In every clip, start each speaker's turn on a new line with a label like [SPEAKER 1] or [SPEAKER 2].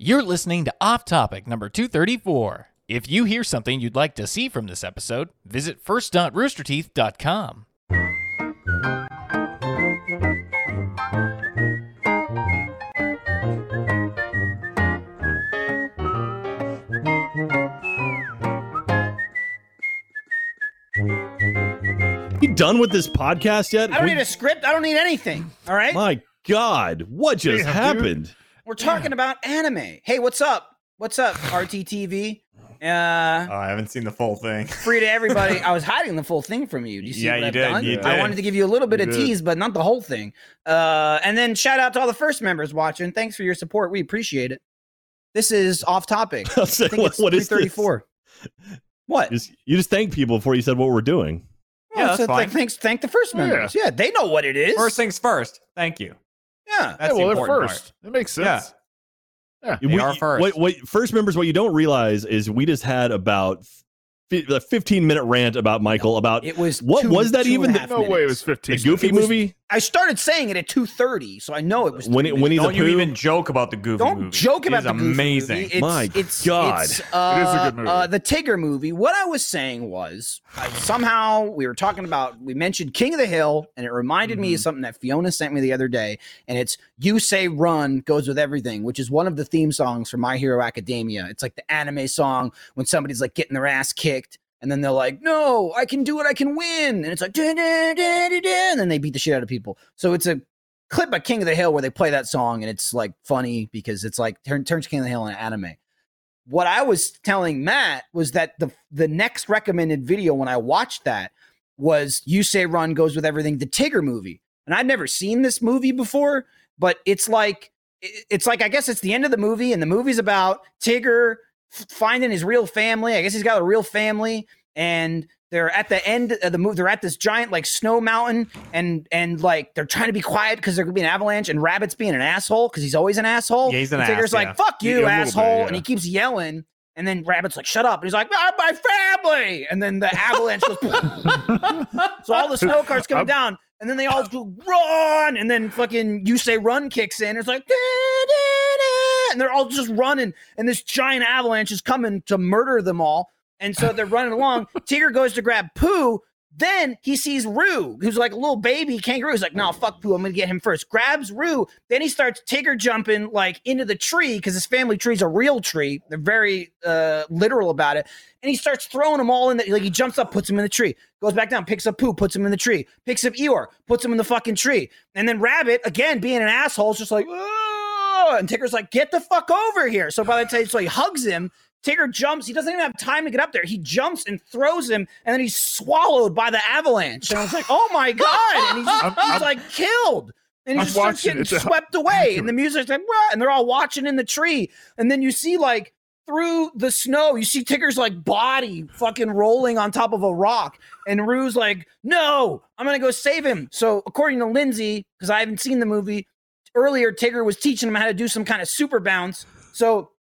[SPEAKER 1] You're listening to Off Topic number 234. If you hear something you'd like to see from this episode, visit first.roosterteeth.com.
[SPEAKER 2] You done with this podcast yet?
[SPEAKER 3] I don't
[SPEAKER 2] We-
[SPEAKER 3] need a script. I don't need anything. All right.
[SPEAKER 2] my God, what just
[SPEAKER 1] Yeah, dude.
[SPEAKER 2] happened?
[SPEAKER 3] We're talking about anime. Hey, what's up? What's up, RTTV? Uh,
[SPEAKER 4] Oh, I haven't seen the full thing.
[SPEAKER 3] free to everybody. I was hiding the full thing from you. Do you see
[SPEAKER 4] Yeah,
[SPEAKER 3] what
[SPEAKER 4] you
[SPEAKER 3] I've
[SPEAKER 4] did,
[SPEAKER 3] done?
[SPEAKER 4] you
[SPEAKER 3] I
[SPEAKER 4] did.
[SPEAKER 3] wanted to give you a little bit
[SPEAKER 4] You
[SPEAKER 3] of
[SPEAKER 4] did.
[SPEAKER 3] tease, but not the whole thing. Uh, and then shout out to all the first members watching. Thanks for your support. We appreciate it. This is off topic.
[SPEAKER 2] I was
[SPEAKER 3] I
[SPEAKER 2] like,
[SPEAKER 3] think
[SPEAKER 2] what,
[SPEAKER 3] it's
[SPEAKER 2] what is this?
[SPEAKER 3] 334. What?
[SPEAKER 2] Just, you just thank people before you said what we're doing.
[SPEAKER 3] Oh,
[SPEAKER 4] Yeah, that's
[SPEAKER 3] so
[SPEAKER 4] fine.
[SPEAKER 3] th- thanks. Thank the first
[SPEAKER 4] Yeah.
[SPEAKER 3] members. Yeah, they know what it is.
[SPEAKER 4] First things first. Thank you.
[SPEAKER 3] yeah.
[SPEAKER 4] That's
[SPEAKER 5] well,
[SPEAKER 4] the
[SPEAKER 5] they're
[SPEAKER 4] important
[SPEAKER 5] first. That makes
[SPEAKER 4] Yeah.
[SPEAKER 5] sense.
[SPEAKER 4] They
[SPEAKER 2] We-
[SPEAKER 4] are first.
[SPEAKER 2] What, what, first members, what you don't realize is we just had about fi- a 15 minute rant about Michael about
[SPEAKER 3] It was
[SPEAKER 2] What
[SPEAKER 3] two-
[SPEAKER 2] was that
[SPEAKER 3] two and
[SPEAKER 2] even?
[SPEAKER 3] a half
[SPEAKER 5] No way it was
[SPEAKER 3] minutes.
[SPEAKER 5] 15.
[SPEAKER 2] the Goofy
[SPEAKER 3] it was-
[SPEAKER 2] movie.
[SPEAKER 3] I started saying it at two thirty, so I know it was
[SPEAKER 2] Winnie,
[SPEAKER 3] three minutes.
[SPEAKER 2] Winnie the
[SPEAKER 4] Don't you
[SPEAKER 2] Pooh.
[SPEAKER 4] even joke about the Goofy
[SPEAKER 3] Don't
[SPEAKER 4] movie.
[SPEAKER 3] joke
[SPEAKER 4] It
[SPEAKER 3] about
[SPEAKER 4] is
[SPEAKER 3] the Goofy
[SPEAKER 4] amazing.
[SPEAKER 3] Movie. It's,
[SPEAKER 2] My
[SPEAKER 3] it's,
[SPEAKER 2] God.
[SPEAKER 3] it's,
[SPEAKER 5] It is a
[SPEAKER 3] uh,
[SPEAKER 5] good movie.
[SPEAKER 3] uh, the Tigger movie. What I was saying was I, somehow we were talking about we mentioned King of the Hill, and it reminded me of something that Fiona sent me the other day, and it's "You Say Run" goes with everything, which is one of the theme songs for My Hero Academia. It's like the anime song when somebody's like getting their ass kicked. And then they're like, no, I can do it. I can win. And it's like, "Da, da, da, da, da," and then they beat the shit out of people. So it's a clip by King of the Hill where they play that song and it's like funny because it's like turn, turns King of the Hill into anime. What I was telling Matt was that the the next recommended video when I watched that was You Say Run Goes With Everything, the Tigger movie. And I'd never seen this movie before, but it's like it- it's like I guess it's the end of the movie, and the movie's about Tigger f- finding his real family. I guess he's got a real family, and they're at the end of the move. They're at this giant like snow mountain, and and like they're trying to be quiet because there could be an avalanche, and Rabbit's being an asshole because he's always an asshole.
[SPEAKER 4] Yeah, he's an
[SPEAKER 3] and Tigger's
[SPEAKER 4] ass,
[SPEAKER 3] like,
[SPEAKER 4] yeah.
[SPEAKER 3] "Fuck
[SPEAKER 5] Yeah, a
[SPEAKER 3] you,
[SPEAKER 5] little bit,
[SPEAKER 3] asshole,"
[SPEAKER 5] yeah.
[SPEAKER 3] and he keeps yelling. And then Rabbit's like, "Shut up!" And he's like, "I'm my family." And then the avalanche goes, so all the snow cars come
[SPEAKER 5] I'm-
[SPEAKER 3] down, and then they all go run, and then fucking you say run kicks in. It's like, "Da, da, da," and they're all just running, and this giant avalanche is coming to murder them all. And so they're running along. Tigger goes to grab Pooh. Then he sees Roo, who's like a little baby kangaroo. He's like, no, fuck Pooh. I'm going to get him first. Grabs Roo. Then he starts Tigger jumping like into the tree because his family tree's a real tree. They're very uh, literal about it. And he starts throwing them all in the, like he jumps up, puts him in the tree, goes back down, picks up Pooh, puts him in the tree, picks up Eeyore, puts him in the fucking tree. And then Rabbit, again, being an asshole, is just like, "Ugh," and Tigger's like, get the fuck over here. So by the time, so he hugs him. Tigger jumps. He doesn't even have time to get up there. He jumps and throws him, and then he's swallowed by the avalanche. And I was like, "Oh my god!" And he's, just,
[SPEAKER 5] I'm-
[SPEAKER 3] he's
[SPEAKER 5] I'm-
[SPEAKER 3] like killed, and he
[SPEAKER 5] I'm
[SPEAKER 3] just starts
[SPEAKER 5] watching.
[SPEAKER 3] getting
[SPEAKER 5] It's a-
[SPEAKER 3] swept away. And the music's like, "Wah," and they're all watching in the tree. And then you see like through the snow, you see Tigger's like body fucking rolling on top of a rock. And Rue's like, "No, I'm gonna go save him." So according to Lindsay, because I haven't seen the movie earlier, Tigger was teaching him how to do some kind of super bounce. So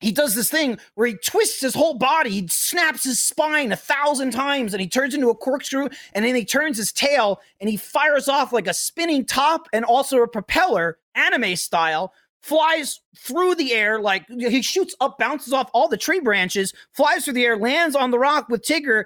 [SPEAKER 3] he does this thing where he twists his whole body, he snaps his spine a thousand times, and he turns into a corkscrew, and then he turns his tail and he fires off like a spinning top and also a propeller, anime style, flies through the air, like he shoots up, bounces off all the tree branches, flies through the air, lands on the rock with Tigger.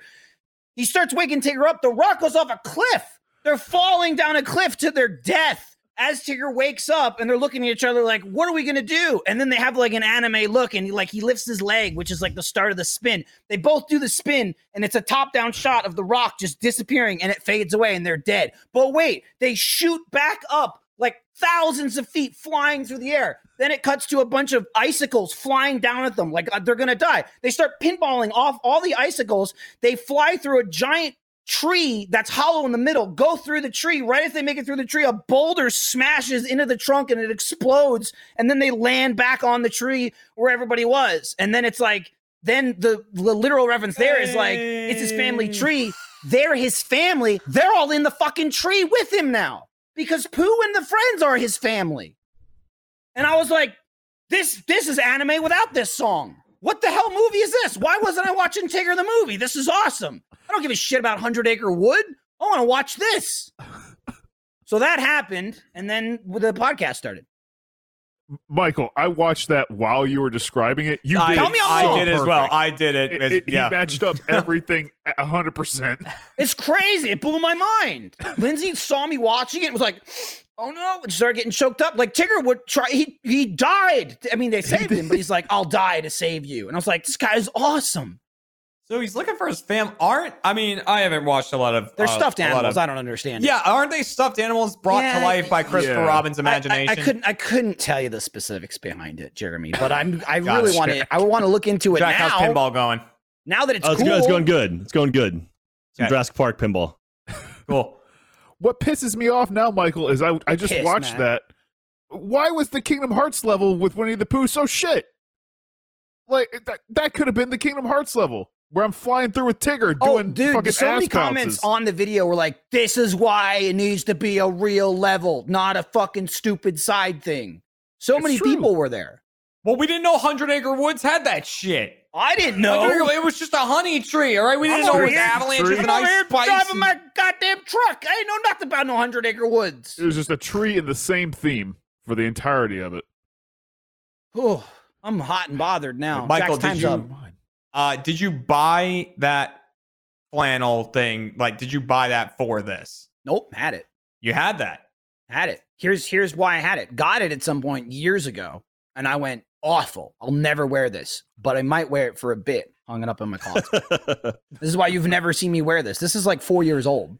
[SPEAKER 3] He starts waking Tigger up. The rock goes off a cliff. They're falling down a cliff to their death. As Tigger wakes up and they're looking at each other like, what are we gonna do? And then they have like an anime look and he, like he lifts his leg, which is like the start of the spin. They both do the spin and it's a top down shot of the rock just disappearing and it fades away and they're dead. But wait, they shoot back up like thousands of feet flying through the air. Then it cuts to a bunch of icicles flying down at them like uh, they're gonna die. They start pinballing off all the icicles. They fly through a giant tree that's hollow in the middle go through the tree right as they make it through the tree a boulder smashes into the trunk and it explodes and then they land back on the tree where everybody was and then it's like then the, the literal reference there is like it's his family tree they're his family they're all in the fucking tree with him now because Pooh and the friends are his family and i was like this this is anime without this song what the hell movie is this why wasn't i watching tigger the movie this is awesome I don't give a shit about Hundred Acre Wood. I want to watch this. so that happened, and then the podcast started.
[SPEAKER 5] Michael, I watched that while you were describing it. You
[SPEAKER 4] I,
[SPEAKER 5] did
[SPEAKER 3] Tell me I'm
[SPEAKER 4] I
[SPEAKER 3] wrong.
[SPEAKER 4] did as well.
[SPEAKER 5] Perfect.
[SPEAKER 4] I did it.
[SPEAKER 5] It,
[SPEAKER 4] as-
[SPEAKER 5] it-
[SPEAKER 4] yeah.
[SPEAKER 5] He matched up everything a hundred percent.
[SPEAKER 3] It's crazy. It blew my mind. Lindsay saw me watching it and was like, oh no, and started getting choked up. Like Tigger would try he he died. I mean, they saved him, but he's like, I'll die to save you. And I was like, this guy is awesome.
[SPEAKER 4] so he's looking for his fam. Aren't I mean I haven't watched a lot of
[SPEAKER 3] They're
[SPEAKER 4] uh,
[SPEAKER 3] stuffed
[SPEAKER 4] a lot
[SPEAKER 3] animals.
[SPEAKER 4] of-
[SPEAKER 3] I don't understand. it.
[SPEAKER 4] yeah, aren't they stuffed animals brought
[SPEAKER 3] Yeah,
[SPEAKER 4] to life by Christopher
[SPEAKER 5] yeah.
[SPEAKER 4] Robin's
[SPEAKER 3] I- I-
[SPEAKER 4] imagination?
[SPEAKER 3] I, couldn't I couldn't tell you the specifics behind it, Jeremy, but I'm I
[SPEAKER 4] Got
[SPEAKER 3] really
[SPEAKER 4] it.
[SPEAKER 3] want to I want to look into it
[SPEAKER 4] Jack,
[SPEAKER 3] now.
[SPEAKER 4] how's pinball going?
[SPEAKER 3] Now that it's
[SPEAKER 2] Oh, it's,
[SPEAKER 3] cool.
[SPEAKER 2] good. it's going good. It's going good. Some
[SPEAKER 4] Okay.
[SPEAKER 2] Jurassic Park pinball.
[SPEAKER 4] Cool.
[SPEAKER 5] What pisses me off now, Michael, is I I just
[SPEAKER 3] Piss,
[SPEAKER 5] watched
[SPEAKER 3] Matt.
[SPEAKER 5] that. Why was the Kingdom Hearts level with Winnie the Pooh so shit? Like that, that could have been the Kingdom Hearts level where I'm flying through with Tigger
[SPEAKER 3] Oh,
[SPEAKER 5] doing
[SPEAKER 3] dude,
[SPEAKER 5] fucking
[SPEAKER 3] so
[SPEAKER 5] ass
[SPEAKER 3] many comments
[SPEAKER 5] bounces.
[SPEAKER 3] on the video were like, this is why it needs to be a real level, not a fucking stupid side thing. So
[SPEAKER 5] It's
[SPEAKER 3] many
[SPEAKER 5] true.
[SPEAKER 3] people were there.
[SPEAKER 4] Well, we didn't know Hundred Acre Woods had that shit.
[SPEAKER 3] I didn't
[SPEAKER 4] Hundred
[SPEAKER 3] know.
[SPEAKER 4] Acre- It was just a honey tree, all right? We
[SPEAKER 3] I'm
[SPEAKER 4] didn't know
[SPEAKER 3] over
[SPEAKER 4] it was
[SPEAKER 3] here-
[SPEAKER 4] avalanches
[SPEAKER 3] I'm
[SPEAKER 4] and
[SPEAKER 3] over
[SPEAKER 4] ice
[SPEAKER 3] here
[SPEAKER 4] spikes.
[SPEAKER 3] driving
[SPEAKER 4] and-
[SPEAKER 3] my goddamn truck. I ain't know nothing about no hundred acre woods.
[SPEAKER 5] It was just a tree in the same theme for the entirety of it.
[SPEAKER 3] Whew, I'm hot and bothered now.
[SPEAKER 4] Michael,
[SPEAKER 3] Jack's time's
[SPEAKER 4] did you-
[SPEAKER 3] up.
[SPEAKER 4] Uh, did you buy that flannel thing? Like, did you buy that for this?
[SPEAKER 3] Nope, had it.
[SPEAKER 4] You had that.
[SPEAKER 3] Had it. Here's here's why I had it. Got it at some point years ago, and I went awful. I'll never wear this, but I might wear it for a bit. Hung it up in my closet. This is why you've never seen me wear this. This is like four years old.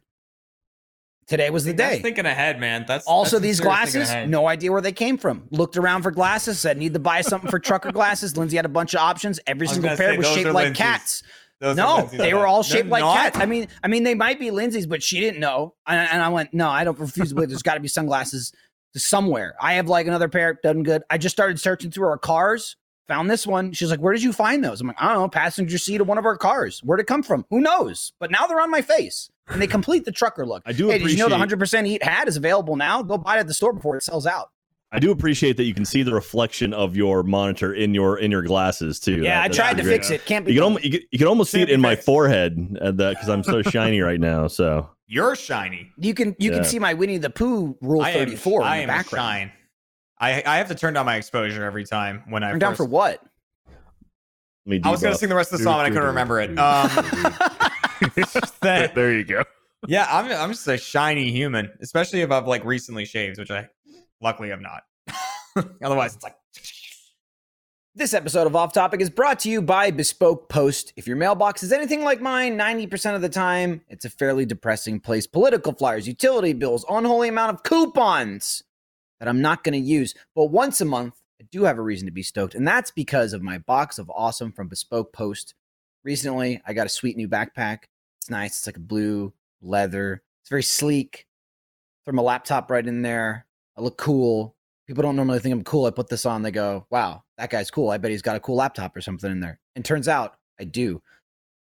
[SPEAKER 3] Today was the
[SPEAKER 4] That's
[SPEAKER 3] day.
[SPEAKER 4] thinking ahead, man. That's
[SPEAKER 3] also,
[SPEAKER 4] that's
[SPEAKER 3] these
[SPEAKER 4] serious thinking
[SPEAKER 3] glasses,
[SPEAKER 4] ahead.
[SPEAKER 3] no idea where they came from. Looked around for glasses, said need to buy something for trucker glasses. Lindsay had a bunch of options. Every
[SPEAKER 4] I was
[SPEAKER 3] single
[SPEAKER 4] gonna
[SPEAKER 3] pair
[SPEAKER 4] say,
[SPEAKER 3] was
[SPEAKER 4] those
[SPEAKER 3] shaped
[SPEAKER 4] are
[SPEAKER 3] like
[SPEAKER 4] Lindsay's.
[SPEAKER 3] cats.
[SPEAKER 4] Those are
[SPEAKER 3] No,
[SPEAKER 4] lenses
[SPEAKER 3] they
[SPEAKER 4] on
[SPEAKER 3] were
[SPEAKER 4] it.
[SPEAKER 3] all
[SPEAKER 4] They're
[SPEAKER 3] shaped like
[SPEAKER 4] not?
[SPEAKER 3] cats. I mean, I mean, they might be Lindsay's, but she didn't know. And, and I went, no, I don't refuse to believe there's got to be sunglasses somewhere. I have like another pair, doesn't good. I just started searching through our cars, found this one. She's like, where did you find those? I'm like, I don't know, passenger seat of one of our cars. Where'd it come from? Who knows? But now they're on my face, and they complete the trucker look.
[SPEAKER 2] I do
[SPEAKER 3] Hey, did you know the
[SPEAKER 2] appreciate-
[SPEAKER 3] 100% Eat hat is available now? Go buy it at the store before it sells out.
[SPEAKER 2] I do appreciate that you can see the reflection of your monitor in your in your glasses too.
[SPEAKER 3] Yeah,
[SPEAKER 2] That-
[SPEAKER 3] I
[SPEAKER 2] that's
[SPEAKER 3] tried to
[SPEAKER 2] great.
[SPEAKER 3] fix it. Can't be.
[SPEAKER 2] You can
[SPEAKER 3] done.
[SPEAKER 2] almost you can, you can almost see it in my forehead because I'm so shiny right now. So
[SPEAKER 4] You're shiny.
[SPEAKER 3] You can you
[SPEAKER 2] Yeah.
[SPEAKER 3] can see my Winnie the Pooh rule
[SPEAKER 4] I am.
[SPEAKER 3] 34
[SPEAKER 4] I
[SPEAKER 3] in
[SPEAKER 4] am
[SPEAKER 3] the background.
[SPEAKER 4] shine. I I have to turn down my exposure every time when I
[SPEAKER 3] Turn down
[SPEAKER 4] first-
[SPEAKER 3] for what?
[SPEAKER 2] let me
[SPEAKER 4] I was gonna
[SPEAKER 2] debuff.
[SPEAKER 4] sing the rest of the song and I couldn't remember it. Um,
[SPEAKER 5] There,
[SPEAKER 4] that-
[SPEAKER 5] there you go.
[SPEAKER 4] yeah, I'm I'm just a shiny human, especially if I've like recently shaved, which I luckily I'm not. Otherwise, it's like
[SPEAKER 3] This episode of Off Topic is brought to you by Bespoke Post. If your mailbox is anything like mine, 90% of the time, it's a fairly depressing place. Political flyers, utility bills, unholy amount of coupons that I'm not going to use. But once a month, I do have a reason to be stoked, and that's because of my box of awesome from Bespoke Post. Recently, I got a sweet new backpack. It's nice. It's like a blue leather. It's very sleek. Throw my laptop right in there. I look cool people don't normally think I'm cool. I put this on, they go, wow, that guy's cool. I bet he's got a cool laptop or something in there. And turns out I do.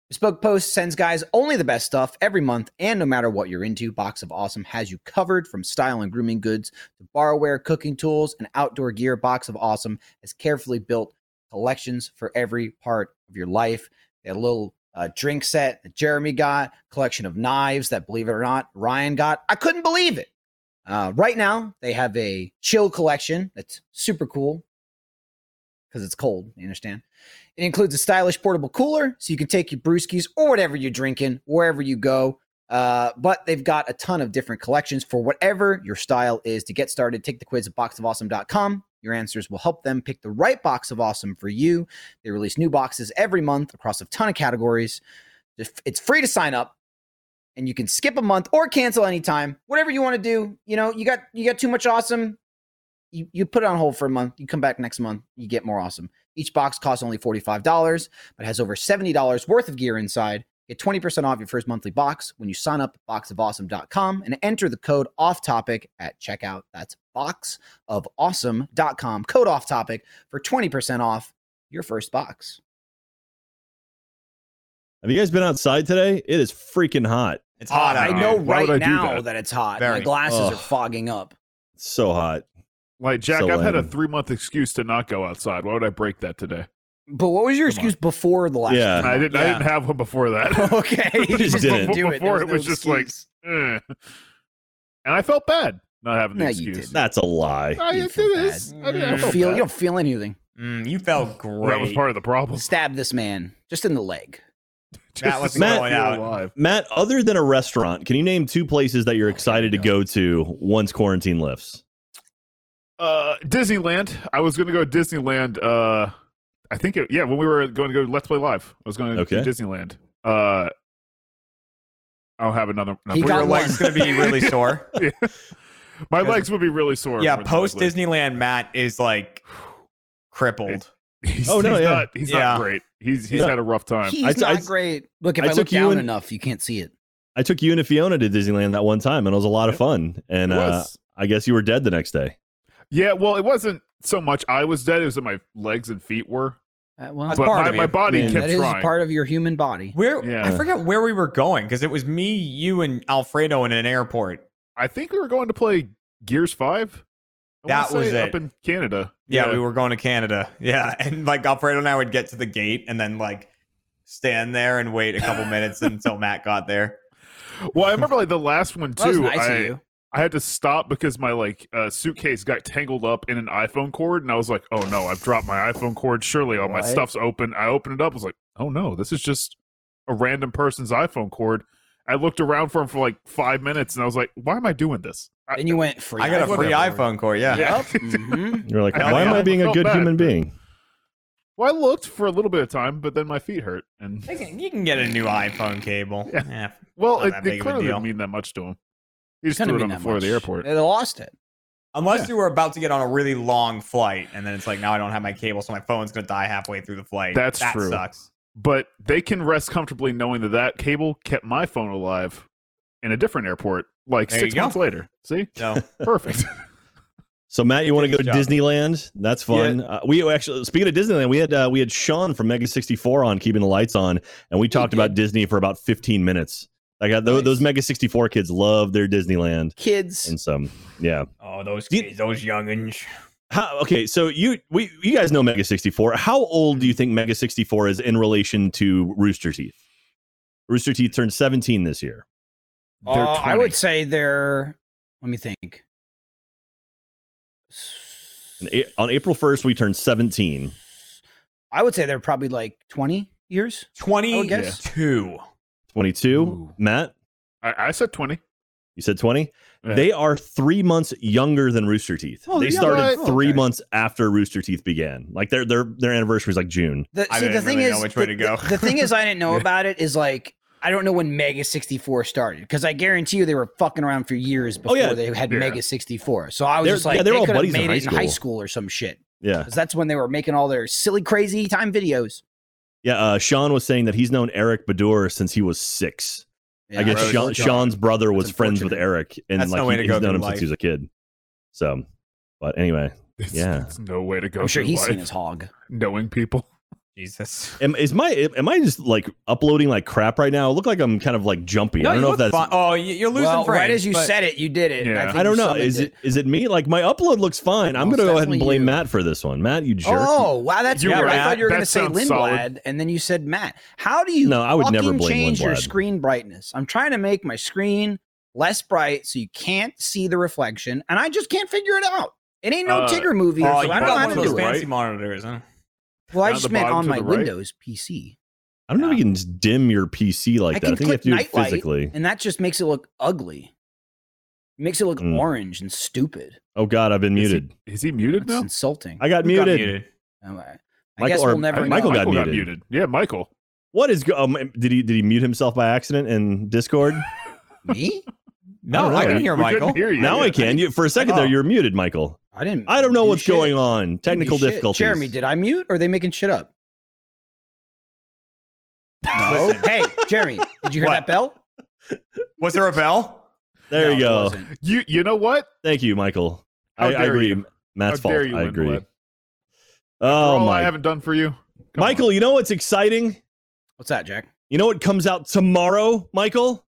[SPEAKER 3] Bespoke Post sends guys only the best stuff every month, and no matter what you're into, Box of Awesome has you covered from style and grooming goods to barware, cooking tools, and outdoor gear. Box of Awesome has carefully built collections for every part of your life. They had a little uh, drink set that Jeremy got, collection of knives that, believe it or not, Ryan got. I couldn't believe it. Uh, right now, they have a chill collection that's super cool because it's cold. You understand? It includes a stylish portable cooler so you can take your brewskis or whatever you're drinking wherever you go. Uh, but they've got a ton of different collections for whatever your style is. To get started, take the quiz at boxofawesome.com. Your answers will help them pick the right box of awesome for you. They release new boxes every month across a ton of categories. If- It's free to sign up and you can skip a month or cancel anytime whatever you want to do you know you got you got too much awesome you, you put it on hold for a month you come back next month you get more awesome each box costs only $45 but has over $70 worth of gear inside get 20% off your first monthly box when you sign up at boxofawesome.com and enter the code off topic at checkout that's boxofawesome.com code off topic for 20% off your first box
[SPEAKER 2] Have you guys been outside today? It is freaking hot.
[SPEAKER 4] it's hot.
[SPEAKER 3] Oh, i
[SPEAKER 4] out,
[SPEAKER 3] know
[SPEAKER 4] man.
[SPEAKER 5] Why would
[SPEAKER 3] right
[SPEAKER 5] I do
[SPEAKER 3] now that?
[SPEAKER 5] that?
[SPEAKER 3] it's hot my
[SPEAKER 4] Very.
[SPEAKER 3] glasses
[SPEAKER 2] Ugh.
[SPEAKER 3] are fogging up
[SPEAKER 2] It's so hot.
[SPEAKER 5] Like Jack,
[SPEAKER 2] So
[SPEAKER 5] I've had a
[SPEAKER 2] lame.
[SPEAKER 5] three month excuse to not go outside. Why would I break that today?
[SPEAKER 3] But what was your
[SPEAKER 5] Come on.
[SPEAKER 3] excuse before the last?
[SPEAKER 2] Yeah.
[SPEAKER 5] I didn't. I
[SPEAKER 4] Yeah.
[SPEAKER 5] didn't have one before that.
[SPEAKER 3] okay.
[SPEAKER 2] You just
[SPEAKER 5] Before-
[SPEAKER 2] didn't.
[SPEAKER 5] Before, it was just like, eh. and I felt bad. Not having the
[SPEAKER 3] No, you
[SPEAKER 5] excuse.
[SPEAKER 3] didn't.
[SPEAKER 2] That's a lie.
[SPEAKER 5] I
[SPEAKER 3] You
[SPEAKER 5] did
[SPEAKER 3] feel
[SPEAKER 5] this. I did- I
[SPEAKER 3] You
[SPEAKER 5] felt
[SPEAKER 3] don't feel
[SPEAKER 5] bad.
[SPEAKER 3] you don't feel anything.
[SPEAKER 4] Mm, you felt great.
[SPEAKER 5] That was part of the problem.
[SPEAKER 3] Stab this man just in the leg.
[SPEAKER 5] Just
[SPEAKER 4] was
[SPEAKER 5] to not
[SPEAKER 4] going
[SPEAKER 5] feel
[SPEAKER 4] out.
[SPEAKER 5] alive.
[SPEAKER 2] Matt, other than a restaurant, can you name two places that you're excited to go to once quarantine lifts?
[SPEAKER 5] Uh, Disneyland. I was going to go to Disneyland. Uh, I think it, yeah, when we were going to go to Let's Play Live, I was going to
[SPEAKER 2] Okay.
[SPEAKER 5] Disneyland. Uh, I'll have another. no,
[SPEAKER 3] He
[SPEAKER 4] Were
[SPEAKER 5] we
[SPEAKER 4] your
[SPEAKER 5] were-
[SPEAKER 3] got-
[SPEAKER 4] legs going to be really sore?
[SPEAKER 5] my legs would be really sore.
[SPEAKER 4] yeah,
[SPEAKER 5] for the
[SPEAKER 4] post
[SPEAKER 5] Disneyland.
[SPEAKER 4] Disneyland Matt is like crippled.
[SPEAKER 5] He's,
[SPEAKER 2] Oh, no,
[SPEAKER 5] he's
[SPEAKER 2] yeah.
[SPEAKER 5] not. He's
[SPEAKER 4] Yeah.
[SPEAKER 5] not great. He's he's
[SPEAKER 2] No.
[SPEAKER 5] had a rough time.
[SPEAKER 3] He's
[SPEAKER 2] I t- I
[SPEAKER 3] not
[SPEAKER 2] s-
[SPEAKER 3] great. Look, if
[SPEAKER 2] I
[SPEAKER 3] I,
[SPEAKER 2] took
[SPEAKER 3] look
[SPEAKER 2] you
[SPEAKER 3] down
[SPEAKER 2] in-
[SPEAKER 3] enough, you can't see it.
[SPEAKER 2] I took you and Fiona to Disneyland that one time, and it was a lot of
[SPEAKER 5] Yep.
[SPEAKER 2] fun. And
[SPEAKER 5] It
[SPEAKER 2] uh,
[SPEAKER 5] was.
[SPEAKER 2] I guess you were dead the next day.
[SPEAKER 5] yeah, well, it wasn't so much I was dead; it was that my legs and feet were.
[SPEAKER 3] Uh, well,
[SPEAKER 4] That's
[SPEAKER 5] but
[SPEAKER 4] part
[SPEAKER 5] my,
[SPEAKER 4] of it.
[SPEAKER 5] my body
[SPEAKER 2] Yeah.
[SPEAKER 5] kept
[SPEAKER 3] that is
[SPEAKER 5] trying.
[SPEAKER 3] part of your human body.
[SPEAKER 4] Where I
[SPEAKER 5] Yeah.
[SPEAKER 4] forget where we were going because it was me, you, and Alfredo in an airport.
[SPEAKER 5] I think we were going to play Gears Five. I wanna
[SPEAKER 4] That was
[SPEAKER 5] say,
[SPEAKER 4] it.
[SPEAKER 5] up in Canada.
[SPEAKER 4] Yeah, we were going to Canada. Yeah, and like Alfredo and I would get to the gate and then like stand there and wait a couple minutes until Matt got there.
[SPEAKER 5] Well, I remember like the last one
[SPEAKER 3] That was
[SPEAKER 5] too.
[SPEAKER 3] nice
[SPEAKER 5] I,
[SPEAKER 3] of you.
[SPEAKER 5] I had to stop because my like uh, suitcase got tangled up in an iPhone cord, and I was like, "Oh no, I've dropped my iPhone cord. Surely all my
[SPEAKER 3] What?
[SPEAKER 5] stuff's open." I opened it up, was like, "Oh no, this is just a random person's iPhone cord." I looked around for him for like five minutes, and I was like, "Why am I doing this?" I,
[SPEAKER 3] And you went free.
[SPEAKER 4] I got a
[SPEAKER 3] iPhone.
[SPEAKER 4] free iPhone cord. Yeah.
[SPEAKER 5] Yeah.
[SPEAKER 3] Yep. mhm.
[SPEAKER 2] You're like,
[SPEAKER 5] I-
[SPEAKER 2] why
[SPEAKER 5] I
[SPEAKER 2] am I being a
[SPEAKER 5] felt
[SPEAKER 2] good
[SPEAKER 5] bad,
[SPEAKER 2] human
[SPEAKER 5] but-
[SPEAKER 2] being?
[SPEAKER 5] well, I looked for a little bit of time, but then my feet hurt, and
[SPEAKER 4] You can- You can get a new iPhone cable.
[SPEAKER 5] Yeah.
[SPEAKER 4] Yeah.
[SPEAKER 5] well,
[SPEAKER 4] Not
[SPEAKER 5] it,
[SPEAKER 4] that
[SPEAKER 5] it
[SPEAKER 4] big of a
[SPEAKER 5] clearly
[SPEAKER 4] deal.
[SPEAKER 5] didn't mean that much to him. He just
[SPEAKER 3] Couldn't
[SPEAKER 5] threw
[SPEAKER 3] have been
[SPEAKER 5] it on the
[SPEAKER 3] that
[SPEAKER 5] floor of the
[SPEAKER 3] much.
[SPEAKER 5] airport.
[SPEAKER 3] They lost it.
[SPEAKER 4] Unless you were about to get on a really long flight, and then it's like, now I don't have my cable, so my phone's gonna die halfway through the flight.
[SPEAKER 5] That's
[SPEAKER 4] that
[SPEAKER 5] true.
[SPEAKER 4] Sucks.
[SPEAKER 5] But they can rest comfortably knowing that that cable kept my phone alive in a different airport, like
[SPEAKER 4] There
[SPEAKER 5] six
[SPEAKER 4] you go.
[SPEAKER 5] months later. See,
[SPEAKER 4] So
[SPEAKER 5] perfect.
[SPEAKER 2] So Matt, you want to go to
[SPEAKER 4] Good job.
[SPEAKER 2] Disneyland? That's fun. Uh, we actually, speaking of Disneyland, we had uh, we had Sean from Mega sixty four on keeping the lights on, and we talked about Disney for about fifteen minutes. Like I, tho-
[SPEAKER 3] Nice.
[SPEAKER 2] those Mega sixty four kids love their Disneyland
[SPEAKER 3] Kids.
[SPEAKER 2] and some, yeah.
[SPEAKER 4] oh, those
[SPEAKER 2] Do you-
[SPEAKER 4] kids, those youngins.
[SPEAKER 2] How, okay, so you we you guys know Mega sixty four. How old do you think Mega sixty four is in relation to Rooster Teeth? Rooster Teeth turned seventeen this year.
[SPEAKER 5] They're
[SPEAKER 3] Uh, I
[SPEAKER 5] 20.
[SPEAKER 3] would say they're. Let me think.
[SPEAKER 2] And a- on April first, we turned seventeen.
[SPEAKER 3] I would say they're probably like twenty years. I would guess.
[SPEAKER 4] Twenty-two.
[SPEAKER 2] Oh, Twenty two.
[SPEAKER 3] Ooh.
[SPEAKER 2] Matt,
[SPEAKER 5] I, I said twenty.
[SPEAKER 2] you said twenty.
[SPEAKER 5] Yeah.
[SPEAKER 2] They are three months younger than Rooster Teeth.
[SPEAKER 3] Oh,
[SPEAKER 2] they
[SPEAKER 3] yeah,
[SPEAKER 2] started
[SPEAKER 3] right. Oh,
[SPEAKER 2] three
[SPEAKER 3] okay.
[SPEAKER 2] months after Rooster Teeth began. Like their their their anniversary is like June.
[SPEAKER 3] The,
[SPEAKER 4] I
[SPEAKER 3] see, the
[SPEAKER 4] didn't
[SPEAKER 3] thing
[SPEAKER 4] really know
[SPEAKER 3] is,
[SPEAKER 4] which way
[SPEAKER 3] the,
[SPEAKER 4] to go.
[SPEAKER 3] the- the thing is, I didn't know about it. Is like I don't know when Mega sixty four started because I guarantee you they were fucking around for years
[SPEAKER 2] Oh,
[SPEAKER 3] before
[SPEAKER 2] yeah.
[SPEAKER 3] they had
[SPEAKER 5] Yeah.
[SPEAKER 3] Mega sixty four. So I was
[SPEAKER 2] They're-
[SPEAKER 3] just like,
[SPEAKER 2] yeah,
[SPEAKER 3] they
[SPEAKER 2] they're all
[SPEAKER 3] could have
[SPEAKER 2] buddies in
[SPEAKER 3] made
[SPEAKER 2] high
[SPEAKER 3] it in high
[SPEAKER 2] school.
[SPEAKER 3] school or some shit
[SPEAKER 2] Yeah,
[SPEAKER 3] because that's when they were making all their silly, crazy time videos.
[SPEAKER 2] yeah. Uh, Sean was saying that he's known Eric Badur since he was six. I guess
[SPEAKER 5] Right.
[SPEAKER 2] Sean, Sean's brother was
[SPEAKER 3] That's
[SPEAKER 2] friends with
[SPEAKER 3] unfortunate.
[SPEAKER 2] Eric, and
[SPEAKER 4] That's
[SPEAKER 2] like
[SPEAKER 4] no way
[SPEAKER 2] he-
[SPEAKER 4] to
[SPEAKER 2] he's
[SPEAKER 4] go
[SPEAKER 2] known
[SPEAKER 4] through
[SPEAKER 2] him since he was a kid. So, but anyway,
[SPEAKER 5] It's,
[SPEAKER 2] Yeah.
[SPEAKER 5] it's no way to go.
[SPEAKER 3] I'm sure
[SPEAKER 5] through
[SPEAKER 3] he's seen
[SPEAKER 5] life,
[SPEAKER 3] his hog.
[SPEAKER 5] knowing people.
[SPEAKER 4] Jesus.
[SPEAKER 2] am, is my am I just like uploading like crap right now? I look like I'm kind of like jumpy. I don't know if that's.
[SPEAKER 4] Oh, y- you're losing
[SPEAKER 3] well,
[SPEAKER 4] friends.
[SPEAKER 3] right as you
[SPEAKER 4] but-
[SPEAKER 3] said it, you did it.
[SPEAKER 5] Yeah.
[SPEAKER 3] think
[SPEAKER 2] I don't
[SPEAKER 3] you
[SPEAKER 2] know.
[SPEAKER 3] summoned
[SPEAKER 2] Is it is it me? Like my upload looks fine. I'm gonna
[SPEAKER 3] No, it's
[SPEAKER 2] go ahead and
[SPEAKER 3] definitely
[SPEAKER 2] blame
[SPEAKER 3] you.
[SPEAKER 2] Matt for this one. Matt, you jerk.
[SPEAKER 3] Oh wow, that's
[SPEAKER 5] You
[SPEAKER 3] weird.
[SPEAKER 5] were
[SPEAKER 3] I
[SPEAKER 5] at-
[SPEAKER 3] thought you were
[SPEAKER 5] that
[SPEAKER 3] going to say
[SPEAKER 5] sounds
[SPEAKER 3] Lindblad,
[SPEAKER 5] solid.
[SPEAKER 3] and then you said Matt. How do you?
[SPEAKER 2] No, I would never
[SPEAKER 3] fucking
[SPEAKER 2] blame
[SPEAKER 3] change your
[SPEAKER 2] Lindblad.
[SPEAKER 3] screen brightness. I'm trying to make my screen less bright so you can't see the reflection, and I just can't figure it out. It ain't no
[SPEAKER 5] Uh,
[SPEAKER 3] Tigger movie,
[SPEAKER 4] Oh,
[SPEAKER 3] so
[SPEAKER 4] you
[SPEAKER 3] I don't
[SPEAKER 4] got
[SPEAKER 3] know
[SPEAKER 4] one
[SPEAKER 3] how
[SPEAKER 4] of
[SPEAKER 3] to
[SPEAKER 4] those
[SPEAKER 3] do it.
[SPEAKER 5] right?
[SPEAKER 4] fancy monitors, huh?
[SPEAKER 3] Well, I
[SPEAKER 5] Down
[SPEAKER 3] just
[SPEAKER 5] the
[SPEAKER 3] meant
[SPEAKER 5] bottom
[SPEAKER 3] on
[SPEAKER 5] to
[SPEAKER 3] my
[SPEAKER 5] the right?
[SPEAKER 3] Windows PC,
[SPEAKER 2] I don't know if you can just dim your PC like
[SPEAKER 3] I
[SPEAKER 2] that.
[SPEAKER 3] can
[SPEAKER 2] I think you have
[SPEAKER 3] click
[SPEAKER 2] to do it
[SPEAKER 3] nightlight.
[SPEAKER 2] physically.
[SPEAKER 3] and that just makes it look ugly. It makes it look
[SPEAKER 2] Mm.
[SPEAKER 3] orange and stupid.
[SPEAKER 2] Oh God, I've been
[SPEAKER 5] Is he-
[SPEAKER 2] muted.
[SPEAKER 5] Is he muted
[SPEAKER 3] It's
[SPEAKER 5] now?
[SPEAKER 3] insulting.
[SPEAKER 2] I got
[SPEAKER 4] You got
[SPEAKER 2] muted.
[SPEAKER 4] muted.
[SPEAKER 3] Oh, I, I
[SPEAKER 2] Michael-
[SPEAKER 3] guess
[SPEAKER 2] or-
[SPEAKER 3] we'll never.
[SPEAKER 2] I-
[SPEAKER 3] know.
[SPEAKER 2] Michael got
[SPEAKER 5] Michael
[SPEAKER 2] muted.
[SPEAKER 5] Yeah, Michael.
[SPEAKER 2] What is go- um, did he did he mute himself by accident in Discord?
[SPEAKER 3] me.
[SPEAKER 4] No,
[SPEAKER 2] don't
[SPEAKER 4] I
[SPEAKER 2] know.
[SPEAKER 4] can hear
[SPEAKER 5] We couldn't
[SPEAKER 4] Michael.
[SPEAKER 5] hear you.
[SPEAKER 2] now I can. You for a second there,
[SPEAKER 4] Oh.
[SPEAKER 2] you're muted, Michael.
[SPEAKER 3] I didn't.
[SPEAKER 2] I don't know
[SPEAKER 3] do
[SPEAKER 2] what's
[SPEAKER 3] shit.
[SPEAKER 2] going on. Technical
[SPEAKER 3] Shit.
[SPEAKER 2] difficulties.
[SPEAKER 3] Jeremy, did I mute or are they making shit up? No.
[SPEAKER 4] Listen.
[SPEAKER 3] Oh, hey, Jeremy, did you hear
[SPEAKER 4] What?
[SPEAKER 3] that bell?
[SPEAKER 4] Was there a bell?
[SPEAKER 2] There
[SPEAKER 3] No,
[SPEAKER 2] you
[SPEAKER 3] it
[SPEAKER 2] go.
[SPEAKER 3] wasn't.
[SPEAKER 5] You you know what?
[SPEAKER 2] Thank you, Michael.
[SPEAKER 5] How
[SPEAKER 2] I, I
[SPEAKER 5] dare
[SPEAKER 2] agree.
[SPEAKER 5] you.
[SPEAKER 2] Matt's
[SPEAKER 5] How dare
[SPEAKER 2] fault.
[SPEAKER 5] you,
[SPEAKER 2] I agree.
[SPEAKER 5] Lindblad.
[SPEAKER 2] Oh
[SPEAKER 5] all I
[SPEAKER 2] my,
[SPEAKER 5] haven't done for you, Come on.
[SPEAKER 2] Michael. You know what's exciting?
[SPEAKER 3] What's that, Jack?
[SPEAKER 2] You know what comes out tomorrow, Michael?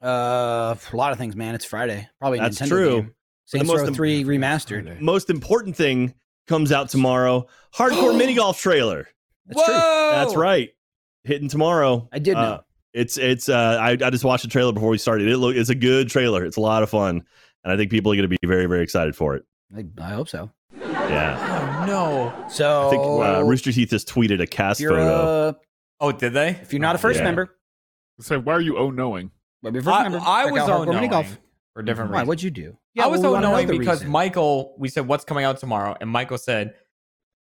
[SPEAKER 3] Uh, a lot of things, man. It's Friday. Probably a
[SPEAKER 2] That's
[SPEAKER 3] Nintendo
[SPEAKER 2] true.
[SPEAKER 3] Game. Saints
[SPEAKER 2] most
[SPEAKER 3] Row
[SPEAKER 2] im-
[SPEAKER 3] Three remastered.
[SPEAKER 2] Most important thing comes out tomorrow. Hardcore mini golf trailer.
[SPEAKER 3] That's true.
[SPEAKER 2] That's right. Hitting tomorrow.
[SPEAKER 3] I did know.
[SPEAKER 2] Uh, it's it's uh I, I just watched the trailer before we started. It look it's a good trailer. It's a lot of fun. and I think people are going to be very, very excited for it.
[SPEAKER 3] I, I hope so.
[SPEAKER 2] Yeah,
[SPEAKER 4] Oh no.
[SPEAKER 3] So
[SPEAKER 2] I think uh, Rooster Teeth has tweeted a
[SPEAKER 3] if
[SPEAKER 2] cast
[SPEAKER 3] Oh. you're,
[SPEAKER 2] photo.
[SPEAKER 3] uh,
[SPEAKER 4] Oh, did they?
[SPEAKER 3] if you're not a first
[SPEAKER 2] Yeah.
[SPEAKER 3] member,
[SPEAKER 5] So why are you oh knowing?
[SPEAKER 3] but be a first
[SPEAKER 4] I,
[SPEAKER 3] member.
[SPEAKER 4] I
[SPEAKER 3] check
[SPEAKER 4] was
[SPEAKER 3] out Hardcore
[SPEAKER 4] on
[SPEAKER 3] Mini
[SPEAKER 4] knowing
[SPEAKER 3] golf.
[SPEAKER 4] for different
[SPEAKER 3] Why?
[SPEAKER 4] reasons.
[SPEAKER 3] What'd you do?
[SPEAKER 4] I was
[SPEAKER 3] well, we
[SPEAKER 4] on
[SPEAKER 3] wanna know
[SPEAKER 4] knowing
[SPEAKER 3] the
[SPEAKER 4] because
[SPEAKER 3] reason.
[SPEAKER 4] Michael, we said what's coming out tomorrow, and Michael said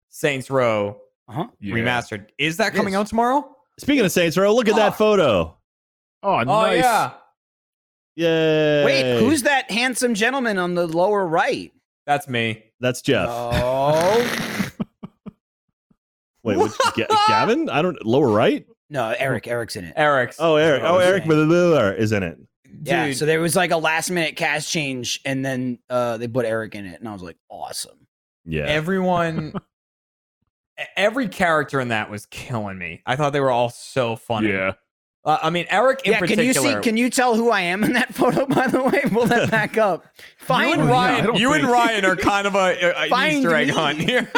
[SPEAKER 4] Saints Row
[SPEAKER 3] Uh-huh.
[SPEAKER 5] Yeah.
[SPEAKER 4] remastered. Is that
[SPEAKER 3] It
[SPEAKER 4] coming
[SPEAKER 3] is.
[SPEAKER 4] out tomorrow?
[SPEAKER 2] Speaking of Saints Row, look at
[SPEAKER 4] Ah.
[SPEAKER 2] that photo.
[SPEAKER 5] Oh,
[SPEAKER 4] Oh
[SPEAKER 5] nice.
[SPEAKER 4] yeah,
[SPEAKER 2] Yay!
[SPEAKER 3] Wait, who's that handsome gentleman on the lower right?
[SPEAKER 4] that's me.
[SPEAKER 2] That's Jeff.
[SPEAKER 3] Oh
[SPEAKER 2] Wait, which, Ga- Gavin? I don't lower right.
[SPEAKER 3] no, Eric. Eric's in it.
[SPEAKER 4] Eric's.
[SPEAKER 2] Oh, Eric. Oh,
[SPEAKER 4] Okay.
[SPEAKER 2] Eric Miller is in it.
[SPEAKER 4] dude.
[SPEAKER 3] Yeah. So there was like a last minute cast change, and then uh, they put Eric in it, and I was like, awesome.
[SPEAKER 2] Yeah.
[SPEAKER 4] everyone, e- every character in that was killing me. I thought they were all so funny.
[SPEAKER 5] Yeah.
[SPEAKER 4] Uh, I mean, Eric in
[SPEAKER 3] yeah. Can
[SPEAKER 4] particular.
[SPEAKER 3] you see? Can you tell who I am in that photo? By the way, pull that back up.
[SPEAKER 4] you
[SPEAKER 3] Find
[SPEAKER 4] and
[SPEAKER 5] Oh, yeah, I
[SPEAKER 4] Ryan,
[SPEAKER 5] don't
[SPEAKER 4] you and
[SPEAKER 5] think-
[SPEAKER 4] Ryan are kind of a, a- a
[SPEAKER 3] Find
[SPEAKER 4] Easter egg
[SPEAKER 3] me.
[SPEAKER 4] hunt here.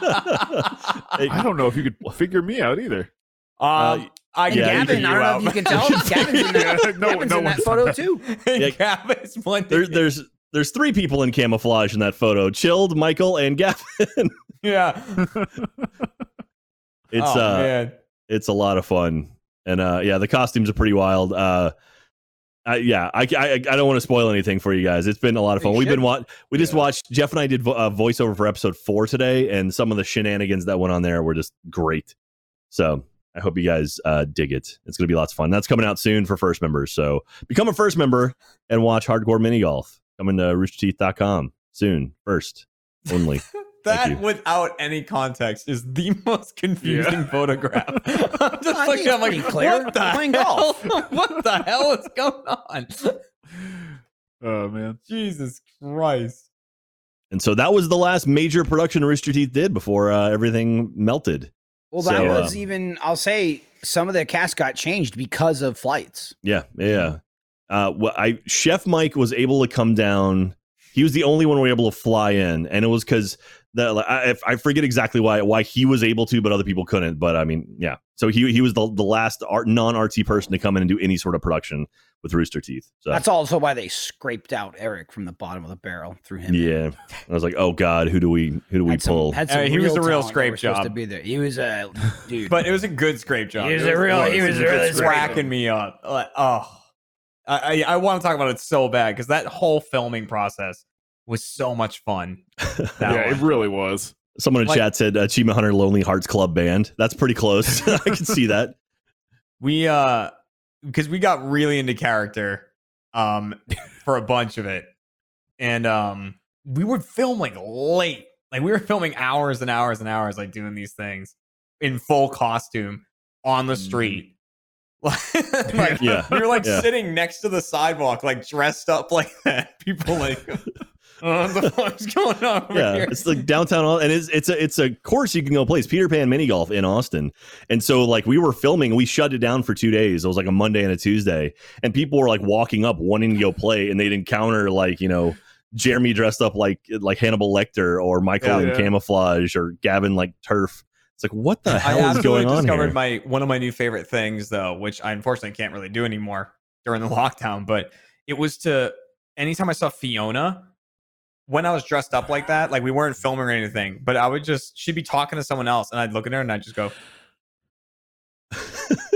[SPEAKER 2] Hey,
[SPEAKER 5] I don't know if you could figure me out either.
[SPEAKER 4] Um, I
[SPEAKER 3] And
[SPEAKER 2] Yeah,
[SPEAKER 4] can
[SPEAKER 2] you
[SPEAKER 4] figure
[SPEAKER 3] Gavin, I don't know if you
[SPEAKER 4] out.
[SPEAKER 3] can tell. Gavin's in that,
[SPEAKER 5] Yeah, no-
[SPEAKER 3] Gavin's
[SPEAKER 5] no
[SPEAKER 3] in that
[SPEAKER 5] one's-
[SPEAKER 3] photo too.
[SPEAKER 2] Yeah.
[SPEAKER 4] Gavin's one.
[SPEAKER 2] there, there's there's three people in camouflage in that photo: Chilled, Michael, and Gavin.
[SPEAKER 4] yeah.
[SPEAKER 2] It's
[SPEAKER 4] oh,
[SPEAKER 2] uh,
[SPEAKER 4] man.
[SPEAKER 2] it's a lot of fun, and uh, yeah, the costumes are pretty wild. Uh, I, yeah, I, I I don't want to spoil anything for you guys. It's been a lot of
[SPEAKER 3] Well,
[SPEAKER 2] fun.
[SPEAKER 3] you
[SPEAKER 2] We've been
[SPEAKER 3] should.
[SPEAKER 2] watch. We just
[SPEAKER 5] Yeah.
[SPEAKER 2] watched Jeff and I did vo- uh, voiceover for episode four today, and some of the shenanigans that went on there were just great. So I hope you guys uh, dig it. It's going to be lots of fun. That's coming out soon for first members. So become a first member and watch Hardcore Mini Golf coming to roosterteeth.com soon. First only.
[SPEAKER 4] That
[SPEAKER 2] you.
[SPEAKER 4] without any context is the most confusing photograph. I'm just
[SPEAKER 3] I think
[SPEAKER 4] looking
[SPEAKER 3] it's
[SPEAKER 4] at like,
[SPEAKER 3] pretty clear.
[SPEAKER 4] What the
[SPEAKER 3] Playing
[SPEAKER 4] hell?
[SPEAKER 3] golf.
[SPEAKER 4] what the hell is going on?
[SPEAKER 5] Oh man.
[SPEAKER 4] Jesus Christ.
[SPEAKER 2] and so that was the last major production Rooster Teeth did before uh, everything melted.
[SPEAKER 3] Well, that
[SPEAKER 2] So,
[SPEAKER 3] was
[SPEAKER 2] um,
[SPEAKER 3] even. I'll say some of the cast got changed because of flights.
[SPEAKER 2] Yeah, yeah. Uh, well, I Chef Mike was able to come down. He was the only one we were able to fly in, and it was because the like, I, I forget exactly why why he was able to, but other people couldn't. But I mean, yeah. So he he was the, the last art non RT person to come in and do any sort of production with Rooster Teeth. So
[SPEAKER 3] That's also why they scraped out Eric from the bottom of the barrel through him.
[SPEAKER 2] yeah. I was like, oh god, who do we who do we
[SPEAKER 3] Had some-
[SPEAKER 2] pull?
[SPEAKER 3] had
[SPEAKER 4] Hey, he was a real
[SPEAKER 3] talent that
[SPEAKER 4] scrape
[SPEAKER 3] were supposed To
[SPEAKER 4] job.
[SPEAKER 3] be there. He was a dude.
[SPEAKER 4] But it was a good scrape job.
[SPEAKER 3] He was a real- he was really
[SPEAKER 4] just racking me up. Like, oh, I, I, I want to talk about it so bad because that whole filming process was so much fun. That
[SPEAKER 5] yeah,
[SPEAKER 4] one.
[SPEAKER 5] it really was.
[SPEAKER 2] Someone in
[SPEAKER 4] like-
[SPEAKER 2] chat said Achievement Hunter Lonely Hearts Club Band. That's pretty close. I can see that.
[SPEAKER 4] we uh because we got really into character um for a bunch of it and um we would film like late like we were filming hours and hours and hours like doing these things in full costume on the street like
[SPEAKER 2] Mm-hmm. Yeah.
[SPEAKER 4] we were like
[SPEAKER 2] Yeah.
[SPEAKER 4] sitting next to the sidewalk like dressed up like that people like "Uh, what the fuck's going on over
[SPEAKER 2] yeah,
[SPEAKER 4] here
[SPEAKER 2] it's like downtown, Au- and it's it's a it's a course you can go play. It's Peter Pan mini golf in Austin, and so like we were filming, we shut it down for two days. It was like a Monday and a Tuesday, and people were like walking up wanting to go play, and they'd encounter like you know Jeremy dressed up like like Hannibal Lecter or Michael
[SPEAKER 5] Yeah.
[SPEAKER 2] in
[SPEAKER 5] Yeah.
[SPEAKER 2] camouflage or Gavin like turf. It's like what the
[SPEAKER 4] I
[SPEAKER 2] hell is going
[SPEAKER 4] absolutely
[SPEAKER 2] on
[SPEAKER 4] discovered
[SPEAKER 2] here?
[SPEAKER 4] my one of my new favorite things though, which I unfortunately can't really do anymore during the lockdown, but it was to anytime I saw Fiona when I was dressed up like that, like we weren't filming or anything, but I would just she'd be talking to someone else and I'd look at her and I'd just go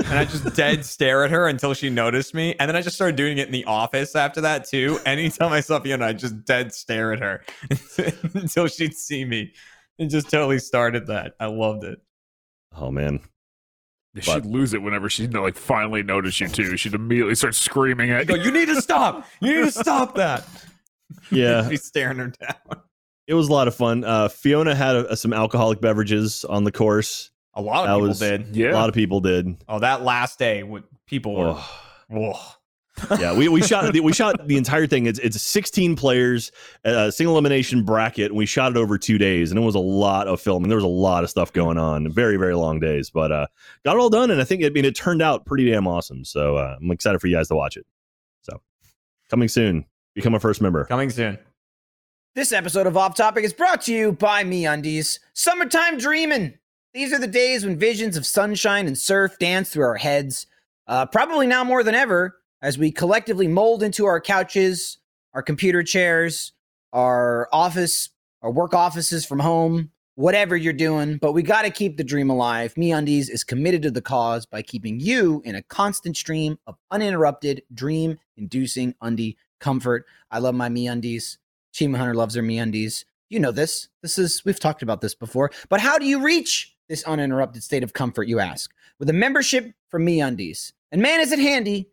[SPEAKER 4] and I just dead stare at her until she noticed me. And then I just started doing it in the office after that too. Anytime I saw Fiona, I just dead stare at her until she'd see me. It just totally started that. I loved it.
[SPEAKER 2] oh man,
[SPEAKER 5] She'd lose it whenever she like finally noticed you too. She'd immediately start screaming at
[SPEAKER 4] go,
[SPEAKER 5] you.
[SPEAKER 4] you need to stop. You need to stop that.
[SPEAKER 2] yeah,
[SPEAKER 4] She's staring her down.
[SPEAKER 2] it was a lot of fun. Uh, Fiona had uh some alcoholic beverages on the course.
[SPEAKER 4] A lot of
[SPEAKER 2] That
[SPEAKER 4] people
[SPEAKER 2] was-
[SPEAKER 4] did.
[SPEAKER 5] Yeah.
[SPEAKER 2] A lot of people did. Oh.
[SPEAKER 4] Oh, that last day, what people were.
[SPEAKER 2] Ugh.
[SPEAKER 4] Whoa.
[SPEAKER 2] yeah, we, we shot we shot the entire thing. It's it's 16 players, a single elimination bracket, and we shot it over two days, and it was a lot of filming. There was a lot of stuff going on, very very long days, but uh, got it all done, and I think I mean it turned out pretty damn awesome. So uh, I'm excited for you guys to watch it. So coming soon, become a first member.
[SPEAKER 4] Coming soon.
[SPEAKER 3] This episode of Off Topic is brought to you by Me Undies. Summertime dreaming. These are the days when visions of sunshine and surf dance through our heads. Uh, probably now more than ever, as we collectively mold into our couches, our computer chairs, our office, our work offices from home, whatever you're doing. But we got to keep the dream alive. MeUndies is committed to the cause by keeping you in a constant stream of uninterrupted, dream-inducing undie comfort. I love my MeUndies. Achievement Hunter loves her MeUndies. You know this. This is we've talked about this before. But how do you reach this uninterrupted state of comfort? You ask with a membership from MeUndies. And man, is it handy!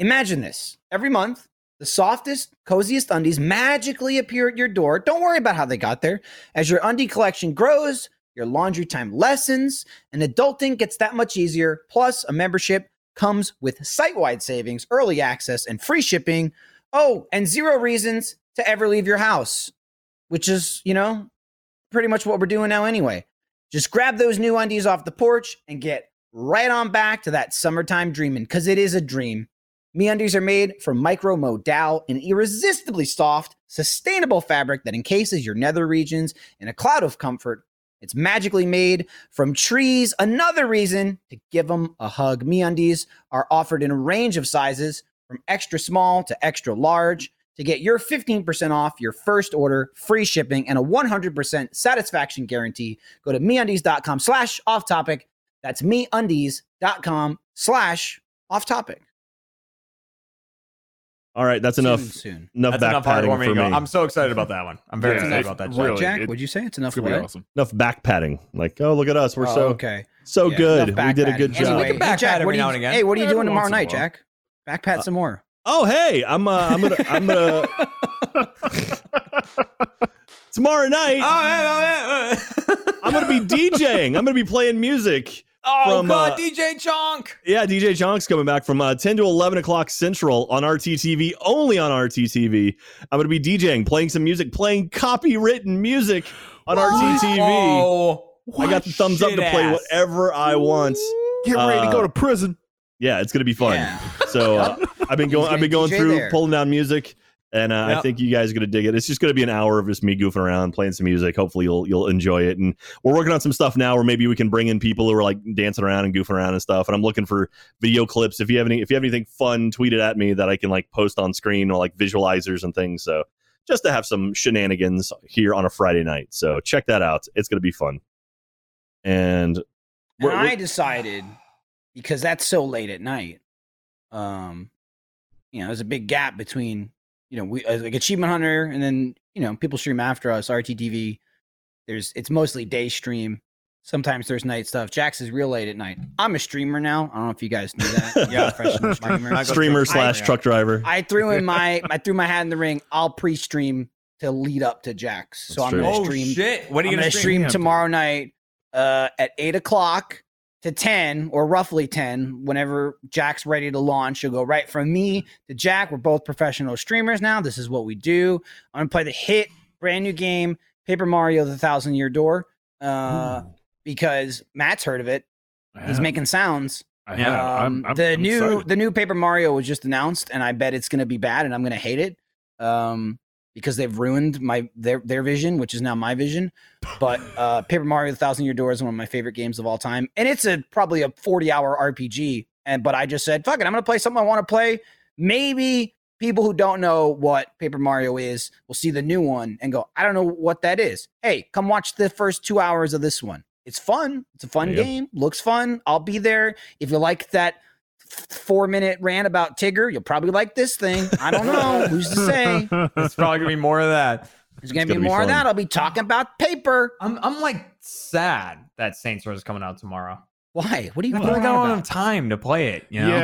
[SPEAKER 3] Imagine this: every month, the softest, coziest undies magically appear at your door. Don't worry about how they got there. As your undie collection grows, your laundry time lessens, and adulting gets that much easier. Plus, a membership comes with site-wide savings, early access, and free shipping. Oh, and zero reasons to ever leave your house, which is, you know, pretty much what we're doing now anyway. Just grab those new undies off the porch and get right on back to that summertime dreaming because it is a dream. MeUndies are made from micromodal, an irresistibly soft, sustainable fabric that encases your nether regions in a cloud of comfort. It's magically made from trees, another reason to give them a hug. MeUndies are offered in a range of sizes from extra small to extra large. To get your 15% off your first order, free shipping, and a 100% satisfaction guarantee, go to MeUndies.com slash off topic. That's MeUndies.com slash off topic.
[SPEAKER 2] All right, that's enough.
[SPEAKER 3] Soon, soon.
[SPEAKER 2] Enough
[SPEAKER 4] That's
[SPEAKER 2] back
[SPEAKER 4] enough
[SPEAKER 2] padding
[SPEAKER 4] heartwarming
[SPEAKER 2] for
[SPEAKER 4] to
[SPEAKER 2] me.
[SPEAKER 4] go. I'm so excited about that one. I'm very
[SPEAKER 5] Yeah,
[SPEAKER 4] excited
[SPEAKER 5] it's
[SPEAKER 4] about that.
[SPEAKER 5] really-
[SPEAKER 4] Jack.
[SPEAKER 5] Really,
[SPEAKER 3] Jack,
[SPEAKER 5] it-
[SPEAKER 3] would you say it's
[SPEAKER 5] It's
[SPEAKER 3] enough?
[SPEAKER 5] gonna be
[SPEAKER 3] what?
[SPEAKER 5] awesome.
[SPEAKER 2] enough back padding. Like, oh, look at us. We're
[SPEAKER 3] Oh,
[SPEAKER 2] so
[SPEAKER 3] okay.
[SPEAKER 2] so
[SPEAKER 3] Yeah,
[SPEAKER 2] good.
[SPEAKER 3] enough
[SPEAKER 2] We did a
[SPEAKER 3] backpatting.
[SPEAKER 2] good job.
[SPEAKER 3] Anyway,
[SPEAKER 4] We can backpat
[SPEAKER 3] Jack,
[SPEAKER 4] every
[SPEAKER 3] what are
[SPEAKER 4] now
[SPEAKER 3] you-
[SPEAKER 4] and again.
[SPEAKER 3] Hey, what are you
[SPEAKER 5] Every
[SPEAKER 3] doing tomorrow
[SPEAKER 5] once in a
[SPEAKER 3] night,
[SPEAKER 5] while.
[SPEAKER 3] Jack? Backpat some more.
[SPEAKER 2] Oh, hey, I'm uh, I'm gonna I'm gonna tomorrow night.
[SPEAKER 4] Oh, yeah, oh, yeah.
[SPEAKER 2] I'm gonna be DJing. I'm gonna be playing music.
[SPEAKER 4] oh
[SPEAKER 2] from,
[SPEAKER 4] God,
[SPEAKER 2] uh,
[SPEAKER 4] DJ Chonk.
[SPEAKER 2] Yeah, DJ Jonk's coming back from uh, 10 to 11 o'clock Central on RTTV, only on RTTV. I'm going to be DJing, playing some music, playing copywritten music on RTTV.
[SPEAKER 4] Oh,
[SPEAKER 2] I got the thumbs up to
[SPEAKER 4] shit
[SPEAKER 2] play
[SPEAKER 4] ass.
[SPEAKER 2] whatever I want. Uh,
[SPEAKER 5] Get ready to go to prison.
[SPEAKER 2] Yeah, it's going to be fun. So uh, I've been going,
[SPEAKER 3] gonna
[SPEAKER 2] I've been going
[SPEAKER 3] DJ
[SPEAKER 2] through
[SPEAKER 3] there.
[SPEAKER 2] pulling down music, and uh, I
[SPEAKER 4] Yep.
[SPEAKER 2] think you guys are going to dig it. It's just going to be an hour of just me goofing around, playing some music. Hopefully, you'll you'll enjoy it. And we're working on some stuff now, where maybe we can bring in people who are like dancing around and goofing around and stuff. And I'm looking for video clips. If you have any, if you have anything fun, tweet it at me that I can like post on screen or like visualizers and things. So just to have some shenanigans here on a Friday night. So check that out. It's going to be fun. And
[SPEAKER 3] And
[SPEAKER 2] What- what-
[SPEAKER 3] I decided because that's so late at night. Um, you know, there's a big gap between you know we uh, like Achievement Hunter, and then you know people stream after us. RTTV, there's it's mostly day stream. Sometimes there's night stuff. Jax is real late at night. I'm a streamer now. I don't know if you guys knew that. I'm a
[SPEAKER 4] Yeah.
[SPEAKER 3] professional streamer.
[SPEAKER 4] Michael-
[SPEAKER 2] streamer
[SPEAKER 4] I-
[SPEAKER 2] slash truck driver.
[SPEAKER 3] I threw in my I threw my hat in the ring. I'll pre-stream to lead up to Jax. So
[SPEAKER 2] That's
[SPEAKER 3] I'm
[SPEAKER 2] true.
[SPEAKER 3] gonna
[SPEAKER 4] Oh
[SPEAKER 3] stream
[SPEAKER 4] shit! What are
[SPEAKER 3] I'm
[SPEAKER 4] you
[SPEAKER 3] gonna, stream,
[SPEAKER 5] Yeah.
[SPEAKER 3] tomorrow night uh, at eight o'clock to ten, or roughly ten. Whenever Jack's ready to launch, you'll go right from me to Jack. We're both professional streamers now. This is what we do. I'm gonna play the hit brand new game, Paper Mario: The Thousand Year Door, uh, because Matt's heard of it. He's making sounds.
[SPEAKER 5] I
[SPEAKER 4] Yeah,
[SPEAKER 5] am
[SPEAKER 3] Um, the new the new Paper Mario was just announced, and I bet it's going to be bad, and I'm going to hate it um, because they've ruined my their their vision, which is now my vision. But uh, Paper Mario: The Thousand Year Door is one of my favorite games of all time, and it's a probably a 40 hour RPG. And but I just said, fuck it, I'm going to play something I want to play. Maybe people who don't know what Paper Mario is will see the new one and go, I don't know what that is. Hey, come watch the first two hours of this one. It's fun. It's a fun
[SPEAKER 2] There you go.
[SPEAKER 3] game. Looks fun. I'll be there. If you like that four minute rant about Tigger, you'll probably like this thing. I don't know. Who's to say?
[SPEAKER 4] It's probably gonna be more of that.
[SPEAKER 3] There's going
[SPEAKER 2] It's
[SPEAKER 3] to
[SPEAKER 2] gonna
[SPEAKER 3] be
[SPEAKER 2] be
[SPEAKER 3] more of
[SPEAKER 2] fun.
[SPEAKER 3] that. I'll be talking about paper.
[SPEAKER 4] I'm I'm like sad that Saints Row is coming out tomorrow.
[SPEAKER 3] Why? What do you
[SPEAKER 4] I
[SPEAKER 3] want?
[SPEAKER 4] don't got enough
[SPEAKER 3] Don't.
[SPEAKER 4] time to play it. You know,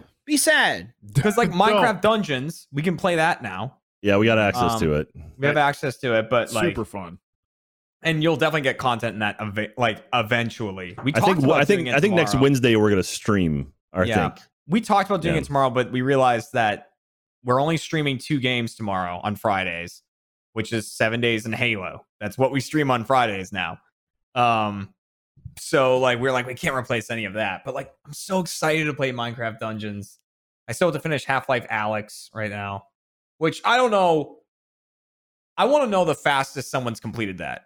[SPEAKER 5] Yeah.
[SPEAKER 3] Be sad.
[SPEAKER 4] because like Minecraft Dungeons, we can play that now.
[SPEAKER 2] yeah, we got access
[SPEAKER 4] Um,
[SPEAKER 2] to it.
[SPEAKER 4] We have access to it, but like,
[SPEAKER 5] super fun.
[SPEAKER 4] and you'll definitely get content in that eva- like eventually. We
[SPEAKER 2] I
[SPEAKER 4] talked
[SPEAKER 2] think
[SPEAKER 4] about
[SPEAKER 2] I
[SPEAKER 4] doing
[SPEAKER 2] think
[SPEAKER 4] it
[SPEAKER 2] I think next
[SPEAKER 4] tomorrow.
[SPEAKER 2] Wednesday we're gonna stream. I
[SPEAKER 4] Yeah.
[SPEAKER 2] think.
[SPEAKER 4] We talked about doing
[SPEAKER 2] Yeah.
[SPEAKER 4] it tomorrow, but we realized that we're only streaming two games tomorrow on Fridays, which is seven days in Halo. That's what we stream on Fridays now. Um, so like we're like we can't replace any of that, but like I'm so excited to play Minecraft Dungeons. I still have to finish Half Life Alex right now, which I don't know. I want to know the fastest someone's completed that.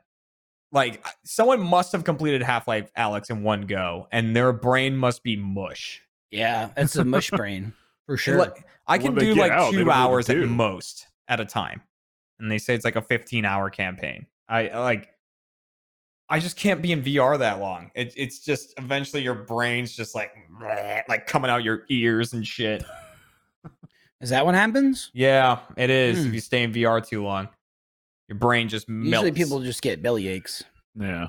[SPEAKER 4] Like someone must have completed Half Life Alex in one go, and their brain must be mush.
[SPEAKER 3] Yeah, that's a mush brain for sure.
[SPEAKER 4] Like, I
[SPEAKER 5] When
[SPEAKER 4] can
[SPEAKER 5] they
[SPEAKER 4] do
[SPEAKER 5] get
[SPEAKER 4] like
[SPEAKER 5] out, they don't
[SPEAKER 4] two
[SPEAKER 5] know what to
[SPEAKER 4] hours at
[SPEAKER 5] do.
[SPEAKER 4] most. at a time. And they say it's like a 15 hour campaign. I I like I just can't be in VR that long. It, it's just eventually your brain's just like bleh, like coming out your ears and shit.
[SPEAKER 3] Is that what happens?
[SPEAKER 4] Yeah, it is. If
[SPEAKER 3] Hmm.
[SPEAKER 4] you stay in VR too long, your brain just melts.
[SPEAKER 3] Usually people just get belly aches.
[SPEAKER 5] Yeah.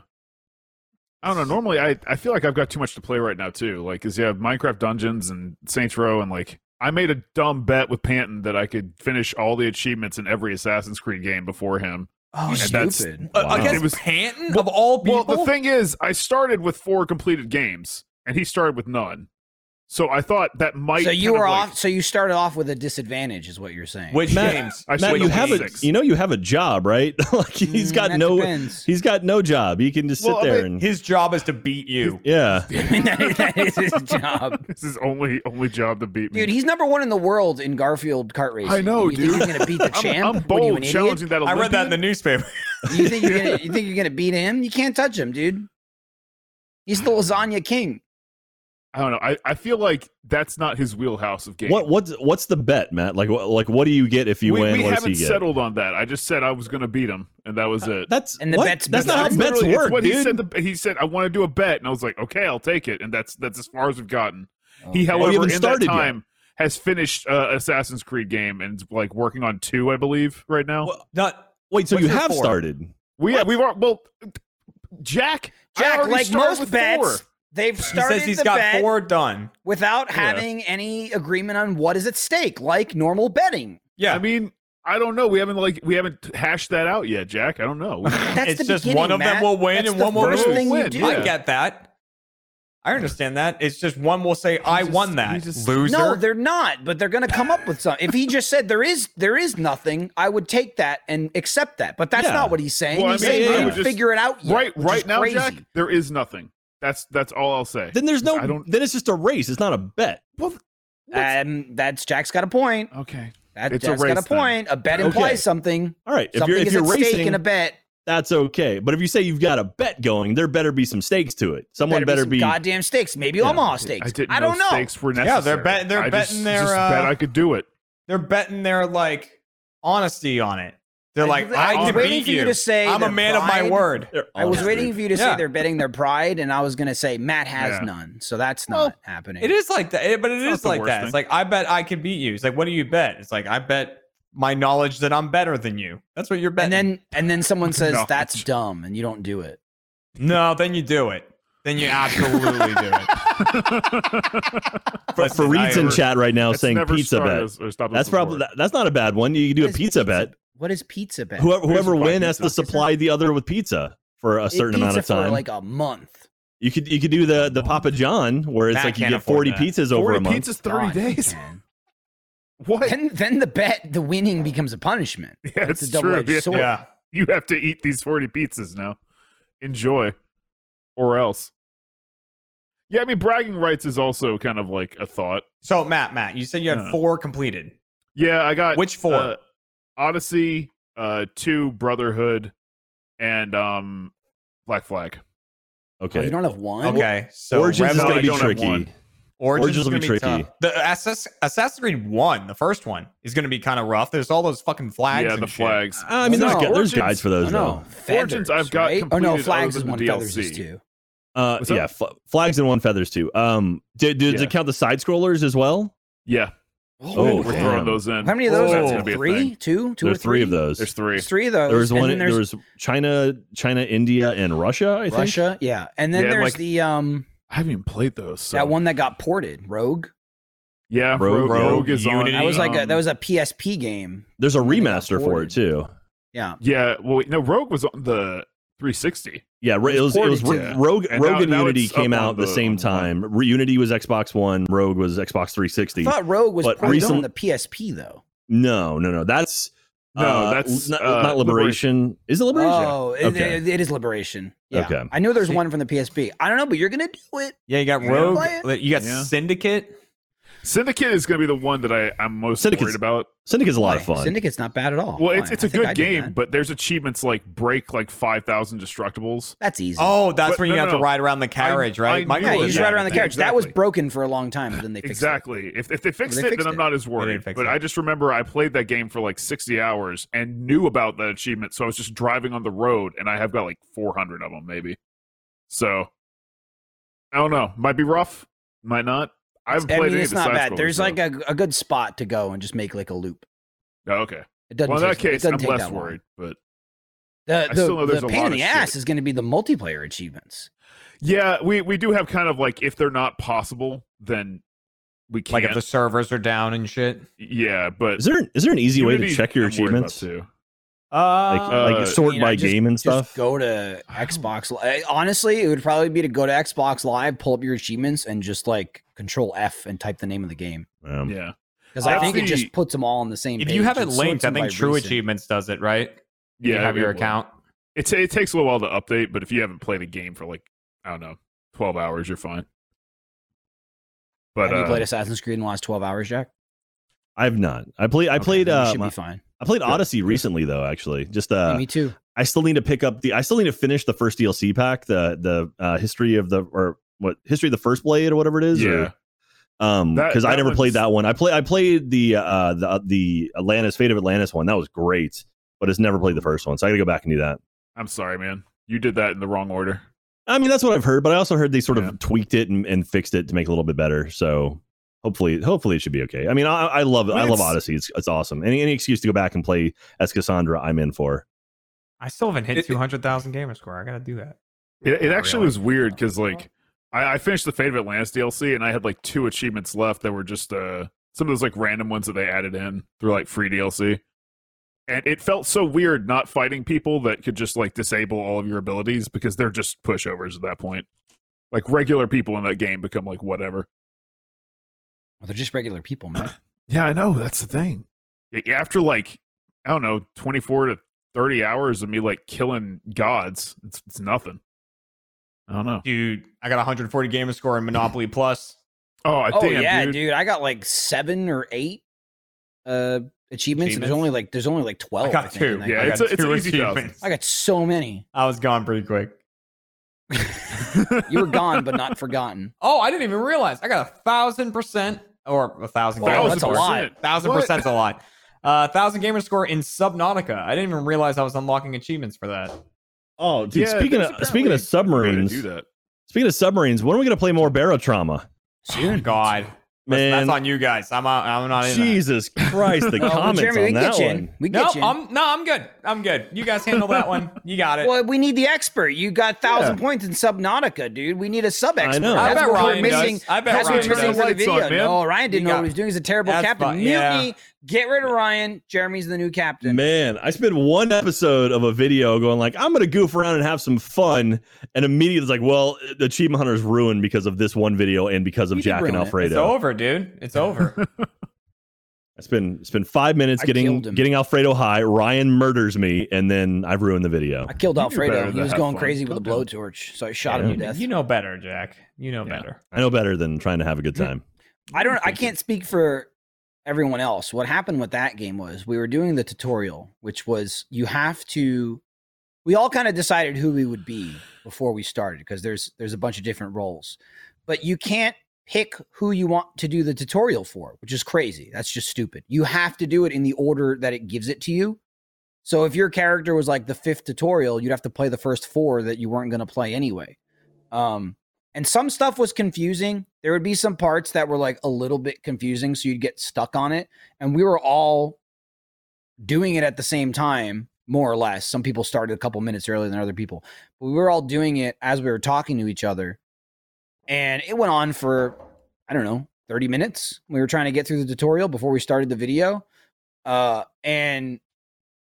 [SPEAKER 5] I don't know. Normally, I, I feel like I've got too much to play right now too. Like, cause you have Minecraft Dungeons and Saints Row, and like I made a dumb bet with Panton that I could finish all the achievements in every Assassin's Creed game before him.
[SPEAKER 3] Oh,
[SPEAKER 5] And that's-
[SPEAKER 3] stupid.
[SPEAKER 4] Uh,
[SPEAKER 2] Wow.
[SPEAKER 4] against
[SPEAKER 5] It was-
[SPEAKER 4] Panton of all people.
[SPEAKER 5] Well, the thing is, I started with four completed games, and he started with none. So I thought that might.
[SPEAKER 3] So you
[SPEAKER 5] kind of,
[SPEAKER 3] were
[SPEAKER 5] like-
[SPEAKER 3] off. So you started off with a disadvantage, is what you're saying.
[SPEAKER 4] Which
[SPEAKER 2] Matt-
[SPEAKER 4] James,
[SPEAKER 5] I
[SPEAKER 2] Matt,
[SPEAKER 5] started
[SPEAKER 2] you
[SPEAKER 5] with
[SPEAKER 2] have a
[SPEAKER 5] six.
[SPEAKER 2] you know you have a job, right? like he's
[SPEAKER 3] Mm,
[SPEAKER 2] got
[SPEAKER 3] that
[SPEAKER 2] no
[SPEAKER 3] Depends.
[SPEAKER 2] he's got no job. He can just sit
[SPEAKER 5] Well, I
[SPEAKER 2] there
[SPEAKER 5] mean,
[SPEAKER 2] and
[SPEAKER 4] his job is to beat you.
[SPEAKER 2] yeah.
[SPEAKER 3] I mean, that, that is his job,
[SPEAKER 5] This is only only job to beat me.
[SPEAKER 3] dude. He's number one in the world in Garfield kart racing.
[SPEAKER 5] I know,
[SPEAKER 3] you think
[SPEAKER 5] dude.
[SPEAKER 3] You're gonna beat the
[SPEAKER 5] I'm,
[SPEAKER 3] champ. What,
[SPEAKER 5] I'm
[SPEAKER 3] are you
[SPEAKER 5] bold
[SPEAKER 3] an idiot?
[SPEAKER 5] challenging that.
[SPEAKER 4] I
[SPEAKER 5] Olympian?
[SPEAKER 4] read that in the newspaper.
[SPEAKER 3] You think you're gonna, you think you're gonna beat him? You can't touch him, dude. He's the lasagna king.
[SPEAKER 5] I don't know. I, I feel like that's not his wheelhouse of games.
[SPEAKER 2] What what's what's the bet, Matt? Like what like what do you get if you
[SPEAKER 5] we,
[SPEAKER 2] win?
[SPEAKER 5] we
[SPEAKER 2] what does
[SPEAKER 5] haven't
[SPEAKER 2] he get?
[SPEAKER 5] settled on that. I just said I was going to beat him, and that
[SPEAKER 3] Uh,
[SPEAKER 5] was it.
[SPEAKER 2] That's
[SPEAKER 3] And the
[SPEAKER 2] what?
[SPEAKER 3] bet's
[SPEAKER 2] that's not how
[SPEAKER 3] begun.
[SPEAKER 2] bets
[SPEAKER 5] Literally, it's
[SPEAKER 2] work,
[SPEAKER 5] what
[SPEAKER 2] dude.
[SPEAKER 5] He said, the, he said, I want to do a bet. And I was like, okay, I'll take it. And that's that's as far as we've gotten. He,
[SPEAKER 2] you
[SPEAKER 5] however,
[SPEAKER 2] haven't
[SPEAKER 5] in that
[SPEAKER 2] started yet.
[SPEAKER 5] time has finished uh, Assassin's Creed game and is, like working on two, I believe, right now.
[SPEAKER 2] Well, not wait. So
[SPEAKER 4] What's
[SPEAKER 2] you
[SPEAKER 4] it
[SPEAKER 2] have
[SPEAKER 4] for?
[SPEAKER 2] started.
[SPEAKER 5] we yeah, we've are well, Jack. I
[SPEAKER 3] Jack,
[SPEAKER 5] already
[SPEAKER 3] like
[SPEAKER 5] started
[SPEAKER 3] most
[SPEAKER 5] with
[SPEAKER 3] bets,
[SPEAKER 5] four.
[SPEAKER 3] they've
[SPEAKER 4] He
[SPEAKER 3] started
[SPEAKER 4] says he's
[SPEAKER 3] the
[SPEAKER 4] got
[SPEAKER 3] bet
[SPEAKER 4] four done.
[SPEAKER 3] without
[SPEAKER 5] Yeah.
[SPEAKER 3] having any agreement on what is at stake, like normal betting.
[SPEAKER 4] Yeah,
[SPEAKER 5] I mean, I don't know. We haven't like we haven't hashed that out yet, Jack. I don't know.
[SPEAKER 3] That's
[SPEAKER 4] it's
[SPEAKER 3] the
[SPEAKER 4] just
[SPEAKER 3] beginning,
[SPEAKER 4] one of them
[SPEAKER 3] Matt.
[SPEAKER 4] will win
[SPEAKER 3] That's
[SPEAKER 4] and
[SPEAKER 3] the
[SPEAKER 4] one will
[SPEAKER 3] first
[SPEAKER 4] lose.
[SPEAKER 3] thing you
[SPEAKER 5] Win,
[SPEAKER 3] do.
[SPEAKER 5] yeah.
[SPEAKER 4] I get that. I understand that. It's just one will say, "I
[SPEAKER 5] just-
[SPEAKER 4] won
[SPEAKER 5] he
[SPEAKER 4] that."
[SPEAKER 5] just-
[SPEAKER 4] Loser.
[SPEAKER 3] No, they're not, but they're going to come up with something. If he just said there is there is nothing, I would take that and accept that. But that's
[SPEAKER 2] Yeah.
[SPEAKER 3] not what he's saying.
[SPEAKER 5] Well, I
[SPEAKER 3] he's
[SPEAKER 5] mean,
[SPEAKER 3] saying
[SPEAKER 2] I
[SPEAKER 3] they
[SPEAKER 2] would
[SPEAKER 3] didn't
[SPEAKER 5] just-
[SPEAKER 3] figure it out yet,
[SPEAKER 5] right,
[SPEAKER 3] which is
[SPEAKER 5] right now,
[SPEAKER 3] crazy.
[SPEAKER 5] Jack, there is nothing. That's that's all I'll say.
[SPEAKER 2] Then there's no.
[SPEAKER 5] I don't-
[SPEAKER 2] Then it's just a race. It's not a bet.
[SPEAKER 3] Um, that's Jack's got a point.
[SPEAKER 5] Okay.
[SPEAKER 3] That,
[SPEAKER 5] It's a
[SPEAKER 3] Jack's got a
[SPEAKER 5] race then.
[SPEAKER 3] point. A bet
[SPEAKER 2] Okay.
[SPEAKER 3] implies something.
[SPEAKER 2] All right. If
[SPEAKER 3] something
[SPEAKER 2] you're if
[SPEAKER 3] is
[SPEAKER 2] you're
[SPEAKER 3] at stake
[SPEAKER 2] racing,
[SPEAKER 3] in a bet.
[SPEAKER 2] that's okay. But if you say you've got a bet going, there better be some stakes to it. Someone
[SPEAKER 3] Better,
[SPEAKER 2] better
[SPEAKER 3] be, some
[SPEAKER 2] be.
[SPEAKER 3] goddamn stakes. Maybe
[SPEAKER 2] Yeah.
[SPEAKER 3] Omaha
[SPEAKER 5] I
[SPEAKER 3] stakes.
[SPEAKER 5] didn't
[SPEAKER 3] I, don't
[SPEAKER 5] know
[SPEAKER 3] know.
[SPEAKER 5] stakes were necessary.
[SPEAKER 4] Yeah, they're bet- they're
[SPEAKER 5] I
[SPEAKER 4] betting
[SPEAKER 5] just,
[SPEAKER 4] their,
[SPEAKER 5] just
[SPEAKER 4] uh,
[SPEAKER 5] bet I could do it.
[SPEAKER 4] they're betting their like honesty on it. They're
[SPEAKER 3] I-
[SPEAKER 4] like,
[SPEAKER 3] I
[SPEAKER 4] "I,
[SPEAKER 5] was
[SPEAKER 4] can
[SPEAKER 3] waiting
[SPEAKER 4] beat
[SPEAKER 3] for you to say
[SPEAKER 4] I'm a
[SPEAKER 3] the
[SPEAKER 4] man of my
[SPEAKER 3] pride-
[SPEAKER 4] word."
[SPEAKER 2] They're
[SPEAKER 3] I was
[SPEAKER 2] honest,
[SPEAKER 3] waiting
[SPEAKER 2] dude.
[SPEAKER 3] for you to
[SPEAKER 4] Yeah.
[SPEAKER 3] say they're betting their pride, and I was going to say Matt has
[SPEAKER 5] Yeah.
[SPEAKER 3] none, so that's not
[SPEAKER 5] Well,
[SPEAKER 3] happening.
[SPEAKER 4] It is like that, it- but it
[SPEAKER 5] not
[SPEAKER 4] is
[SPEAKER 5] the
[SPEAKER 4] like
[SPEAKER 5] worst
[SPEAKER 4] that.
[SPEAKER 5] thing.
[SPEAKER 4] It's like, "I bet I can beat you." It's like, "What do you bet?" It's like, "I bet my knowledge that I'm better than you." That's what you're
[SPEAKER 3] and
[SPEAKER 4] betting.
[SPEAKER 3] then and then someone says
[SPEAKER 5] No.
[SPEAKER 3] that's dumb, and you don't do it.
[SPEAKER 4] no, then you do it. Then you absolutely do it.
[SPEAKER 2] But
[SPEAKER 4] Listen,
[SPEAKER 2] Fareed's
[SPEAKER 4] I-
[SPEAKER 2] in chat right now
[SPEAKER 5] It's
[SPEAKER 2] saying
[SPEAKER 5] never
[SPEAKER 2] pizza
[SPEAKER 5] started
[SPEAKER 2] bet.
[SPEAKER 5] as- or stopped as
[SPEAKER 2] That's probably
[SPEAKER 5] before.
[SPEAKER 2] that, that's not a bad one. You do a
[SPEAKER 3] What is
[SPEAKER 2] pizza bet.
[SPEAKER 3] What is pizza bet?
[SPEAKER 2] Whoever whoever
[SPEAKER 5] Pizza by
[SPEAKER 2] wins has to
[SPEAKER 5] pizza.
[SPEAKER 2] supply the other with pizza for a
[SPEAKER 3] It
[SPEAKER 2] certain amount
[SPEAKER 3] pizza
[SPEAKER 2] of time.
[SPEAKER 3] for like a month.
[SPEAKER 2] you could you could do the the Papa John where it's
[SPEAKER 4] Matt
[SPEAKER 2] like you
[SPEAKER 4] can't
[SPEAKER 2] get
[SPEAKER 4] afford
[SPEAKER 2] forty
[SPEAKER 4] that.
[SPEAKER 2] pizzas over a month.
[SPEAKER 5] pizza's 30
[SPEAKER 3] God,
[SPEAKER 5] days.
[SPEAKER 3] man.
[SPEAKER 5] What?
[SPEAKER 3] Then then the bet, the winning becomes a punishment.
[SPEAKER 5] yeah,
[SPEAKER 3] That's
[SPEAKER 5] it's
[SPEAKER 3] a double
[SPEAKER 5] true.
[SPEAKER 3] edged
[SPEAKER 5] Yeah,
[SPEAKER 3] sword.
[SPEAKER 4] yeah.
[SPEAKER 5] You have to eat these 40 pizzas now. Enjoy or else. Yeah, I mean bragging rights is also kind of like a thought.
[SPEAKER 4] So Matt, Matt, you said you had
[SPEAKER 5] Yeah.
[SPEAKER 4] four completed.
[SPEAKER 5] Yeah, I got
[SPEAKER 4] Which four?
[SPEAKER 5] uh, Odyssey, uh 2 Brotherhood and um Black Flag.
[SPEAKER 3] Oh, you
[SPEAKER 2] Okay.
[SPEAKER 3] don't have one.
[SPEAKER 4] okay, so
[SPEAKER 2] Origins is
[SPEAKER 5] Rev-
[SPEAKER 2] going
[SPEAKER 5] I
[SPEAKER 2] to be
[SPEAKER 5] don't have
[SPEAKER 2] tricky.
[SPEAKER 5] one.
[SPEAKER 4] Origins,
[SPEAKER 2] Origins
[SPEAKER 4] is
[SPEAKER 2] will
[SPEAKER 4] gonna
[SPEAKER 2] be
[SPEAKER 4] be
[SPEAKER 2] tricky.
[SPEAKER 4] tricky. The Assassin's, Assassin's Creed One, the first one, is going to be kind of rough. There's all those fucking flags.
[SPEAKER 5] yeah,
[SPEAKER 4] and
[SPEAKER 5] the
[SPEAKER 4] shit.
[SPEAKER 5] flags.
[SPEAKER 2] I mean, there's,
[SPEAKER 3] No,
[SPEAKER 2] gu- there's
[SPEAKER 5] Origins-
[SPEAKER 2] guides for those.
[SPEAKER 3] Oh,
[SPEAKER 2] though.
[SPEAKER 3] no, feathers,
[SPEAKER 5] Fortunes I've got
[SPEAKER 3] right? Oh no,
[SPEAKER 5] completed
[SPEAKER 3] flags
[SPEAKER 5] other
[SPEAKER 3] is
[SPEAKER 5] than
[SPEAKER 3] one,
[SPEAKER 5] the
[SPEAKER 3] feathers
[SPEAKER 5] DLC.
[SPEAKER 3] is two.
[SPEAKER 2] Uh,
[SPEAKER 5] What's
[SPEAKER 2] yeah, f- flags and one feathers too. Um, do, do, does
[SPEAKER 5] Yeah.
[SPEAKER 2] it count the side scrollers as well?
[SPEAKER 5] Yeah,
[SPEAKER 2] Oh,
[SPEAKER 5] we're
[SPEAKER 2] damn.
[SPEAKER 5] throwing those in.
[SPEAKER 3] How many of those?
[SPEAKER 5] That's
[SPEAKER 3] are
[SPEAKER 5] gonna be
[SPEAKER 3] there?
[SPEAKER 5] a
[SPEAKER 3] Three,
[SPEAKER 5] thing.
[SPEAKER 3] two, two
[SPEAKER 2] there
[SPEAKER 3] or
[SPEAKER 2] are three of
[SPEAKER 3] three?
[SPEAKER 2] those.
[SPEAKER 5] There's three.
[SPEAKER 3] There's three of those.
[SPEAKER 2] there was
[SPEAKER 3] and
[SPEAKER 2] one.
[SPEAKER 3] then
[SPEAKER 2] There
[SPEAKER 3] there's
[SPEAKER 2] was China, China, India, and Russia. I think.
[SPEAKER 3] Russia, yeah, and then
[SPEAKER 5] Yeah, and,
[SPEAKER 3] there's
[SPEAKER 5] like,
[SPEAKER 3] the um
[SPEAKER 5] I haven't even played those. So.
[SPEAKER 3] that one that got ported, Rogue.
[SPEAKER 5] Yeah,
[SPEAKER 2] Rogue-
[SPEAKER 5] Rogue, Rogue,
[SPEAKER 2] Rogue
[SPEAKER 5] is on.
[SPEAKER 4] Unity.
[SPEAKER 3] That was like a,
[SPEAKER 5] um,
[SPEAKER 3] that was a PSP game.
[SPEAKER 2] There's a
[SPEAKER 3] And they got
[SPEAKER 2] remaster for it
[SPEAKER 3] ported.
[SPEAKER 2] too.
[SPEAKER 3] Yeah,
[SPEAKER 5] Yeah, well, wait, no, Rogue was on the 360.
[SPEAKER 2] Yeah, ro- it was, it was,
[SPEAKER 5] ported to-
[SPEAKER 2] Ro- Rogue.
[SPEAKER 5] And
[SPEAKER 2] Rogue
[SPEAKER 5] now-
[SPEAKER 2] and
[SPEAKER 5] now
[SPEAKER 2] Unity
[SPEAKER 5] it's up
[SPEAKER 2] came
[SPEAKER 5] on
[SPEAKER 2] out the,
[SPEAKER 5] the-
[SPEAKER 2] same
[SPEAKER 5] on the
[SPEAKER 2] time. Re- Unity was Xbox One. Rogue was Xbox 360.
[SPEAKER 3] I thought Rogue was
[SPEAKER 2] But
[SPEAKER 3] ported
[SPEAKER 2] recent-
[SPEAKER 3] on the PSP though.
[SPEAKER 2] No, no, no. That's
[SPEAKER 5] No,
[SPEAKER 2] uh,
[SPEAKER 5] that's,
[SPEAKER 2] not,
[SPEAKER 5] uh,
[SPEAKER 2] not liberation. Is it liberation?
[SPEAKER 3] Oh, it-
[SPEAKER 2] Okay.
[SPEAKER 3] it- it is Liberation. Yeah,
[SPEAKER 2] Okay.
[SPEAKER 3] I know there's
[SPEAKER 4] See-
[SPEAKER 3] one from the PSP. I don't know, but you're gonna do it.
[SPEAKER 4] Yeah, you got
[SPEAKER 5] Yeah.
[SPEAKER 4] Rogue.
[SPEAKER 3] Play
[SPEAKER 4] You got
[SPEAKER 5] Yeah.
[SPEAKER 4] Syndicate.
[SPEAKER 5] Syndicate is going to be the one that I, I'm most
[SPEAKER 2] Syndicate's
[SPEAKER 5] worried about.
[SPEAKER 2] Syndicate's a lot of
[SPEAKER 3] Why?
[SPEAKER 2] fun.
[SPEAKER 3] Syndicate's not bad at all.
[SPEAKER 5] Well,
[SPEAKER 3] Why?
[SPEAKER 5] it's, it's
[SPEAKER 3] Oh, I
[SPEAKER 5] a
[SPEAKER 3] think
[SPEAKER 5] good
[SPEAKER 3] I'd do
[SPEAKER 5] game,
[SPEAKER 3] that.
[SPEAKER 5] but there's achievements like break like 5,000 destructibles.
[SPEAKER 3] that's easy.
[SPEAKER 4] Oh, that's
[SPEAKER 5] But-
[SPEAKER 4] when you
[SPEAKER 5] no,
[SPEAKER 4] have
[SPEAKER 5] no,
[SPEAKER 4] to
[SPEAKER 5] no.
[SPEAKER 4] ride around the carriage,
[SPEAKER 5] I-
[SPEAKER 4] right?
[SPEAKER 5] I
[SPEAKER 4] Michael
[SPEAKER 3] yeah,
[SPEAKER 5] knew
[SPEAKER 4] was
[SPEAKER 3] you
[SPEAKER 5] it.
[SPEAKER 3] just
[SPEAKER 4] doing
[SPEAKER 3] ride around the
[SPEAKER 4] that.
[SPEAKER 3] carriage. That was
[SPEAKER 5] Exactly.
[SPEAKER 3] broken for a long time, but then they fixed
[SPEAKER 5] Exactly. If, if they fixed
[SPEAKER 3] they
[SPEAKER 5] it,
[SPEAKER 3] fixed
[SPEAKER 5] then
[SPEAKER 3] it.
[SPEAKER 5] I'm not as worried.
[SPEAKER 4] fix
[SPEAKER 5] But
[SPEAKER 4] it.
[SPEAKER 5] I just remember I played that game for like 60 hours and knew about that achievement. So I was just driving on the road and I have got like 400 of them, maybe. So I don't know. Might be rough. Might not.
[SPEAKER 3] It.
[SPEAKER 5] I haven't
[SPEAKER 3] I
[SPEAKER 5] played
[SPEAKER 3] mean,
[SPEAKER 5] any
[SPEAKER 3] it's
[SPEAKER 5] of the
[SPEAKER 3] not
[SPEAKER 5] side
[SPEAKER 3] bad.
[SPEAKER 5] scrollers,
[SPEAKER 3] There's
[SPEAKER 5] though.
[SPEAKER 3] like a, a good spot to go and just make like a loop.
[SPEAKER 5] Oh, okay.
[SPEAKER 3] It doesn't
[SPEAKER 5] Well, in that
[SPEAKER 3] take- it
[SPEAKER 5] case,
[SPEAKER 3] doesn't
[SPEAKER 5] I'm
[SPEAKER 3] take
[SPEAKER 5] less
[SPEAKER 3] that long.
[SPEAKER 5] worried. But
[SPEAKER 3] The,
[SPEAKER 5] I
[SPEAKER 3] the,
[SPEAKER 5] still know
[SPEAKER 3] the
[SPEAKER 5] there's a
[SPEAKER 3] pain
[SPEAKER 5] lot
[SPEAKER 3] in
[SPEAKER 5] of
[SPEAKER 3] the
[SPEAKER 5] shit.
[SPEAKER 3] ass is going to be the multiplayer achievements.
[SPEAKER 5] yeah, we we do have kind of like if they're not possible, then we can't.
[SPEAKER 4] Like if the servers are down and shit.
[SPEAKER 5] yeah, but
[SPEAKER 2] Is there is there an easy way to
[SPEAKER 5] Unity,
[SPEAKER 2] check your
[SPEAKER 5] I'm worried about
[SPEAKER 2] achievements?
[SPEAKER 5] too.
[SPEAKER 4] Uh,
[SPEAKER 2] Like, like
[SPEAKER 5] Uh,
[SPEAKER 2] sort
[SPEAKER 3] you know,
[SPEAKER 2] by
[SPEAKER 3] just-
[SPEAKER 2] game and
[SPEAKER 3] Just
[SPEAKER 2] stuff.
[SPEAKER 3] go to Xbox. Li- eh, Honestly, it would probably be to go to Xbox Live, pull up your achievements, and just like Control F and type the name of the game.
[SPEAKER 2] Um,
[SPEAKER 5] Yeah,
[SPEAKER 3] Because I
[SPEAKER 5] That's
[SPEAKER 3] think it
[SPEAKER 5] the-
[SPEAKER 3] just puts them all on the same.
[SPEAKER 4] if
[SPEAKER 3] page.
[SPEAKER 4] you have it
[SPEAKER 3] sorts
[SPEAKER 4] linked, I
[SPEAKER 3] them by
[SPEAKER 4] think True
[SPEAKER 3] recent.
[SPEAKER 4] Achievements does it, right?
[SPEAKER 5] yeah.
[SPEAKER 4] you have your
[SPEAKER 5] it will.
[SPEAKER 4] account.
[SPEAKER 5] It, ta- it takes a little while to update, but if you haven't played a game for like I don't know, twelve hours, you're fine. But
[SPEAKER 3] have you
[SPEAKER 5] uh,
[SPEAKER 3] played Assassin's Creed in the last twelve hours, Jack?
[SPEAKER 2] I've not. I play. I
[SPEAKER 3] Okay,
[SPEAKER 2] played.
[SPEAKER 3] then you
[SPEAKER 2] Uh,
[SPEAKER 3] should
[SPEAKER 2] my-
[SPEAKER 3] be fine.
[SPEAKER 2] I played
[SPEAKER 5] Good,
[SPEAKER 2] Odyssey recently though. Actually, just
[SPEAKER 3] Yeah,
[SPEAKER 2] uh,
[SPEAKER 3] me too.
[SPEAKER 2] I still need to pick up the. I still need to finish the first DLC pack. The the uh, history of the or what history of the first blade or whatever it is.
[SPEAKER 5] yeah,
[SPEAKER 2] Or, um,
[SPEAKER 5] That-
[SPEAKER 2] because I
[SPEAKER 5] that
[SPEAKER 2] never
[SPEAKER 5] one's-
[SPEAKER 2] played that one. I play. I played the uh the the Atlantis Fate of Atlantis one. That was great, but it's never played the first one. So I got to go back and do that.
[SPEAKER 5] I'm sorry, man. You did that in the wrong order.
[SPEAKER 2] I mean, that's what I've heard, but I also heard they sort
[SPEAKER 5] Yeah.
[SPEAKER 2] of tweaked it and, and fixed it to make it a little bit better. So hopefully, hopefully it should be okay. I mean, I, I love,
[SPEAKER 5] I
[SPEAKER 2] I,
[SPEAKER 5] mean,
[SPEAKER 2] love
[SPEAKER 5] it's-
[SPEAKER 2] Odyssey. It's, it's awesome. Any any excuse to go back and play as Cassandra, I'm in for.
[SPEAKER 4] I still haven't
[SPEAKER 5] It-
[SPEAKER 4] hit
[SPEAKER 5] it-
[SPEAKER 4] 200,000 gamer score. I got to do that.
[SPEAKER 5] It, it
[SPEAKER 4] Not
[SPEAKER 5] actually
[SPEAKER 4] really.
[SPEAKER 5] was weird because like I, I finished the Fate of Atlantis DLC and I had like two achievements left that were just uh some of those like random ones that they added in through like free DLC. And it felt so weird not fighting people that could just like disable all of your abilities because they're just pushovers at that point. Like regular people in that game become like whatever.
[SPEAKER 3] Well, they're just regular people, man.
[SPEAKER 5] Yeah, I know. That's the thing. After like I don't know, twenty four to thirty hours of me like killing gods, it's it's nothing. I don't know.
[SPEAKER 4] Dude, I got 140 gamer score in Monopoly Plus.
[SPEAKER 5] Oh, I
[SPEAKER 3] oh
[SPEAKER 5] think
[SPEAKER 3] yeah, dude. I got like seven or eight uh achievements. and
[SPEAKER 4] Achievements?
[SPEAKER 3] There's only like there's only like twelve.
[SPEAKER 4] I got
[SPEAKER 3] think, in
[SPEAKER 4] two.
[SPEAKER 3] that
[SPEAKER 5] Yeah,
[SPEAKER 4] I
[SPEAKER 3] game.
[SPEAKER 5] it's
[SPEAKER 4] got
[SPEAKER 5] a- it's an
[SPEAKER 4] two
[SPEAKER 5] easy thousand.
[SPEAKER 4] achievements.
[SPEAKER 3] I got so many.
[SPEAKER 4] I was gone pretty quick.
[SPEAKER 3] You were gone, but not forgotten.
[SPEAKER 4] Oh, I didn't even realize. I got a thousand percent or a thousand.
[SPEAKER 3] Wow,
[SPEAKER 4] gamer
[SPEAKER 3] that's a
[SPEAKER 4] score.
[SPEAKER 3] lot.
[SPEAKER 4] Thousand
[SPEAKER 5] What?
[SPEAKER 4] percent's a lot. A uh, thousand gamer score in Subnautica. I didn't even realize I was unlocking achievements for that.
[SPEAKER 2] Oh, dude.
[SPEAKER 5] Yeah,
[SPEAKER 2] speaking
[SPEAKER 5] there's
[SPEAKER 2] of speaking
[SPEAKER 5] apparently a
[SPEAKER 2] of submarines,
[SPEAKER 5] Do that.
[SPEAKER 2] speaking of submarines, when are we gonna play more Barotrauma?
[SPEAKER 4] Soon, God, Listen,
[SPEAKER 2] Man,
[SPEAKER 4] that's on you guys. I'm out, I'm not in. that.
[SPEAKER 2] Jesus Christ, the
[SPEAKER 3] Well,
[SPEAKER 2] comments
[SPEAKER 3] Jeremy,
[SPEAKER 2] on
[SPEAKER 3] we
[SPEAKER 2] that
[SPEAKER 3] get you in.
[SPEAKER 2] one.
[SPEAKER 3] We
[SPEAKER 4] No,
[SPEAKER 3] get you. in.
[SPEAKER 4] I'm no, I'm good. I'm good. You guys handle that one. You got it.
[SPEAKER 3] Well, we need the expert. You got thousand points in Subnautica, dude. We need a sub expert.
[SPEAKER 2] know.
[SPEAKER 4] I
[SPEAKER 2] that's
[SPEAKER 4] bet
[SPEAKER 3] what we're
[SPEAKER 4] Ryan
[SPEAKER 3] missing.
[SPEAKER 4] does. I bet
[SPEAKER 3] That's what
[SPEAKER 4] Ryan
[SPEAKER 3] we're missing
[SPEAKER 5] does.
[SPEAKER 3] for the
[SPEAKER 5] Lights on,
[SPEAKER 3] video.
[SPEAKER 5] man.
[SPEAKER 3] no, Ryan didn't
[SPEAKER 4] You
[SPEAKER 3] know
[SPEAKER 4] got-
[SPEAKER 3] what he was doing. He's a terrible
[SPEAKER 4] That's
[SPEAKER 3] captain.
[SPEAKER 4] fine, yeah.
[SPEAKER 3] Mutiny. Get rid of Ryan. Jeremy's the new captain.
[SPEAKER 2] Man, I spent one episode of a video going like, I'm gonna goof around and have some fun, and immediately it's like, well, the achievement hunter is ruined because of this one video and because of
[SPEAKER 3] You did
[SPEAKER 2] Jack and
[SPEAKER 3] ruin it.
[SPEAKER 4] It's
[SPEAKER 2] Alfredo.
[SPEAKER 4] over, dude. It's over.
[SPEAKER 2] It's been it's been five minutes
[SPEAKER 3] I
[SPEAKER 2] getting
[SPEAKER 3] killed him.
[SPEAKER 2] getting Alfredo high. Ryan murders me, and then I've ruined the video.
[SPEAKER 3] I killed
[SPEAKER 5] You do better
[SPEAKER 3] Alfredo.
[SPEAKER 5] than
[SPEAKER 3] He was
[SPEAKER 5] have
[SPEAKER 3] going
[SPEAKER 5] fun.
[SPEAKER 3] crazy with a
[SPEAKER 5] Calm down.
[SPEAKER 3] blowtorch, so I shot him
[SPEAKER 2] Yeah.
[SPEAKER 3] to death.
[SPEAKER 4] you know better, Jack. You know better.
[SPEAKER 2] I know better than trying to have a good time.
[SPEAKER 3] I don't. I can't speak for everyone else. What happened with that game was we were doing the tutorial, which was you have to. We all kind of decided who we would be before we started because there's there's a bunch of different roles, but you can't pick who you want to do the tutorial for, which is crazy. That's just stupid. You have to do it in the order that it gives it to you. So if your character was like the fifth tutorial, you'd have to play the first four that you weren't going to play anyway. Um, and some stuff was confusing. There would be some parts that were like a little bit confusing, so you'd get stuck on it. And we were all doing it at the same time, more or less. Some people started a couple minutes earlier than other people, but we were all doing it as we were talking to each other. And it went on for, I don't know, 30 minutes. We were trying to get through the tutorial before we started the video. Uh, and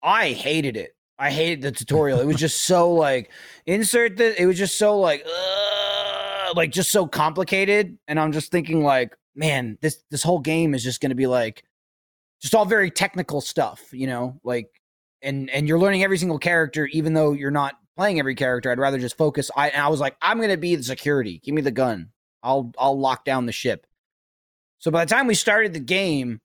[SPEAKER 3] I hated it. I hated the tutorial. It was just so like, insert the it was just so like uh, like just so complicated and i'm just thinking like man this this whole game is just going to be like just all very technical stuff you know like and and you're learning every single character even though you're not playing every character i'd rather just focus i and i was like i'm going to be the security give me the gun i'll i'll lock down the ship So by the time we started the game,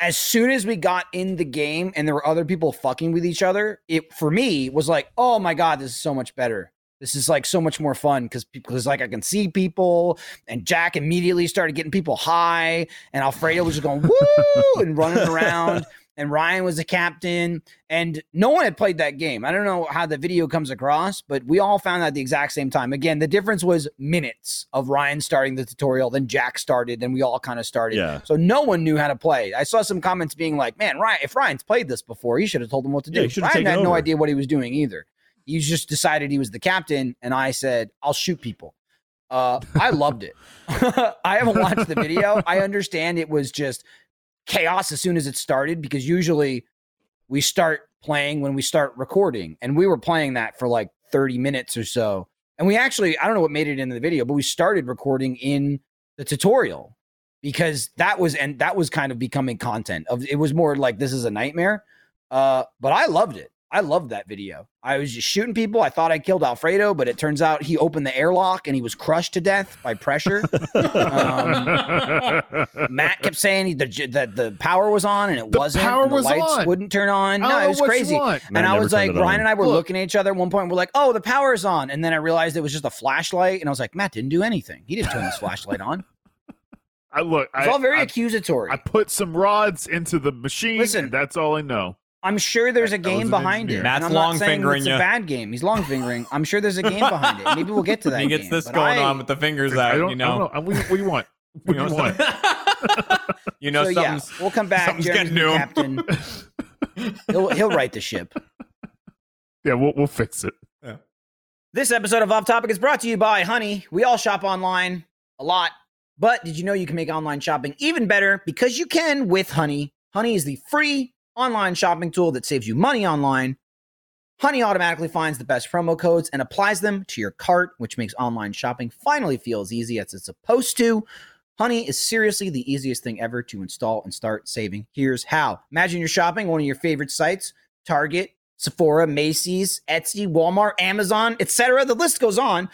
[SPEAKER 3] as soon as we got in the game and there were other people fucking with each other, it for me was like, oh my god, this is so much better. This is like so much more fun because because like I can see people, and Jack immediately started getting people high, and Alfredo was just going woo and running around, and Ryan was the captain, and no one had played that game. I don't know how the video comes across, but we all found out the exact same time. Again, the difference was minutes of Ryan starting the tutorial, then Jack started, then we all kind of started.
[SPEAKER 2] Yeah.
[SPEAKER 3] So no one knew how to play. I saw some comments being like, "Man, Ryan, if Ryan's played this before, he should have told him what to
[SPEAKER 2] Yeah,
[SPEAKER 3] do."
[SPEAKER 2] he should have
[SPEAKER 3] Ryan
[SPEAKER 2] taken
[SPEAKER 3] had no
[SPEAKER 2] over.
[SPEAKER 3] idea what he was doing either. He just decided he was the captain, and I said, "I'll shoot people." Uh, I loved it. I haven't watched the video. I understand it was just chaos as soon as it started because usually we start playing when we start recording, and we were playing that for like thirty minutes or so. And we actually, I don't know what made it into the video, but we started recording in the tutorial because that was and that was kind of becoming content of it was more like this is a nightmare uh but i loved it i loved that video i was just shooting people i thought i killed alfredo but it turns out he opened the airlock and he was crushed to death by pressure um, matt kept saying he, the, j- that the power was on and it
[SPEAKER 5] The
[SPEAKER 3] wasn't
[SPEAKER 5] power
[SPEAKER 3] and the
[SPEAKER 5] was
[SPEAKER 3] lights
[SPEAKER 5] on.
[SPEAKER 3] wouldn't turn on
[SPEAKER 5] I don't
[SPEAKER 3] no
[SPEAKER 5] know
[SPEAKER 3] it was
[SPEAKER 5] what you
[SPEAKER 3] crazy
[SPEAKER 5] want.
[SPEAKER 2] Matt
[SPEAKER 3] and I
[SPEAKER 2] never
[SPEAKER 3] was
[SPEAKER 2] turned
[SPEAKER 3] like,
[SPEAKER 2] it on.
[SPEAKER 3] Ryan and I were
[SPEAKER 5] Look.
[SPEAKER 3] looking at each other at one point. We're like, oh, the power's on. And then I realized it was just a flashlight. And I was like, Matt didn't do anything. He didn't turn his flashlight on. It
[SPEAKER 5] I look. I,
[SPEAKER 3] was all very
[SPEAKER 5] I,
[SPEAKER 3] accusatory.
[SPEAKER 5] I put some rods into the machine.
[SPEAKER 3] Listen.
[SPEAKER 5] and that's all I know.
[SPEAKER 3] I'm sure there's a
[SPEAKER 5] That was
[SPEAKER 3] game
[SPEAKER 5] an
[SPEAKER 3] behind it.
[SPEAKER 5] engineer.
[SPEAKER 3] and
[SPEAKER 4] Matt's
[SPEAKER 3] I'm not
[SPEAKER 4] long
[SPEAKER 3] saying
[SPEAKER 4] fingering
[SPEAKER 3] It's
[SPEAKER 4] ya.
[SPEAKER 3] a bad game. He's long fingering. I'm sure there's a game behind it. Maybe we'll get to that.
[SPEAKER 4] he gets
[SPEAKER 3] game,
[SPEAKER 4] this
[SPEAKER 3] but
[SPEAKER 4] going
[SPEAKER 3] I-
[SPEAKER 4] on with the fingers
[SPEAKER 5] I
[SPEAKER 4] out.
[SPEAKER 5] don't
[SPEAKER 4] you
[SPEAKER 5] I
[SPEAKER 4] know,
[SPEAKER 5] don't know. What do you want? What do
[SPEAKER 4] you know,
[SPEAKER 5] you want?
[SPEAKER 4] some- you know
[SPEAKER 3] so yeah,
[SPEAKER 4] something's-
[SPEAKER 3] we'll come back.
[SPEAKER 4] something's
[SPEAKER 3] Jeremy's
[SPEAKER 4] getting
[SPEAKER 3] the
[SPEAKER 4] to him.
[SPEAKER 3] captain. he'll he'll right the ship.
[SPEAKER 5] Yeah, we'll we'll fix it.
[SPEAKER 3] This episode of Off Topic is brought to you by Honey. We all shop online a lot, but did you know you can make online shopping even better? Because you can with Honey. Honey is the free online shopping tool that saves you money online. Honey automatically finds the best promo codes and applies them to your cart, which makes online shopping finally feel as easy as it's supposed to. Honey is seriously the easiest thing ever to install and start saving. Here's how. Imagine you're shopping on one of your favorite sites, Target, Sephora, Macy's, Etsy, Walmart, Amazon, etc. The list goes on.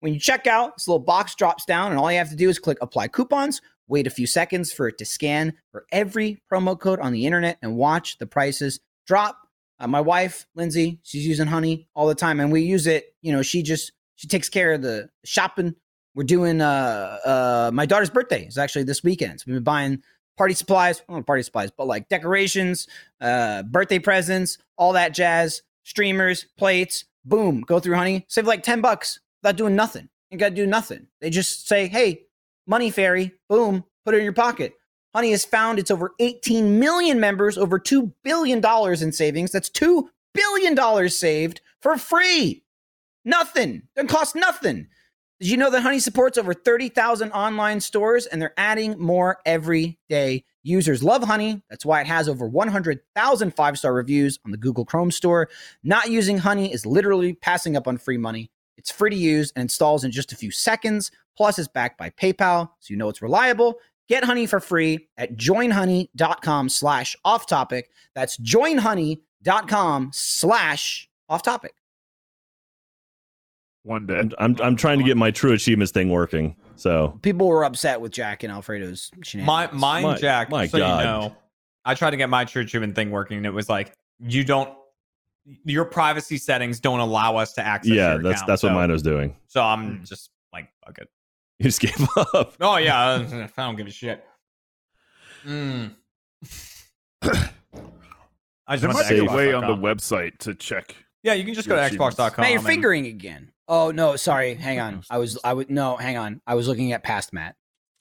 [SPEAKER 3] When you check out, this little box drops down, and all you have to do is click apply coupons, wait a few seconds for it to scan for every promo code on the internet, and watch the prices drop. Uh, my wife, Lindsay, she's using honey all the time, and we use it. You know, she just she takes care of the shopping. We're doing uh uh my daughter's birthday is actually this weekend. So we've been buying party supplies, well, not party supplies, but like decorations, uh, birthday presents, all that jazz, streamers, plates, boom, go through honey, save like 10 bucks without doing nothing. You gotta do nothing. They just say, hey, money fairy, boom, put it in your pocket. Honey has found it's over 18 million members, over $2 billion in savings. That's $2 billion saved for free. Nothing. Doesn't cost nothing. Did you know that Honey supports over 30,000 online stores and they're adding more every day? Users love Honey. That's why it has over 100,000 five star reviews on the Google Chrome store. Not using Honey is literally passing up on free money. It's free to use and installs in just a few seconds. Plus, it's backed by PayPal, so you know it's reliable. Get Honey for free at joinhoney.com slash off topic. That's joinhoney.com slash off topic.
[SPEAKER 5] One day.
[SPEAKER 2] I'm, I'm I'm trying to get my true achievements thing working. So
[SPEAKER 3] People were upset with Jack and Alfredo's shenanigans.
[SPEAKER 4] My mine,
[SPEAKER 2] My-
[SPEAKER 4] Jack.
[SPEAKER 2] my
[SPEAKER 4] so
[SPEAKER 2] God.
[SPEAKER 4] you know, I tried to get my church human thing working, and it was like you don't. Your privacy settings don't allow us to access.
[SPEAKER 2] yeah,
[SPEAKER 4] your
[SPEAKER 2] that's
[SPEAKER 4] account,
[SPEAKER 2] that's what
[SPEAKER 4] so,
[SPEAKER 2] mine was doing.
[SPEAKER 4] So I'm just like, fuck it.
[SPEAKER 2] You just gave up.
[SPEAKER 4] Oh yeah, I don't give a shit. Mm. I just
[SPEAKER 5] There
[SPEAKER 4] want
[SPEAKER 5] might be
[SPEAKER 4] to
[SPEAKER 5] a
[SPEAKER 2] Save.
[SPEAKER 5] way on the
[SPEAKER 4] web.
[SPEAKER 5] website to check.
[SPEAKER 4] Yeah, you can just go
[SPEAKER 5] your
[SPEAKER 4] to
[SPEAKER 5] achievements.
[SPEAKER 4] Xbox.com.
[SPEAKER 3] Matt, you're
[SPEAKER 4] and-
[SPEAKER 3] fingering again. Oh no, sorry. Hang on. I was I would no, hang on. I was looking at past Matt.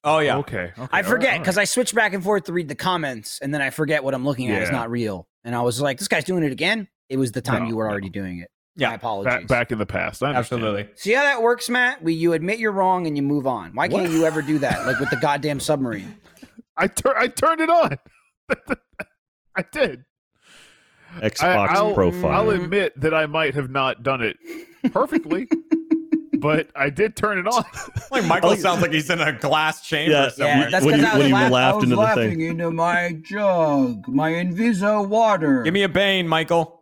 [SPEAKER 4] Oh yeah.
[SPEAKER 5] Okay. okay,
[SPEAKER 3] I
[SPEAKER 5] all
[SPEAKER 3] forget
[SPEAKER 5] right,
[SPEAKER 3] because I switch back and forth to read the comments and then I forget what I'm looking at is
[SPEAKER 5] Yeah.
[SPEAKER 3] not real. And I was like, this guy's doing it again. It was the time
[SPEAKER 5] No,
[SPEAKER 3] you were
[SPEAKER 5] no.
[SPEAKER 3] already doing it.
[SPEAKER 4] Yeah,
[SPEAKER 3] My
[SPEAKER 5] all
[SPEAKER 3] apologies.
[SPEAKER 5] right. Back, back in the past. I understand.
[SPEAKER 4] Absolutely.
[SPEAKER 3] See how that works, Matt? We you admit you're wrong and you move on. Why can't
[SPEAKER 2] What?
[SPEAKER 3] you ever do that? Like with the goddamn submarine.
[SPEAKER 5] I tur- I turned it on. I did.
[SPEAKER 2] Xbox
[SPEAKER 5] I'll- I'll
[SPEAKER 2] profile.
[SPEAKER 3] Mhm.
[SPEAKER 5] admit that I might have not done it perfectly, but I did turn it on.
[SPEAKER 4] Like Michael sounds like he's in a glass chamber
[SPEAKER 2] Yeah.
[SPEAKER 4] somewhere.
[SPEAKER 2] that's When 'cause you- I was when you laugh- laughed I was into the thing. laughing
[SPEAKER 3] into my jug, my Inviso water.
[SPEAKER 4] Give me a Bane, Michael.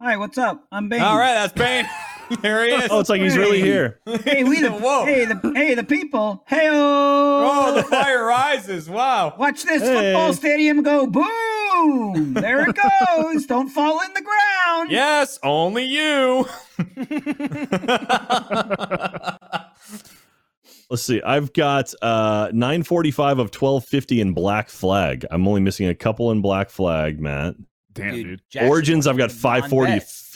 [SPEAKER 3] Hi, what's up? I'm Bane.
[SPEAKER 4] All right, that's Bane. There he is.
[SPEAKER 2] Oh, it's like he's really here.
[SPEAKER 6] Hey, we the,
[SPEAKER 4] Whoa.
[SPEAKER 6] hey, the, hey, the people. Hey, oh,
[SPEAKER 4] Oh, the fire rises. Wow.
[SPEAKER 6] watch this
[SPEAKER 2] Hey.
[SPEAKER 6] football stadium go boom. There it goes. Don't fall in the ground.
[SPEAKER 4] Yes, only you.
[SPEAKER 2] Let's see. I've got uh 945 of 1250 in Black Flag. I'm only missing a couple in Black Flag, Matt.
[SPEAKER 5] Damn, dude.
[SPEAKER 3] Jackson
[SPEAKER 2] Origins, I've got
[SPEAKER 3] Washington,
[SPEAKER 2] 540
[SPEAKER 3] Von
[SPEAKER 2] of
[SPEAKER 3] Beck.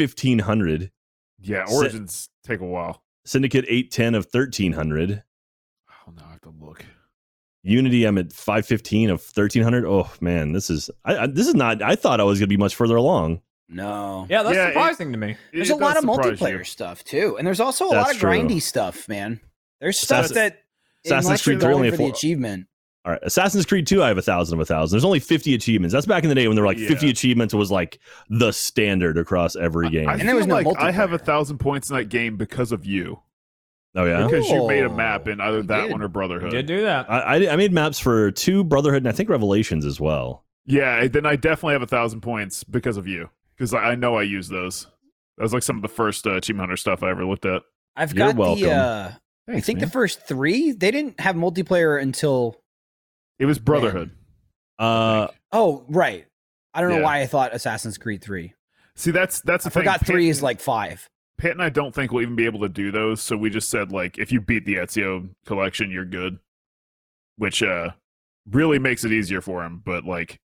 [SPEAKER 2] 1500.
[SPEAKER 5] Yeah,
[SPEAKER 2] Sit-
[SPEAKER 5] origins take a while.
[SPEAKER 2] Syndicate 810 of 1300.
[SPEAKER 5] Oh no, I have to look.
[SPEAKER 2] Unity, I'm at 515 of 1300. Oh man, this is I, I, this is not. I thought I was gonna be much further along.
[SPEAKER 3] No.
[SPEAKER 4] Yeah, that's
[SPEAKER 5] Yeah, it-
[SPEAKER 4] surprising to me.
[SPEAKER 5] It
[SPEAKER 3] There's a
[SPEAKER 5] does
[SPEAKER 3] lot of
[SPEAKER 5] surprise you.
[SPEAKER 3] multiplayer stuff too, and there's also a lot
[SPEAKER 2] That's
[SPEAKER 3] of
[SPEAKER 2] true.
[SPEAKER 3] grindy stuff, man. There's stuff
[SPEAKER 2] Assassin-
[SPEAKER 3] that
[SPEAKER 2] Assassin's
[SPEAKER 3] unless you're
[SPEAKER 2] Creed three
[SPEAKER 3] going
[SPEAKER 2] only
[SPEAKER 3] for the
[SPEAKER 2] four-
[SPEAKER 3] achievement.
[SPEAKER 2] All right, Assassin's Creed 2, I have a thousand of a thousand. There's only 50 achievements. That's back in the day when there were like 50
[SPEAKER 5] Yeah.
[SPEAKER 2] achievements was like the standard across every game.
[SPEAKER 5] I
[SPEAKER 3] And there was
[SPEAKER 5] feel
[SPEAKER 3] no
[SPEAKER 5] like I have a
[SPEAKER 3] multiplayer.
[SPEAKER 5] thousand points in that game because of you.
[SPEAKER 2] oh yeah,
[SPEAKER 5] Because you made a
[SPEAKER 3] Oh,
[SPEAKER 5] map in either
[SPEAKER 3] you
[SPEAKER 5] that
[SPEAKER 3] did.
[SPEAKER 5] one or
[SPEAKER 4] You
[SPEAKER 5] Brotherhood.
[SPEAKER 4] did do that.
[SPEAKER 2] I, I I made maps for two Brotherhood and I think Revelations as well.
[SPEAKER 5] Yeah, then I definitely have a thousand points because of you. Because I, I know I use those. That was like some of the first uh, achievement hunter stuff I ever looked at.
[SPEAKER 3] I've
[SPEAKER 2] You're
[SPEAKER 3] got
[SPEAKER 2] welcome.
[SPEAKER 3] the. Uh, I think the first three they didn't have multiplayer until.
[SPEAKER 5] It was Brotherhood.
[SPEAKER 2] Uh,
[SPEAKER 3] Oh right, I don't know
[SPEAKER 5] Yeah.
[SPEAKER 3] why I thought Assassin's Creed three.
[SPEAKER 5] See, that's that's the
[SPEAKER 3] I
[SPEAKER 5] thing.
[SPEAKER 3] forgot three
[SPEAKER 5] Pat-
[SPEAKER 3] is like five.
[SPEAKER 5] Pat and I don't think we'll even be able to do those. So we just said like, if you beat the Ezio collection, you're good, which uh really makes it easier for him. But like,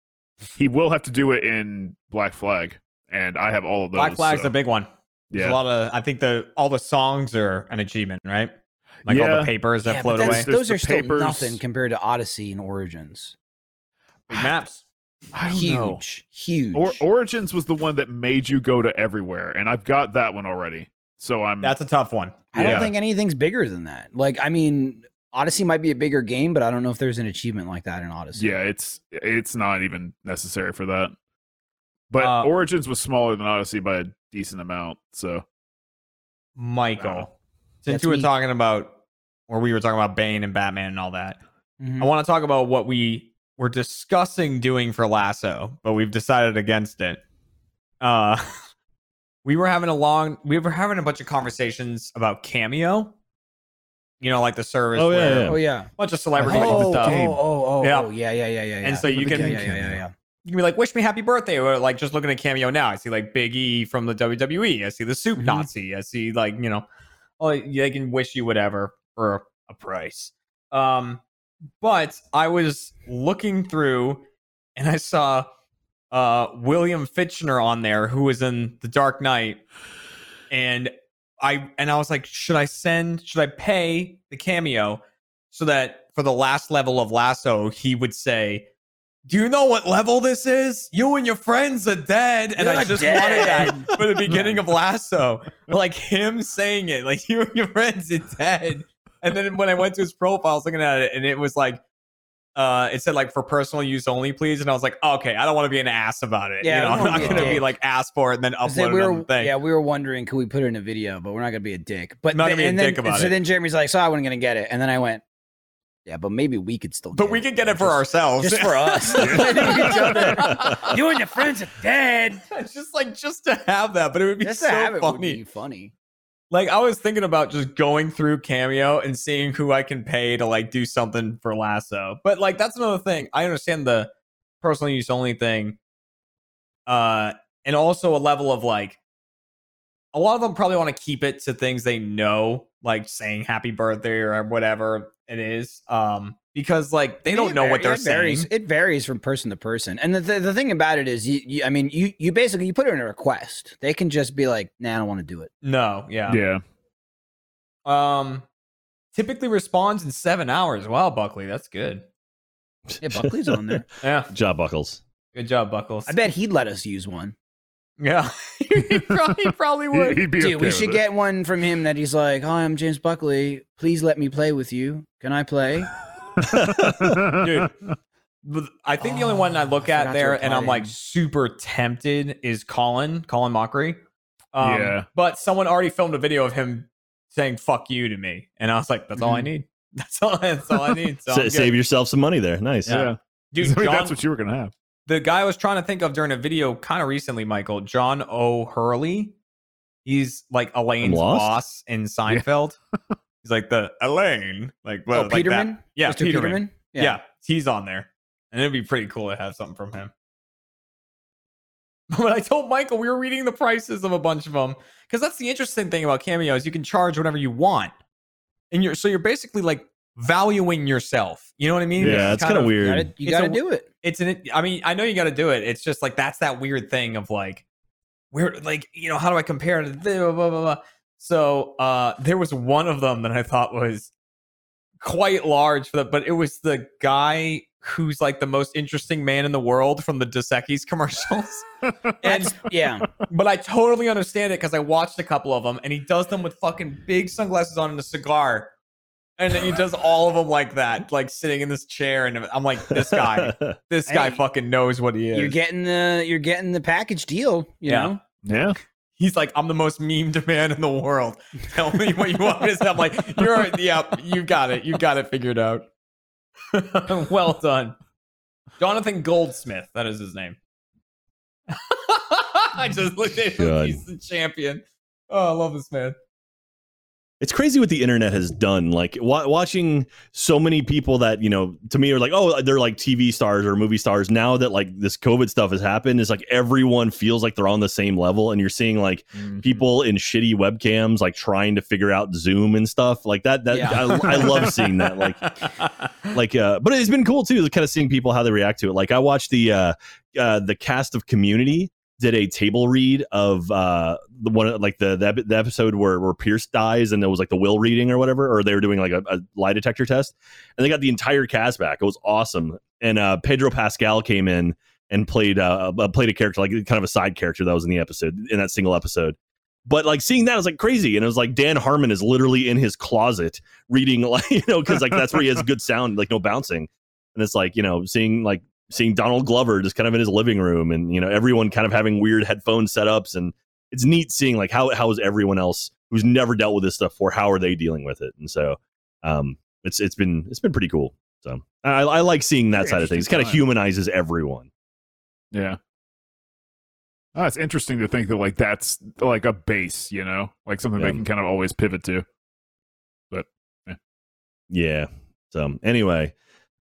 [SPEAKER 5] he will have to do it in Black Flag, and I have all of those.
[SPEAKER 4] Black Flag's
[SPEAKER 5] so,
[SPEAKER 4] the big one. There's a
[SPEAKER 5] yeah.
[SPEAKER 4] lot of. I think the all the songs are an achievement, right? Like all
[SPEAKER 5] Yeah.
[SPEAKER 4] the papers that
[SPEAKER 3] Yeah, but
[SPEAKER 4] float
[SPEAKER 3] that's-
[SPEAKER 4] away.
[SPEAKER 5] away. There's
[SPEAKER 3] those
[SPEAKER 5] the
[SPEAKER 3] are still
[SPEAKER 5] papers.
[SPEAKER 3] nothing compared to Odyssey and Origins.
[SPEAKER 4] Big maps.
[SPEAKER 5] I don't
[SPEAKER 3] huge,
[SPEAKER 5] know.
[SPEAKER 3] huge.
[SPEAKER 5] Or- Origins was the one that made you go to everywhere, and I've got that one already. So I'm
[SPEAKER 4] That's a tough one.
[SPEAKER 3] I don't
[SPEAKER 5] yeah.
[SPEAKER 3] think anything's bigger than that. Like I mean, Odyssey might be a bigger game, but I don't know if there's an achievement like that in Odyssey.
[SPEAKER 5] yeah, it's it's not even necessary for that. But
[SPEAKER 4] Uh,
[SPEAKER 5] Origins was smaller than Odyssey by a decent amount, so
[SPEAKER 4] Michael,
[SPEAKER 5] Wow.
[SPEAKER 4] since
[SPEAKER 3] That's
[SPEAKER 4] you were
[SPEAKER 3] me.
[SPEAKER 4] talking about, or we were talking about Bane and Batman and all that,
[SPEAKER 3] Mhm.
[SPEAKER 4] I want to talk about what we were discussing doing for Lasso, but we've decided against it. Uh, we were having a long, we were having a bunch of conversations about Cameo. You know, like the service.
[SPEAKER 2] Oh, yeah,
[SPEAKER 4] where
[SPEAKER 2] yeah.
[SPEAKER 3] Oh yeah.
[SPEAKER 4] A bunch of celebrities
[SPEAKER 3] oh,
[SPEAKER 4] and stuff.
[SPEAKER 3] Oh, oh, oh,
[SPEAKER 4] Yeah.
[SPEAKER 3] oh, yeah, yeah, yeah, yeah.
[SPEAKER 4] And
[SPEAKER 3] yeah.
[SPEAKER 4] so you
[SPEAKER 3] Yeah,
[SPEAKER 4] can-
[SPEAKER 3] yeah, yeah, yeah, yeah.
[SPEAKER 4] You can be like, "Wish me happy birthday," or like just looking at Cameo now. I see like Big E from the WWE. I see the Soup
[SPEAKER 2] Mm-hmm.
[SPEAKER 3] Mhm.
[SPEAKER 4] Nazi. I see like you know, oh, they can wish you whatever for a price. Um, but I was looking through and I saw uh William Fitchner on there who was in The Dark Knight and I and I was like should I send should I pay the cameo so that for the last level of Lasso he would say do you know what level this is? You and your friends are dead. And I
[SPEAKER 3] You're
[SPEAKER 4] just
[SPEAKER 3] dead.
[SPEAKER 4] wanted that for the beginning of Lasso. Like him saying it, like you and your friends are dead. And then when I went to his profile, I was looking at it and it was like uh, it said like for personal use only, please. And I was like, okay, I don't want to be an ass about it.
[SPEAKER 3] Yeah,
[SPEAKER 4] you know,
[SPEAKER 3] I don't
[SPEAKER 4] I'm
[SPEAKER 3] wanna
[SPEAKER 4] not
[SPEAKER 3] be a
[SPEAKER 4] going to be
[SPEAKER 3] dick.
[SPEAKER 4] like ass for it and then
[SPEAKER 3] 'Cause then
[SPEAKER 4] upload
[SPEAKER 3] we
[SPEAKER 4] it on
[SPEAKER 3] were,
[SPEAKER 4] the thing.
[SPEAKER 3] yeah, we were wondering could we put it in a video, but we're not gonna be a dick. But
[SPEAKER 4] Not gonna
[SPEAKER 3] then,
[SPEAKER 4] be a
[SPEAKER 3] and
[SPEAKER 4] dick
[SPEAKER 3] then,
[SPEAKER 4] about
[SPEAKER 3] so
[SPEAKER 4] it.
[SPEAKER 3] then Jeremy's like, so I wasn't gonna get it, and then I went, yeah, but maybe we could still.
[SPEAKER 4] But
[SPEAKER 3] get
[SPEAKER 4] we
[SPEAKER 3] it.
[SPEAKER 4] could get it for
[SPEAKER 3] Just-
[SPEAKER 4] ourselves.
[SPEAKER 3] just for us. Each other. You and your friends are dead.
[SPEAKER 4] just like just to have that, but it would be
[SPEAKER 3] Just
[SPEAKER 4] so
[SPEAKER 3] to have it would
[SPEAKER 4] funny.
[SPEAKER 3] be funny.
[SPEAKER 4] Like I was thinking about just going through Cameo and seeing who I can pay to like do something for Lasso. But like that's another thing. I understand the personal use only thing. Uh and also a level of like a lot of them probably want to keep it to things they know, like saying happy birthday or whatever it is. Um because like
[SPEAKER 3] I
[SPEAKER 4] they
[SPEAKER 3] mean,
[SPEAKER 4] don't
[SPEAKER 3] it
[SPEAKER 4] know what
[SPEAKER 3] var-
[SPEAKER 4] they're
[SPEAKER 3] it varies,
[SPEAKER 4] saying.
[SPEAKER 3] It varies from person to person, and the, the, the thing about it is, you, you I mean, you you basically you put it in a request. They can just be like, "Nah, I don't want to do it."
[SPEAKER 4] No, yeah.
[SPEAKER 5] yeah.
[SPEAKER 4] Um typically responds in 7 hours. Wow, Buckley, that's good.
[SPEAKER 3] Yeah, Buckley's on there.
[SPEAKER 4] Yeah.
[SPEAKER 2] Job buckles.
[SPEAKER 4] Good job, Buckles.
[SPEAKER 3] I bet he'd let us use one.
[SPEAKER 4] Yeah, he probably, he probably would.
[SPEAKER 5] He, would be
[SPEAKER 3] Dude,
[SPEAKER 5] okay
[SPEAKER 3] we
[SPEAKER 5] with
[SPEAKER 3] should
[SPEAKER 5] it.
[SPEAKER 3] get one from him that he's like, "Hi, I'm James Buckley. Please let me play with you. Can I play?"
[SPEAKER 4] But I think the only one I
[SPEAKER 3] Oh,
[SPEAKER 4] look
[SPEAKER 3] I
[SPEAKER 4] at
[SPEAKER 3] forgot to
[SPEAKER 4] there,
[SPEAKER 3] reply
[SPEAKER 4] and I'm
[SPEAKER 3] to
[SPEAKER 4] like
[SPEAKER 3] him.
[SPEAKER 4] super tempted, is Colin, Colin Mockery. Um,
[SPEAKER 5] Yeah.
[SPEAKER 4] But someone already filmed a video of him saying "fuck you" to me, and I was like, "That's all I
[SPEAKER 3] Mhm.
[SPEAKER 4] need. That's all. That's all I need." So
[SPEAKER 2] Sa-
[SPEAKER 4] I'm good.
[SPEAKER 2] save yourself some money there. Nice.
[SPEAKER 5] yeah.
[SPEAKER 4] dude.
[SPEAKER 5] I mean,
[SPEAKER 4] John-
[SPEAKER 5] that's what you were gonna have.
[SPEAKER 4] the guy I was trying to think of during a video kind of recently, Michael John O'Hurley. He's like Elaine's
[SPEAKER 2] lost?
[SPEAKER 4] boss in Seinfeld. he's like the Elaine, like well,
[SPEAKER 3] oh,
[SPEAKER 4] like that.
[SPEAKER 3] Peterman?
[SPEAKER 4] Yeah,
[SPEAKER 3] Mr.
[SPEAKER 4] Peterman.
[SPEAKER 3] Yeah.
[SPEAKER 4] Yeah. he's on there, and it'd be pretty cool to have something from him. But I told Michael we were reading the prices of a bunch of them because that's the interesting thing about Cameo is you can charge whatever you want, and you're so you're basically like valuing yourself. You know what I mean?
[SPEAKER 2] yeah, it's kind of
[SPEAKER 3] You
[SPEAKER 2] weird.
[SPEAKER 3] gotta, you
[SPEAKER 4] It's
[SPEAKER 3] gotta
[SPEAKER 4] a-
[SPEAKER 3] do it.
[SPEAKER 4] it's an i mean i know you got to do it it's just like that's that weird thing of like where like you know how do i compare to the blah, blah, blah, blah. so uh there was one of them that i thought was quite large for that but it was the guy who's like the most interesting man in the world from the Dosakis commercials and
[SPEAKER 3] Yeah.
[SPEAKER 4] but i totally understand it because i watched a couple of them and he does them with fucking big sunglasses on and a cigar and he does all of them like that like sitting in this chair and i'm like this guy this guy
[SPEAKER 3] Hey,
[SPEAKER 4] fucking knows what he
[SPEAKER 3] You're
[SPEAKER 4] is.
[SPEAKER 3] getting the you're getting the package deal, you
[SPEAKER 4] Yeah.
[SPEAKER 3] know?
[SPEAKER 5] Yeah.
[SPEAKER 4] He's like, I'm the most memed man in the world. Tell me what you want me to say. I'm like, you're, yep, you got it. You got it figured out. well done. Jonathan Goldsmith, that is his name. I just looked at him.
[SPEAKER 2] Good.
[SPEAKER 4] He's the champion. Oh, I love this man.
[SPEAKER 2] It's crazy what the internet has done. Like wa- watching so many people that you know, to me, are like, oh, they're like TV stars or movie stars. Now that like this COVID stuff has happened, it's like everyone feels like they're on the same level, and you're seeing like
[SPEAKER 4] Mm-hmm. Mm.
[SPEAKER 2] people in shitty webcams like trying to figure out Zoom and stuff like that. That
[SPEAKER 4] Yeah.
[SPEAKER 2] I, I love seeing that. Like like uh but it's been cool too kind of seeing people how they react to it like i watched the uh uh the cast of community did a table read of uh the one like the the, epi- the episode where where pierce dies and there was like the will reading or whatever or they were doing like a, a lie detector test and they got the entire cast back it was awesome and uh pedro pascal came in and played uh uh, played a character like kind of a side character that was in the episode in that single episode but like seeing that was like crazy and it was like dan harmon is literally in his closet reading like you know because like that's where he has good sound like no bouncing and it's like you know seeing like seeing donald glover just kind of in his living room and you know everyone kind of having weird headphone setups and it's neat seeing like how how is everyone else who's never dealt with this stuff before how are they dealing with it and so um it's it's been it's been pretty cool so i, I like seeing that
[SPEAKER 5] Very
[SPEAKER 2] side of things it
[SPEAKER 5] interesting
[SPEAKER 2] kind of
[SPEAKER 5] time.
[SPEAKER 2] humanizes everyone
[SPEAKER 5] Yeah. Oh, it's interesting to think that like that's like a base, you know, like something
[SPEAKER 2] Yeah.
[SPEAKER 5] they can kind of always pivot to.
[SPEAKER 2] yeah so anyway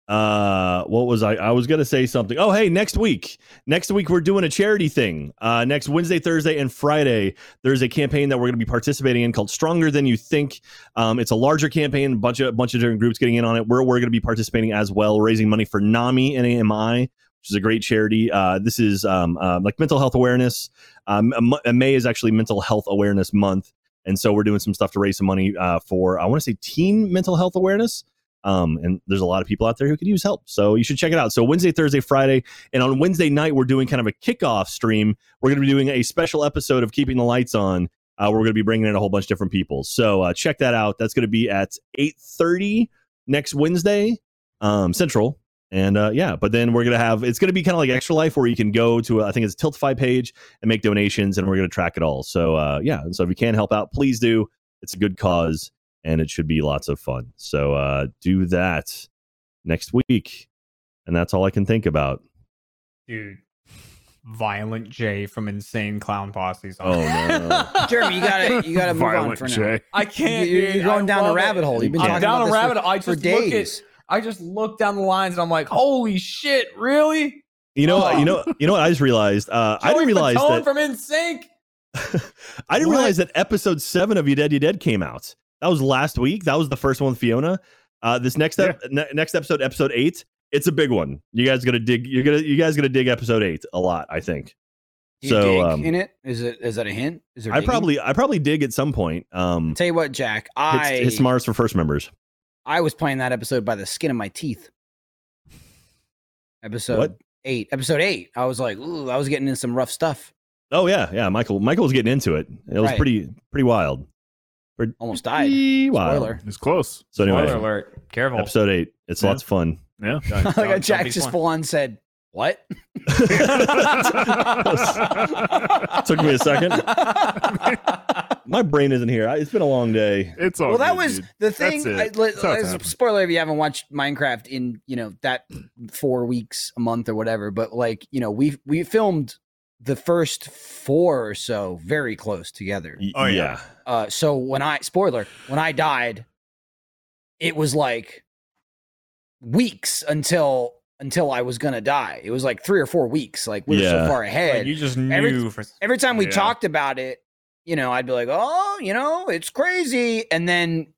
[SPEAKER 2] uh what was i i was gonna say something oh hey next week next week we're doing a charity thing uh next wednesday thursday and friday there's a campaign that we're going to be participating in called stronger than you think um it's a larger campaign bunch of bunch of different groups getting in on it we're, we're going to be participating as well raising money for nami nami which is a great charity uh this is um uh, like mental health awareness um M- M- may is actually mental health awareness month and so we're doing some stuff to raise some money uh, for i want to say teen mental health awareness um, and there's a lot of people out there who could use help so you should check it out so wednesday thursday friday and on wednesday night we're doing kind of a kickoff stream we're going to be doing a special episode of keeping the lights on uh, we're going to be bringing in a whole bunch of different people so uh, check that out that's going to be at 8.30 next wednesday um, central and uh, yeah but then we're going to have it's going to be kind of like extra life where you can go to uh, I think it's tiltify page and make donations and we're going to track it all so uh yeah and so if you can help out please do it's a good cause and it should be lots of fun so uh do that next week and that's all i can think about
[SPEAKER 4] Dude. Violent J from Insane Clown Posse's on.
[SPEAKER 2] Oh, no.
[SPEAKER 3] Jeremy, you gotta you gotta move on
[SPEAKER 5] Violent
[SPEAKER 3] for now.
[SPEAKER 5] J.
[SPEAKER 4] I
[SPEAKER 3] You-
[SPEAKER 4] can't.
[SPEAKER 3] you-
[SPEAKER 4] dude.
[SPEAKER 3] You're going
[SPEAKER 4] I
[SPEAKER 3] down a
[SPEAKER 4] love it.
[SPEAKER 3] rabbit hole. You've been
[SPEAKER 2] I'm
[SPEAKER 3] talking
[SPEAKER 4] I'm down
[SPEAKER 3] about
[SPEAKER 4] a
[SPEAKER 3] this
[SPEAKER 4] rabbit. hole. I
[SPEAKER 3] for, for
[SPEAKER 4] just look at
[SPEAKER 3] days.
[SPEAKER 4] I just look down the lines and I'm like, holy shit, really?
[SPEAKER 2] you know
[SPEAKER 4] Oh.
[SPEAKER 2] you know you know what i just realized uh i
[SPEAKER 4] Joey
[SPEAKER 2] didn't realize that
[SPEAKER 4] Fatone from InSync.
[SPEAKER 2] i didn't
[SPEAKER 4] What?
[SPEAKER 2] realize that episode 7 of you dead you dead came out that was last week that was the first one with fiona uh this next ep- ne- next episode episode 8 it's a big one you guys gonna dig you're gonna you guys gonna dig episode 8 a lot i think
[SPEAKER 3] Do you
[SPEAKER 2] so
[SPEAKER 3] dig
[SPEAKER 2] um,
[SPEAKER 3] in it? Is it is that a hint? Is there
[SPEAKER 2] I
[SPEAKER 3] digging?
[SPEAKER 2] probably I probably dig at some point. Um
[SPEAKER 3] tell you what, Jack.
[SPEAKER 2] it's,
[SPEAKER 3] I
[SPEAKER 2] it's Mars for first members.
[SPEAKER 3] I was playing that episode by the skin of my teeth. Episode
[SPEAKER 2] What?
[SPEAKER 3] eight. Episode eight. I was like, ooh, I was getting in some rough stuff.
[SPEAKER 2] Oh yeah, yeah. Michael Michael was getting into it. It was
[SPEAKER 3] Right.
[SPEAKER 2] pretty pretty wild.
[SPEAKER 3] Almost died.
[SPEAKER 2] Pretty wild.
[SPEAKER 3] Spoiler.
[SPEAKER 5] It's close.
[SPEAKER 2] So anyway,
[SPEAKER 4] Spoiler alert. Careful.
[SPEAKER 2] episode eight. It's
[SPEAKER 5] Yeah.
[SPEAKER 2] lots of fun.
[SPEAKER 5] Yeah.
[SPEAKER 3] like uh, Jack just full on said, "What?"
[SPEAKER 2] Took me a second. My brain isn't here. I, it's been a long day.
[SPEAKER 5] It's all
[SPEAKER 3] well, that
[SPEAKER 5] good,
[SPEAKER 3] was
[SPEAKER 5] Oh, dude.
[SPEAKER 3] the thing.
[SPEAKER 5] That's
[SPEAKER 3] I,
[SPEAKER 5] it.
[SPEAKER 3] li-
[SPEAKER 5] That's how it
[SPEAKER 3] as a
[SPEAKER 5] happened.
[SPEAKER 3] spoiler, if you haven't watched Minecraft in you know that four weeks, a month, or whatever, but like you know, we we filmed the first four or so very close together.
[SPEAKER 2] Y-
[SPEAKER 4] Oh, yeah.
[SPEAKER 3] Uh, so when I spoiler, when I died, it was like weeks until until I was gonna die. It was like three or four weeks. Like we were
[SPEAKER 2] Yeah.
[SPEAKER 3] so far
[SPEAKER 4] Like,
[SPEAKER 3] ahead.
[SPEAKER 4] you just knew
[SPEAKER 3] every-
[SPEAKER 4] for
[SPEAKER 3] Every time we
[SPEAKER 5] Yeah.
[SPEAKER 3] talked about it, you know, I'd be like, "Oh, you know, it's crazy," and then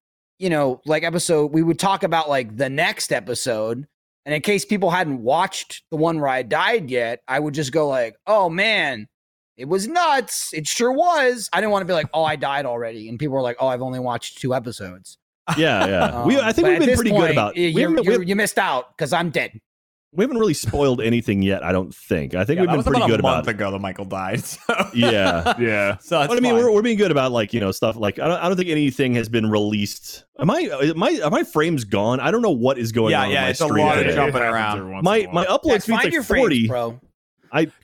[SPEAKER 3] you know, like episode, we would talk about like the next episode. And in case people hadn't watched the one where I died yet, I would just go like, "Oh man, it was nuts. It sure was." I didn't want to be like, "Oh, I died already," and people were like, "Oh, I've only watched two episodes."
[SPEAKER 2] Yeah, yeah. Uh, we,
[SPEAKER 3] Um,
[SPEAKER 2] I think
[SPEAKER 3] but
[SPEAKER 2] we've
[SPEAKER 3] at
[SPEAKER 2] been
[SPEAKER 3] this
[SPEAKER 2] pretty good
[SPEAKER 3] point,
[SPEAKER 2] about.
[SPEAKER 3] y-
[SPEAKER 2] we,
[SPEAKER 3] you're-
[SPEAKER 2] haven't, we,
[SPEAKER 3] you're-
[SPEAKER 2] haven't,
[SPEAKER 3] you missed out because I'm dead.
[SPEAKER 2] we haven't really spoiled anything yet. I don't think. I think
[SPEAKER 4] Yeah,
[SPEAKER 2] we've
[SPEAKER 4] that
[SPEAKER 2] been
[SPEAKER 4] was
[SPEAKER 2] pretty
[SPEAKER 4] about
[SPEAKER 2] good
[SPEAKER 4] a month
[SPEAKER 2] about. it.
[SPEAKER 4] ago that Michael died. So.
[SPEAKER 2] Yeah.
[SPEAKER 5] Yeah.
[SPEAKER 4] So that's
[SPEAKER 2] But I mean,
[SPEAKER 4] fine.
[SPEAKER 2] we're, we're being good about like you know stuff like I don't, I don't think anything has been released. Am I? Am I? Are my frames gone? I don't know what is going
[SPEAKER 4] Yeah,
[SPEAKER 2] on.
[SPEAKER 4] yeah,
[SPEAKER 2] on my
[SPEAKER 4] it's a
[SPEAKER 2] stream
[SPEAKER 4] lot of
[SPEAKER 5] It
[SPEAKER 2] today.
[SPEAKER 4] jumping
[SPEAKER 5] happens
[SPEAKER 4] around.
[SPEAKER 5] every once
[SPEAKER 2] My
[SPEAKER 5] in a
[SPEAKER 2] my
[SPEAKER 5] while.
[SPEAKER 2] upload
[SPEAKER 3] Jack,
[SPEAKER 2] speed's
[SPEAKER 3] find
[SPEAKER 2] like
[SPEAKER 3] your
[SPEAKER 2] forty.
[SPEAKER 3] frames, bro.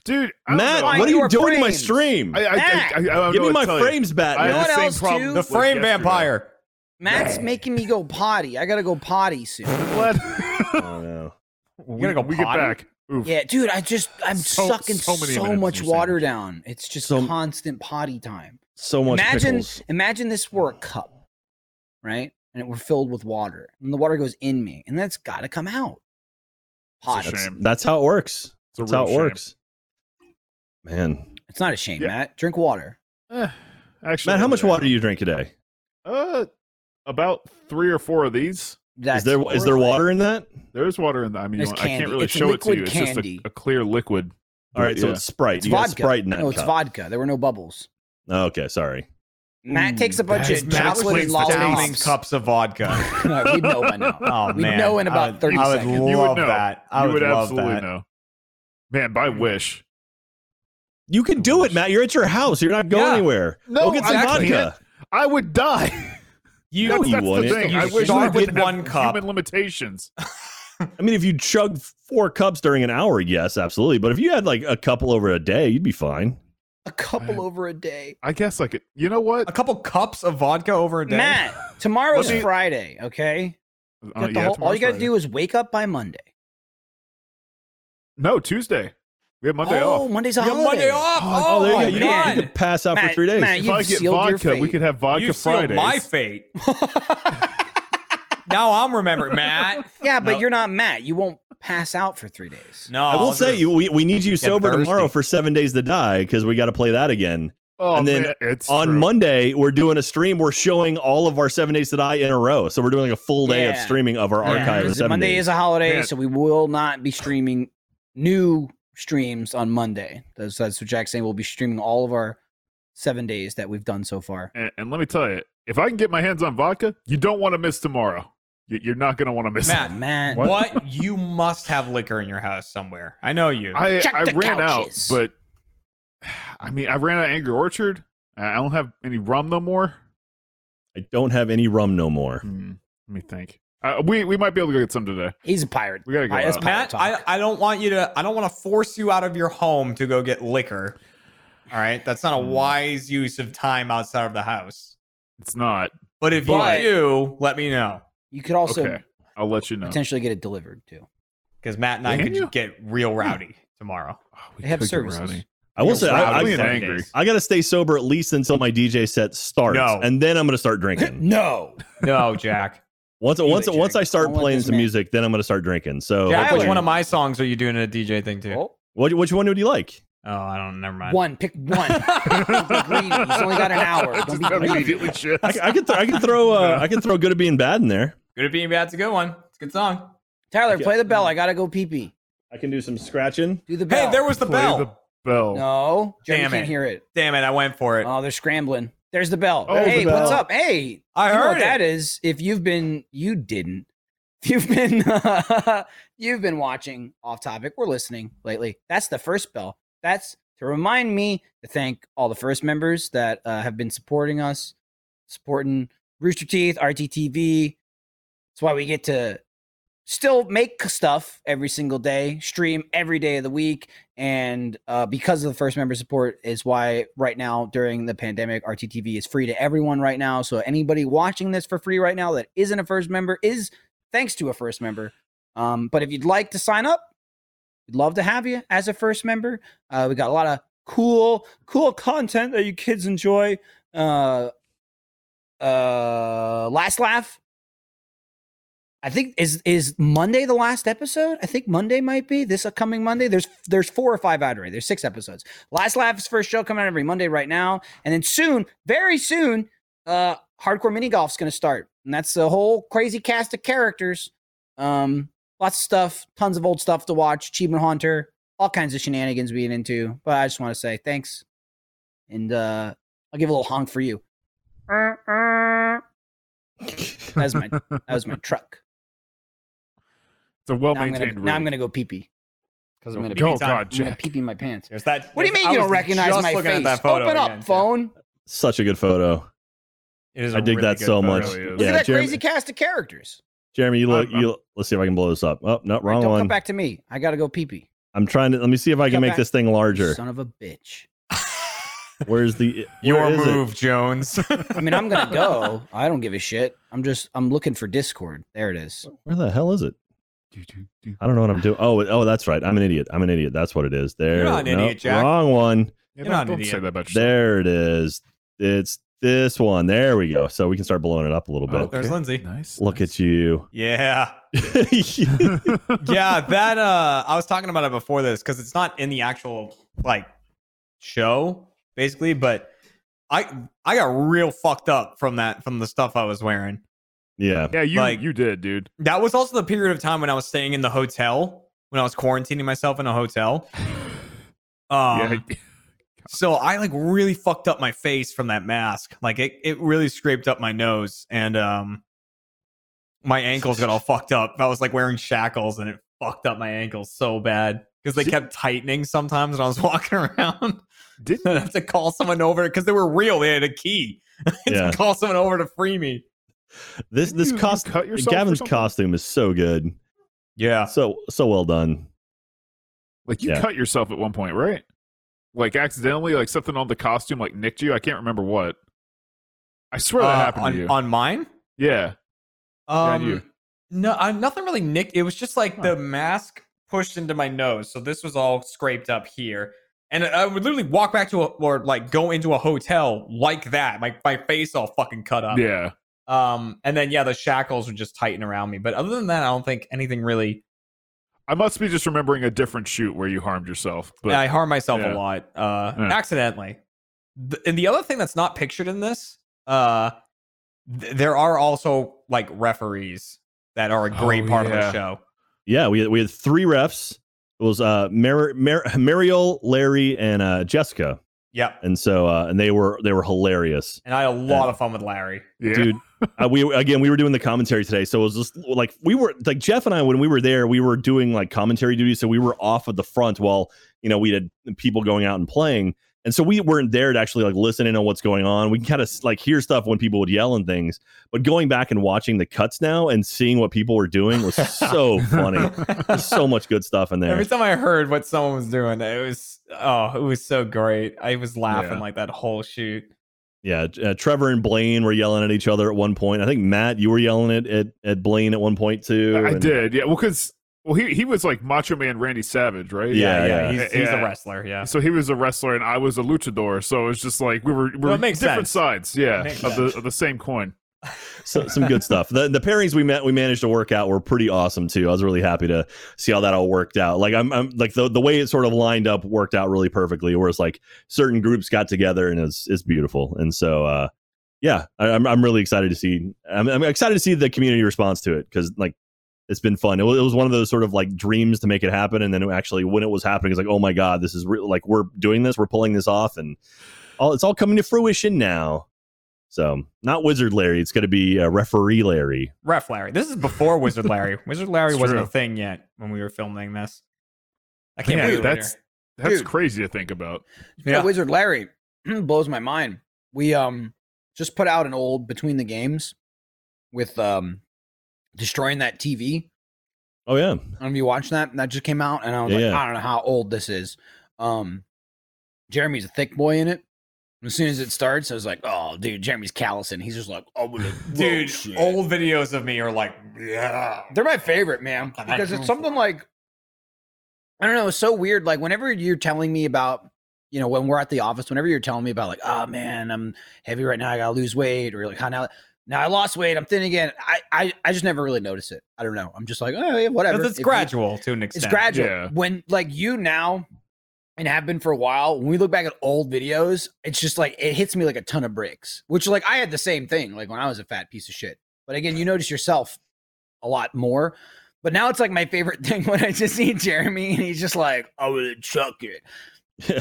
[SPEAKER 5] dude. I
[SPEAKER 2] Matt,
[SPEAKER 5] don't know.
[SPEAKER 3] Find
[SPEAKER 2] what are you
[SPEAKER 3] your
[SPEAKER 2] doing to my
[SPEAKER 3] frames.
[SPEAKER 2] stream?
[SPEAKER 5] I, I, I, I, I don't
[SPEAKER 2] Give
[SPEAKER 5] know
[SPEAKER 2] me
[SPEAKER 5] what
[SPEAKER 2] my
[SPEAKER 5] to tell you.
[SPEAKER 2] frames back.
[SPEAKER 5] I
[SPEAKER 2] man.
[SPEAKER 5] had
[SPEAKER 3] what
[SPEAKER 5] the same
[SPEAKER 3] else,
[SPEAKER 5] problem
[SPEAKER 3] too?
[SPEAKER 4] the
[SPEAKER 5] with
[SPEAKER 4] frame
[SPEAKER 5] yesterday.
[SPEAKER 4] vampire.
[SPEAKER 3] Matt's making me go potty. I gotta go potty soon.
[SPEAKER 5] What?
[SPEAKER 2] Oh, no.
[SPEAKER 5] we,
[SPEAKER 4] gotta go
[SPEAKER 5] we get
[SPEAKER 4] potty?
[SPEAKER 5] back. Oof.
[SPEAKER 3] Yeah, dude, I just I'm
[SPEAKER 5] So-
[SPEAKER 3] sucking
[SPEAKER 5] so
[SPEAKER 3] so,
[SPEAKER 5] many minutes
[SPEAKER 3] much
[SPEAKER 5] from
[SPEAKER 3] water down.
[SPEAKER 5] sandwich.
[SPEAKER 3] It's just
[SPEAKER 2] So-
[SPEAKER 3] constant potty time.
[SPEAKER 2] So much
[SPEAKER 3] imagine
[SPEAKER 2] pickles.
[SPEAKER 3] imagine this were a cup, right? And it were filled with water, and the water goes in me, and that's got to come out. Pot.
[SPEAKER 5] It's a
[SPEAKER 3] It's,
[SPEAKER 5] shame.
[SPEAKER 2] That's how it works.
[SPEAKER 5] It's a
[SPEAKER 2] That's
[SPEAKER 5] real
[SPEAKER 2] how it
[SPEAKER 5] shame.
[SPEAKER 2] works. Man,
[SPEAKER 3] not a shame,
[SPEAKER 5] Yeah.
[SPEAKER 3] Matt. Drink water.
[SPEAKER 5] Eh, actually,
[SPEAKER 2] Matt, how much
[SPEAKER 5] yeah.
[SPEAKER 2] water do you drink a day?
[SPEAKER 5] Uh, about three or four of these.
[SPEAKER 3] That's
[SPEAKER 2] is there is there
[SPEAKER 3] horrifying.
[SPEAKER 2] water in that?
[SPEAKER 5] There's water in that. I mean, you
[SPEAKER 3] There's
[SPEAKER 5] know, I can't
[SPEAKER 3] candy.
[SPEAKER 5] really
[SPEAKER 3] It's
[SPEAKER 5] show it to you.
[SPEAKER 3] liquid
[SPEAKER 5] It's just a,
[SPEAKER 3] candy.
[SPEAKER 5] a clear liquid.
[SPEAKER 2] All right, so
[SPEAKER 5] Yeah.
[SPEAKER 2] it's Sprite.
[SPEAKER 3] It's
[SPEAKER 2] you got
[SPEAKER 3] vodka.
[SPEAKER 2] Sprite in that
[SPEAKER 3] no, it's
[SPEAKER 2] cup. Oh,
[SPEAKER 3] vodka. There were no bubbles.
[SPEAKER 2] okay, sorry.
[SPEAKER 3] Matt takes a bunch
[SPEAKER 5] Mm, that
[SPEAKER 3] of
[SPEAKER 5] is- that
[SPEAKER 3] chocolate and
[SPEAKER 5] explains the
[SPEAKER 4] Downing
[SPEAKER 3] lollipops.
[SPEAKER 5] taste.
[SPEAKER 4] cups of vodka.
[SPEAKER 3] No, we know by now.
[SPEAKER 4] Oh man,
[SPEAKER 3] We'd know in about
[SPEAKER 4] I would-
[SPEAKER 3] 30
[SPEAKER 4] I would
[SPEAKER 3] seconds. You
[SPEAKER 5] would
[SPEAKER 4] love
[SPEAKER 5] know.
[SPEAKER 4] that. I
[SPEAKER 5] you
[SPEAKER 4] would,
[SPEAKER 5] would
[SPEAKER 4] love
[SPEAKER 5] absolutely
[SPEAKER 4] that.
[SPEAKER 5] know. Man, by wish.
[SPEAKER 2] You can do it, Matt. You're at your house. You're not going
[SPEAKER 4] Yeah.
[SPEAKER 2] anywhere.
[SPEAKER 5] No,
[SPEAKER 2] Go get some
[SPEAKER 5] I
[SPEAKER 2] vodka.
[SPEAKER 5] I would die.
[SPEAKER 4] You
[SPEAKER 5] that's
[SPEAKER 2] you
[SPEAKER 5] that's the
[SPEAKER 2] wouldn't.
[SPEAKER 5] thing.
[SPEAKER 4] You
[SPEAKER 5] I wish
[SPEAKER 4] start
[SPEAKER 5] I
[SPEAKER 4] with
[SPEAKER 5] didn't have
[SPEAKER 4] one cup.
[SPEAKER 5] Human limitations.
[SPEAKER 2] I mean, if you chug four cups during an hour, yes, absolutely. But if you had like a couple over a day, you'd be fine.
[SPEAKER 3] A couple over a day.
[SPEAKER 5] I guess like you know what?
[SPEAKER 4] a couple cups of vodka over a day.
[SPEAKER 3] Matt, tomorrow's
[SPEAKER 5] Let me-
[SPEAKER 3] Friday, okay? You
[SPEAKER 5] Uh,
[SPEAKER 3] got the
[SPEAKER 5] yeah,
[SPEAKER 3] whole- all
[SPEAKER 5] tomorrow's
[SPEAKER 3] you got to
[SPEAKER 5] Friday.
[SPEAKER 3] do is wake up by Monday.
[SPEAKER 5] No, Tuesday. We have Monday
[SPEAKER 3] oh,
[SPEAKER 5] off.
[SPEAKER 3] Monday's a
[SPEAKER 4] You have
[SPEAKER 3] holiday.
[SPEAKER 4] Monday off. Oh,
[SPEAKER 2] there
[SPEAKER 3] my
[SPEAKER 2] you go. You
[SPEAKER 3] God.
[SPEAKER 2] could- You could pass out for
[SPEAKER 3] Matt,
[SPEAKER 2] three days.
[SPEAKER 3] Matt,
[SPEAKER 5] If
[SPEAKER 3] you've
[SPEAKER 5] I get
[SPEAKER 3] sealed your
[SPEAKER 5] vodka, we
[SPEAKER 3] fate.
[SPEAKER 5] could have vodka
[SPEAKER 4] you sealed
[SPEAKER 5] Fridays.
[SPEAKER 4] my fate. Now I'm remembering, Matt.
[SPEAKER 3] yeah, but
[SPEAKER 4] No.
[SPEAKER 3] you're not Matt. You won't pass out for three days.
[SPEAKER 4] No,
[SPEAKER 2] I will say you we, we need you sober
[SPEAKER 4] thirsty.
[SPEAKER 2] tomorrow for seven days to die because we got to play that again.
[SPEAKER 5] oh,
[SPEAKER 2] and then
[SPEAKER 5] man, it's
[SPEAKER 2] On
[SPEAKER 5] true.
[SPEAKER 2] Monday, we're doing a stream. We're showing all of our seven days to die in a row. So we're doing like a full day of
[SPEAKER 3] Yeah.
[SPEAKER 2] streaming of our
[SPEAKER 3] Yeah,
[SPEAKER 2] archive. of
[SPEAKER 3] because
[SPEAKER 2] seven
[SPEAKER 3] Monday
[SPEAKER 2] days.
[SPEAKER 3] is a holiday,
[SPEAKER 5] Man.
[SPEAKER 3] so we will not be streaming new streams on Monday. That's, that's what Jack's saying. We'll be streaming all of our seven days that we've done so far.
[SPEAKER 5] And, and let me tell you, if I can get my hands on vodka, you don't want to miss tomorrow. You- You're not going to want to miss
[SPEAKER 4] Matt,
[SPEAKER 5] it.
[SPEAKER 3] Matt,
[SPEAKER 5] What?
[SPEAKER 4] What? You must have liquor in your house somewhere. I know you.
[SPEAKER 5] I,
[SPEAKER 3] Check
[SPEAKER 5] I
[SPEAKER 3] the
[SPEAKER 5] ran
[SPEAKER 3] couches.
[SPEAKER 5] out, but I mean, I ran out of Angry Orchard. I I don't have any rum no more.
[SPEAKER 2] I don't have any rum no more.
[SPEAKER 5] Hmm, let me think. Uh, we we might be able to go get some today.
[SPEAKER 3] he's a pirate.
[SPEAKER 5] We gotta go
[SPEAKER 3] All
[SPEAKER 5] out.
[SPEAKER 3] that's pirate
[SPEAKER 4] Matt,
[SPEAKER 3] talk.
[SPEAKER 4] I, I don't want you to. I don't want to force you out of your home to go get liquor. All right, that's not a wise use of time outside of the house.
[SPEAKER 5] It's not.
[SPEAKER 4] But if
[SPEAKER 3] But-
[SPEAKER 4] you do, let me know
[SPEAKER 3] you could also
[SPEAKER 5] okay, I'll let you know.
[SPEAKER 3] potentially get it delivered too.
[SPEAKER 4] because Matt and I
[SPEAKER 5] Can
[SPEAKER 4] could
[SPEAKER 5] you? Hmm.
[SPEAKER 4] get real rowdy tomorrow.
[SPEAKER 5] Oh, we
[SPEAKER 3] They have
[SPEAKER 5] could get
[SPEAKER 3] services.
[SPEAKER 5] rowdy.
[SPEAKER 2] I will say, I,
[SPEAKER 5] Rowdy and
[SPEAKER 2] I,
[SPEAKER 5] angry.
[SPEAKER 2] I got to stay sober at least until my DJ set starts,
[SPEAKER 4] No.
[SPEAKER 2] and then I'm going to start drinking.
[SPEAKER 3] No,
[SPEAKER 4] No, Jack.
[SPEAKER 2] once
[SPEAKER 4] Leave
[SPEAKER 2] once
[SPEAKER 4] it,
[SPEAKER 2] once
[SPEAKER 4] Jack.
[SPEAKER 2] I start
[SPEAKER 3] I want
[SPEAKER 2] playing
[SPEAKER 3] this
[SPEAKER 2] some
[SPEAKER 3] man.
[SPEAKER 2] music, then I'm going to start drinking. So,
[SPEAKER 4] Jack,
[SPEAKER 3] Tyler.
[SPEAKER 4] which one of my songs are you doing a DJ thing to?
[SPEAKER 3] Oh,
[SPEAKER 2] which, which one would you like?
[SPEAKER 4] Oh, I don't. Never mind.
[SPEAKER 3] one. Pick one. greedy. He's only got an hour. Don't
[SPEAKER 5] Just
[SPEAKER 3] be greedy.
[SPEAKER 5] immediately shit.
[SPEAKER 2] I, I could th- I could throw uh, I could throw good at being bad in there.
[SPEAKER 4] Good at being bad. It's a good one. It's a good song.
[SPEAKER 3] Tyler,
[SPEAKER 2] Okay.
[SPEAKER 3] play the bell. I gotta go pee pee.
[SPEAKER 2] I can do some scratching.
[SPEAKER 3] Do the bell.
[SPEAKER 4] Hey, there was the
[SPEAKER 5] Play
[SPEAKER 4] bell.
[SPEAKER 5] the bell.
[SPEAKER 3] no. Jeremy
[SPEAKER 4] Damn
[SPEAKER 3] can't
[SPEAKER 4] it.
[SPEAKER 3] hear it.
[SPEAKER 4] Damn it! I went for it.
[SPEAKER 3] Oh, they're scrambling. There's the bell.
[SPEAKER 5] Oh, the
[SPEAKER 3] hey, what's
[SPEAKER 2] bell.
[SPEAKER 3] up? Hey,
[SPEAKER 4] I
[SPEAKER 3] you know
[SPEAKER 4] heard
[SPEAKER 3] what
[SPEAKER 4] it.
[SPEAKER 3] that is. If you've been, you didn't. If you've been, you've been watching off topic or listening lately. That's the first bell. That's to remind me to thank all the first members that uh, have been supporting us, supporting Rooster Teeth, RTTV. That's why we get to still make stuff every single day, stream every day of the week. And uh, because of the first member support, is why right now during the pandemic, RTTV is free to everyone right now. So anybody watching this for free right now that isn't a first member is thanks to a first member. Um, but if you'd like to sign up, we'd love to have you as a first member. Uh, we got a lot of cool, cool content that you kids enjoy. Uh, uh, last laugh. I think is is Monday the last episode. I think Monday might be this upcoming Monday. There's there's four or five out already. There's six episodes. Last Laugh's first show coming out every Monday right now, and then soon, very soon, uh, hardcore mini golf's going to start, and that's the whole crazy cast of characters. Um, lots of stuff, tons of old stuff to watch. Achievement Hunter, all kinds of shenanigans being into. But I just want to say thanks, and uh, I'll give a little honk for you. That was my that was my truck.
[SPEAKER 5] It's a well
[SPEAKER 3] now, I'm gonna,
[SPEAKER 5] maintained room.
[SPEAKER 3] now I'm gonna go pee pee because I'm gonna pee.
[SPEAKER 5] oh
[SPEAKER 4] be-
[SPEAKER 5] God,
[SPEAKER 4] I'm
[SPEAKER 3] I'm gonna
[SPEAKER 5] Jack.
[SPEAKER 3] pee pee my pants.
[SPEAKER 4] There's that.
[SPEAKER 3] What do you
[SPEAKER 4] there's-
[SPEAKER 3] mean
[SPEAKER 4] I
[SPEAKER 3] you
[SPEAKER 4] was
[SPEAKER 3] don't recognize
[SPEAKER 4] just
[SPEAKER 3] my
[SPEAKER 4] looking at
[SPEAKER 3] face?
[SPEAKER 4] that photo
[SPEAKER 3] Open up,
[SPEAKER 4] again, Jack.
[SPEAKER 3] phone.
[SPEAKER 2] Such a good photo.
[SPEAKER 4] It is a
[SPEAKER 2] I dig
[SPEAKER 4] really
[SPEAKER 2] that
[SPEAKER 4] good
[SPEAKER 2] so
[SPEAKER 4] photo.
[SPEAKER 2] much.
[SPEAKER 5] It really is.
[SPEAKER 3] Look
[SPEAKER 2] Yeah,
[SPEAKER 3] at that
[SPEAKER 2] Jeremy,
[SPEAKER 3] crazy cast of characters.
[SPEAKER 2] Jeremy, you look.
[SPEAKER 5] I'm-
[SPEAKER 2] You let's see if I can blow this up. Oh no, wrong
[SPEAKER 3] Don't
[SPEAKER 2] one.
[SPEAKER 3] come back to me. I gotta go pee pee.
[SPEAKER 2] I'm trying to. Let me see if I can
[SPEAKER 3] Come
[SPEAKER 2] make
[SPEAKER 3] back.
[SPEAKER 2] this thing larger.
[SPEAKER 3] Son of a bitch.
[SPEAKER 2] Where's the
[SPEAKER 4] Your
[SPEAKER 2] where is it?
[SPEAKER 4] move, Jones.
[SPEAKER 3] I mean, I'm gonna go. I don't give a shit. I'm just I'm looking for Discord. There it is.
[SPEAKER 2] Where the hell is it?
[SPEAKER 5] Do, do, do.
[SPEAKER 2] I don't know what I'm doing. Oh, it- oh, that's right. I'm an idiot. I'm an idiot. That's what it is. There.
[SPEAKER 4] not an
[SPEAKER 2] no,
[SPEAKER 4] idiot, Jack.
[SPEAKER 2] Wrong one.
[SPEAKER 5] Yeah,
[SPEAKER 4] You're
[SPEAKER 5] don't
[SPEAKER 4] not an
[SPEAKER 5] don't say
[SPEAKER 4] idiot.
[SPEAKER 5] that about yourself.
[SPEAKER 2] There it is. It's this one. There we go. So we can start blowing it up a little bit.
[SPEAKER 5] Oh,
[SPEAKER 4] There's
[SPEAKER 5] Okay.
[SPEAKER 4] Lindsay.
[SPEAKER 5] Nice.
[SPEAKER 2] Look at you.
[SPEAKER 4] Yeah.
[SPEAKER 2] yeah,
[SPEAKER 4] yeah, that uh I was talking about it before this because it's not in the actual like show, basically, but I I got real fucked up from that from the stuff I was wearing.
[SPEAKER 5] yeah, you
[SPEAKER 4] Like-
[SPEAKER 5] you did, dude.
[SPEAKER 4] That was also the period of time when I was staying in the hotel, when I was quarantining myself in a hotel. Um,
[SPEAKER 3] uh,
[SPEAKER 5] yeah,
[SPEAKER 4] So I like really fucked up my face from that mask. Like it, it really scraped up my nose and um my ankles got all fucked up. I was like wearing shackles and it fucked up my ankles so bad because they kept tightening sometimes when I was walking around.
[SPEAKER 5] Didn't-
[SPEAKER 4] I'd have to call someone over because they were real. They had a key. I had
[SPEAKER 2] Yeah.
[SPEAKER 4] to call someone over to free me.
[SPEAKER 2] This
[SPEAKER 5] Didn't
[SPEAKER 2] this
[SPEAKER 5] you- you
[SPEAKER 2] cost
[SPEAKER 5] cut yourself or
[SPEAKER 2] Gavin's
[SPEAKER 5] something?
[SPEAKER 2] costume is so good.
[SPEAKER 4] Yeah.
[SPEAKER 2] So so well done.
[SPEAKER 5] like you
[SPEAKER 2] Yeah.
[SPEAKER 5] cut yourself at one point, right? Like accidentally, like something on the costume like nicked you. I can't remember what. I swear that happened
[SPEAKER 4] Uh, on,
[SPEAKER 5] to you.
[SPEAKER 4] on mine?
[SPEAKER 5] yeah, Yeah,
[SPEAKER 4] Um,
[SPEAKER 5] you.
[SPEAKER 4] No, I, nothing really nicked. It was just like the mask pushed into my nose. So this was all scraped up here. And I would literally walk back to a, or like go into a hotel like that. My, my face all fucking cut up.
[SPEAKER 5] yeah.
[SPEAKER 4] Um, and then, yeah, the shackles would just tighten around me. But other than that, I don't think anything really.
[SPEAKER 5] I must be just remembering a different shoot where you harmed yourself. But
[SPEAKER 4] I harm myself a
[SPEAKER 5] yeah.
[SPEAKER 4] lot uh,
[SPEAKER 5] Yeah.
[SPEAKER 4] accidentally. Th- and the other thing that's not pictured in this, uh, th- there are also like referees that are a great
[SPEAKER 5] Oh,
[SPEAKER 4] part
[SPEAKER 5] yeah.
[SPEAKER 4] of the show.
[SPEAKER 2] Yeah, we had, we had three refs. It was uh Mar- Mar- Mariel, Larry, and uh Jessica.
[SPEAKER 4] Yep.
[SPEAKER 2] And so uh and they were they were hilarious.
[SPEAKER 4] And I had a lot of fun with Larry.
[SPEAKER 5] yeah,
[SPEAKER 2] Dude, uh, we again we were doing the commentary today, so it was just like we were like Jeff and I when we were there, we were doing like commentary duty, so we were off of the front while you know we had people going out and playing, and so we weren't there to actually like listen in on what's going on. We can kind of like hear stuff when people would yell and things, but going back and watching the cuts now and seeing what people were doing was so funny. There's so much good stuff in
[SPEAKER 4] Every
[SPEAKER 2] there.
[SPEAKER 4] time I heard what someone was doing, it was oh, it was so great. I was laughing
[SPEAKER 5] Yeah.
[SPEAKER 4] like that whole shoot.
[SPEAKER 2] Yeah, uh, Trevor and Blaine were yelling at each other at one point. I think Matt, you were yelling at at, at Blaine at one point too.
[SPEAKER 5] I
[SPEAKER 2] and-
[SPEAKER 5] did. Yeah, well, because well, he he was like Macho Man Randy Savage, right?
[SPEAKER 2] Yeah, yeah.
[SPEAKER 4] He's, he's
[SPEAKER 5] Yeah.
[SPEAKER 4] a wrestler. Yeah,
[SPEAKER 5] So he was a wrestler and I was a luchador. So it's just like we were, we
[SPEAKER 4] Well,
[SPEAKER 5] were
[SPEAKER 4] it makes
[SPEAKER 5] different
[SPEAKER 4] sense.
[SPEAKER 5] sides, yeah,
[SPEAKER 4] It makes
[SPEAKER 5] of the,
[SPEAKER 4] sense.
[SPEAKER 5] of the same coin.
[SPEAKER 2] so, some good stuff. The the pairings we met we managed to work out were pretty awesome too. I was really happy to see how that all worked out. Like I'm, I'm like the the way it sort of lined up worked out really perfectly. Where it's like certain groups got together and it's it's beautiful. And so uh, yeah, I, I'm I'm really excited to see. I'm, I'm excited to see the community response to it because like it's been fun. It was, it was one of those sort of like dreams to make it happen, and then it actually when it was happening, it's like oh my god, this is re- like we're doing this, we're pulling this off, and all it's all coming to fruition now. So not Wizard Larry. It's going to be uh, Referee Larry.
[SPEAKER 4] Ref Larry. This is before Wizard Larry. Wizard Larry
[SPEAKER 5] It's
[SPEAKER 4] wasn't a
[SPEAKER 5] true.
[SPEAKER 4] thing yet when we were filming this. I can't
[SPEAKER 5] Yeah,
[SPEAKER 4] believe
[SPEAKER 5] that's-
[SPEAKER 4] that's
[SPEAKER 5] That's
[SPEAKER 3] Dude.
[SPEAKER 5] crazy to think about.
[SPEAKER 3] You know,
[SPEAKER 4] Yeah.
[SPEAKER 3] Wizard Larry blows my mind. We um just put out an old between the games with um destroying that TV.
[SPEAKER 2] Oh yeah,
[SPEAKER 3] I don't know if you watched that. That just came out, and I was
[SPEAKER 2] Yeah,
[SPEAKER 3] like,
[SPEAKER 2] yeah.
[SPEAKER 3] I don't know how old this is. Um, Jeremy's a thick boy in it. As soon as it starts, I was like, "Oh, dude, Jeremy's callousing." He's just like, "Oh,
[SPEAKER 4] dude. oh
[SPEAKER 3] dude,
[SPEAKER 4] Old videos of me are like, yeah.
[SPEAKER 3] they're my favorite, man,
[SPEAKER 4] God,
[SPEAKER 3] because it's
[SPEAKER 4] beautiful.
[SPEAKER 3] something like I don't know. It's so weird. Like whenever you're telling me about you know, when we're at the office, whenever you're telling me about like, oh man, I'm heavy right now, I gotta lose weight, or like, how now, now I lost weight, I'm thin again. I, I, I just never really notice it. I don't know. I'm just like, oh, yeah, whatever.
[SPEAKER 4] Because it's
[SPEAKER 3] If you-
[SPEAKER 4] gradual to an extent.
[SPEAKER 3] it's gradual.
[SPEAKER 5] Yeah.
[SPEAKER 3] When like you now and have been for a while, when we look back at old videos, it's just like it hits me like a ton of bricks. Which like I had the same thing like when I was a fat piece of shit. But again, you notice yourself a lot more. But now it's like my favorite thing when I just see Jeremy and he's just like, "I would chuck it."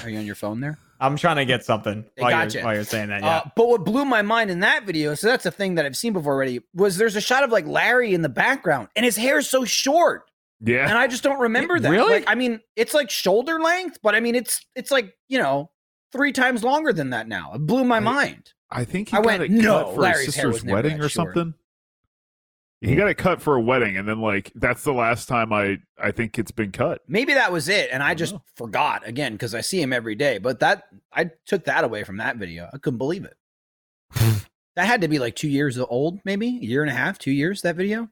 [SPEAKER 3] Are you on your phone there?
[SPEAKER 4] I'm trying to get something
[SPEAKER 3] They
[SPEAKER 4] while,
[SPEAKER 3] gotcha.
[SPEAKER 4] you're, while you're saying that. Yeah.
[SPEAKER 3] Uh, but what blew my mind in that video, so that's a thing that I've seen before already, was there's a shot of like Larry in the background, and his hair is so short
[SPEAKER 5] Yeah.
[SPEAKER 3] and I just don't remember that.
[SPEAKER 1] really?
[SPEAKER 3] Like, I mean, it's like shoulder length, but I mean, it's it's like you know three times longer than that now. It blew my
[SPEAKER 5] Right.
[SPEAKER 3] mind.
[SPEAKER 5] I think
[SPEAKER 3] I
[SPEAKER 5] he
[SPEAKER 3] went,
[SPEAKER 5] got it
[SPEAKER 3] "No,
[SPEAKER 5] cut for
[SPEAKER 3] Larry's
[SPEAKER 5] his
[SPEAKER 3] hair was
[SPEAKER 5] sister's
[SPEAKER 3] never
[SPEAKER 5] wedding
[SPEAKER 3] that
[SPEAKER 5] or
[SPEAKER 3] short."
[SPEAKER 5] something. He got it cut for a wedding, and then like that's the last time I I think it's been cut.
[SPEAKER 3] Maybe that was it, and I
[SPEAKER 5] don't
[SPEAKER 3] just
[SPEAKER 5] know.
[SPEAKER 3] forgot again because I see him every day. But that I took that away from that video. I couldn't believe it. that had to be like two years old, maybe a year and a half, two years. That video.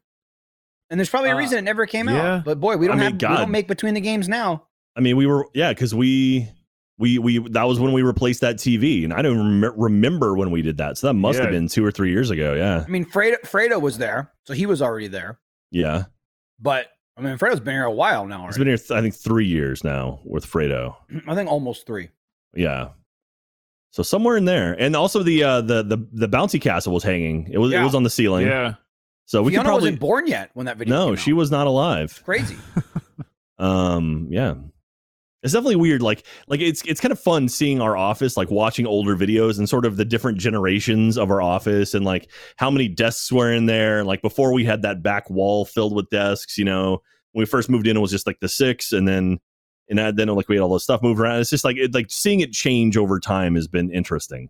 [SPEAKER 3] And there's probably a
[SPEAKER 4] Uh,
[SPEAKER 3] reason it never came
[SPEAKER 5] yeah.
[SPEAKER 3] out. But boy,
[SPEAKER 2] I
[SPEAKER 3] we don't
[SPEAKER 2] mean,
[SPEAKER 3] have we
[SPEAKER 2] God.
[SPEAKER 3] don't make between the games now.
[SPEAKER 2] I mean, we were yeah, because we we we that was when we replaced that TV, and I don't rem- remember when we did that. So that must have
[SPEAKER 5] Yeah.
[SPEAKER 2] been two or three years ago. Yeah,
[SPEAKER 3] I mean, Fredo, Fredo was there, so he was already there.
[SPEAKER 2] yeah.
[SPEAKER 3] But I mean, Fredo's been here a while now.
[SPEAKER 2] It's
[SPEAKER 3] Already.
[SPEAKER 2] been here, th- I think, three years now with Fredo.
[SPEAKER 3] I think almost three.
[SPEAKER 2] Yeah. So somewhere in there, and also the uh, the the the bouncy castle was hanging. It was it
[SPEAKER 3] Yeah.
[SPEAKER 2] was on the ceiling.
[SPEAKER 5] Yeah.
[SPEAKER 2] So we
[SPEAKER 3] Fiona
[SPEAKER 2] could probably
[SPEAKER 3] wasn't born yet when that video.
[SPEAKER 2] no,
[SPEAKER 3] came out.
[SPEAKER 2] she was not alive.
[SPEAKER 3] crazy.
[SPEAKER 2] um yeah it's definitely weird like like it's it's kind of fun seeing our office like watching older videos and sort of the different generations of our office and like how many desks were in there like before we had that back wall filled with desks you know when we first moved in it was just like the six and then and that- then like we had all this stuff moved around it's just like it like seeing it change over time has been interesting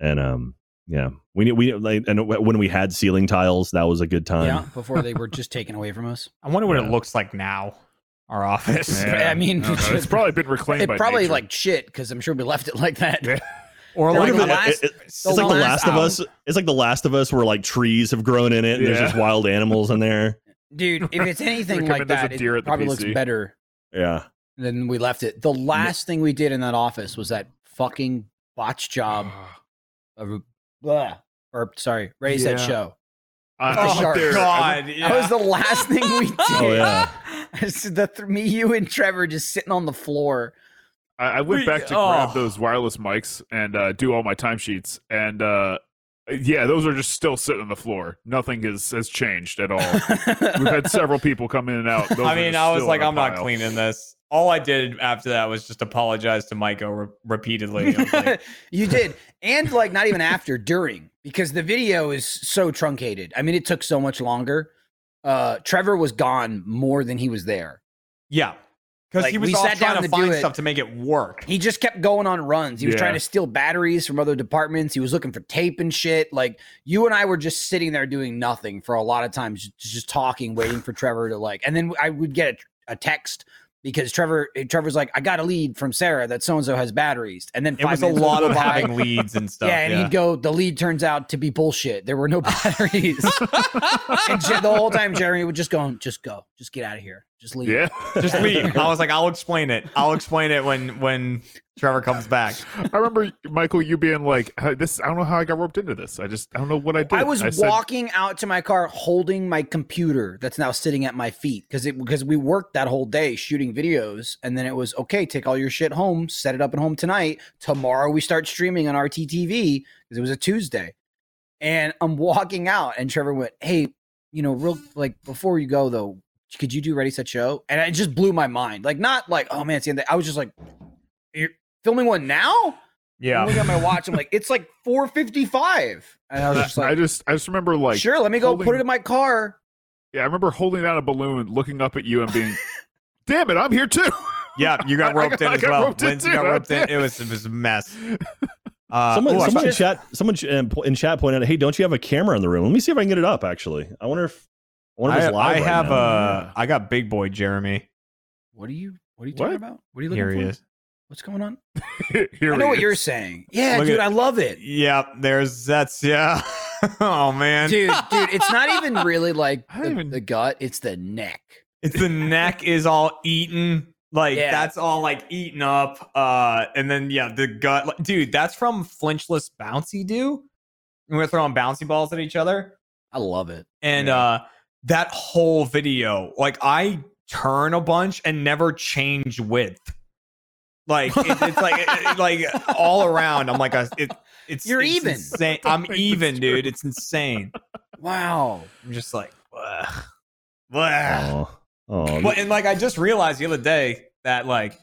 [SPEAKER 2] and um yeah we we like and when we had ceiling tiles that was a good time
[SPEAKER 3] yeah, before they were just taken away from us.
[SPEAKER 4] I wonder what
[SPEAKER 2] Yeah.
[SPEAKER 4] it looks like now. Our office,
[SPEAKER 5] Yeah.
[SPEAKER 3] I mean,
[SPEAKER 5] don't know. it's probably been reclaimed.
[SPEAKER 3] It
[SPEAKER 5] by
[SPEAKER 3] probably
[SPEAKER 5] nature.
[SPEAKER 3] like shit because I'm sure we left it like that.
[SPEAKER 5] Yeah.
[SPEAKER 4] or
[SPEAKER 3] They're
[SPEAKER 4] like
[SPEAKER 3] the
[SPEAKER 2] It- it-
[SPEAKER 3] last-
[SPEAKER 2] it- it's like the last of us it's like the last of us where like trees have grown in it and there's
[SPEAKER 5] Yeah.
[SPEAKER 2] just wild animals in there
[SPEAKER 3] dude. If it's anything
[SPEAKER 5] Like, I
[SPEAKER 3] like
[SPEAKER 5] mean, there's a
[SPEAKER 3] that, it
[SPEAKER 5] deer at the
[SPEAKER 3] probably looks
[SPEAKER 5] PC.
[SPEAKER 3] better
[SPEAKER 2] yeah
[SPEAKER 3] than we left it. The last thing we did in that office was that fucking botch job
[SPEAKER 4] Um,
[SPEAKER 3] of blah, or sorry, raise that
[SPEAKER 5] Yeah.
[SPEAKER 3] show.
[SPEAKER 5] I,
[SPEAKER 3] Oh,
[SPEAKER 5] I went Uh, there- I went-
[SPEAKER 4] God,
[SPEAKER 3] That was the last thing we did.
[SPEAKER 2] Oh, yeah.
[SPEAKER 3] the th- me, you, and Trevor just sitting on the floor.
[SPEAKER 5] I, I went
[SPEAKER 4] We-
[SPEAKER 5] back to
[SPEAKER 4] oh.
[SPEAKER 5] grab those wireless mics and uh, do all my timesheets, and uh, yeah, those are just still sitting on the floor. Nothing has has changed at all. We've had several people come in and out. Those
[SPEAKER 4] I
[SPEAKER 5] are
[SPEAKER 4] mean,
[SPEAKER 5] just
[SPEAKER 4] I was
[SPEAKER 5] still
[SPEAKER 4] like,
[SPEAKER 5] in a
[SPEAKER 4] I'm not
[SPEAKER 5] pile.
[SPEAKER 4] cleaning this. All I did after that was just apologize to Mike re- repeatedly. I was like,
[SPEAKER 3] you did. And like not even after, during, because the video is so truncated. I mean, it took so much longer. Uh Trevor was gone more than he was there.
[SPEAKER 4] yeah, because
[SPEAKER 3] Like,
[SPEAKER 4] he was
[SPEAKER 3] we
[SPEAKER 4] all
[SPEAKER 3] sat
[SPEAKER 4] trying
[SPEAKER 3] down
[SPEAKER 4] to,
[SPEAKER 3] to do
[SPEAKER 4] find
[SPEAKER 3] it.
[SPEAKER 4] stuff to make it work.
[SPEAKER 3] He just kept going on runs. He was
[SPEAKER 5] Yeah.
[SPEAKER 3] trying to steal batteries from other departments. He was looking for tape and shit. Like you and I were just sitting there doing nothing for a lot of times, just, just talking, waiting for Trevor to like. And then I would get a, a text because Trevor, eh, Trevor's like, I got a lead from Sarah that so and so has batteries. And then
[SPEAKER 4] It
[SPEAKER 3] five
[SPEAKER 4] was a
[SPEAKER 3] minutes
[SPEAKER 4] lot
[SPEAKER 3] would
[SPEAKER 4] of
[SPEAKER 3] go by.
[SPEAKER 4] having leads and stuff.
[SPEAKER 3] yeah, and he'd go, the lead turns out to be bullshit. There were no batteries. and Je- the whole time, Jeremy would just go, just go, just get out of here, just leave.
[SPEAKER 5] Yeah,
[SPEAKER 4] just leave. I was like, I'll explain it. I'll explain it when when Trevor comes back.
[SPEAKER 5] I remember Michael, you being like, "Hey, "This, I don't know how I got roped into this. I just, I don't know what I did."
[SPEAKER 3] I was
[SPEAKER 5] said-
[SPEAKER 3] walking out to my car holding my computer that's now sitting at my feet because it because we worked that whole day shooting videos and then it was okay take all your shit home set it up at home tonight tomorrow we start streaming on RTTV because it was a Tuesday and I'm walking out and Trevor went hey you know real like before you go though could you do ready set show and it just blew my mind like not like oh man it's the end of the-" I was just like you're filming one now I'm
[SPEAKER 4] Yeah,
[SPEAKER 3] looking at my watch I'm like it's like 4:55 and I was just like
[SPEAKER 5] I just, I just remember like,
[SPEAKER 3] sure, let me go put
[SPEAKER 5] holding-
[SPEAKER 3] it in my car.
[SPEAKER 5] yeah, I remember holding down a balloon, looking up at you, and being, "Damn it, I'm here too."
[SPEAKER 4] yeah, you got
[SPEAKER 5] I
[SPEAKER 4] roped
[SPEAKER 5] got-
[SPEAKER 4] in
[SPEAKER 5] I
[SPEAKER 4] as
[SPEAKER 5] got
[SPEAKER 4] well.
[SPEAKER 5] roped in
[SPEAKER 4] Lindsay
[SPEAKER 5] too,
[SPEAKER 4] got
[SPEAKER 5] I
[SPEAKER 4] roped in.
[SPEAKER 5] did.
[SPEAKER 4] It was it was a mess. Uh,
[SPEAKER 2] someone
[SPEAKER 4] ooh, I
[SPEAKER 2] someone
[SPEAKER 4] found-
[SPEAKER 2] in chat someone in in chat pointed out hey don't you have a camera in the room let me see if i can get it up actually i wonder if i wonder if
[SPEAKER 4] I,
[SPEAKER 2] it's live
[SPEAKER 4] I
[SPEAKER 2] right
[SPEAKER 4] have
[SPEAKER 2] now.
[SPEAKER 4] uh, I got big boy Jeremy.
[SPEAKER 3] What are you? What are you talking
[SPEAKER 5] What?
[SPEAKER 3] about? What are you looking
[SPEAKER 4] Here he
[SPEAKER 3] for?
[SPEAKER 4] is.
[SPEAKER 3] What's going on?
[SPEAKER 5] here
[SPEAKER 3] I know
[SPEAKER 5] he
[SPEAKER 3] what
[SPEAKER 5] is.
[SPEAKER 3] you're saying. Yeah,
[SPEAKER 4] Look
[SPEAKER 3] dude,
[SPEAKER 4] at-
[SPEAKER 3] I love it.
[SPEAKER 4] Yep, there's that's yeah. oh man,
[SPEAKER 3] Dude, dude, it's not even really like
[SPEAKER 5] I
[SPEAKER 3] the,
[SPEAKER 5] even-
[SPEAKER 3] the gut; it's the neck.
[SPEAKER 4] It's the neck is all eaten. Like
[SPEAKER 3] Yeah.
[SPEAKER 4] that's all like eaten up. Uh, and then yeah, the gut, like, dude. That's from Flinchless Bouncy Do. We were throwing bouncy balls at each other,
[SPEAKER 3] I love it.
[SPEAKER 4] and uh, that whole video, like I turn a bunch and never change width. Like it, it's like it- it- like all around. I'm like a, it, it's
[SPEAKER 3] You're
[SPEAKER 4] it's
[SPEAKER 3] even.
[SPEAKER 4] Insane. I'm even, dude. It's insane.
[SPEAKER 3] Wow.
[SPEAKER 4] I'm just like, ugh. Ugh.
[SPEAKER 2] Oh, oh,
[SPEAKER 4] Well, and like I just realized the other day that like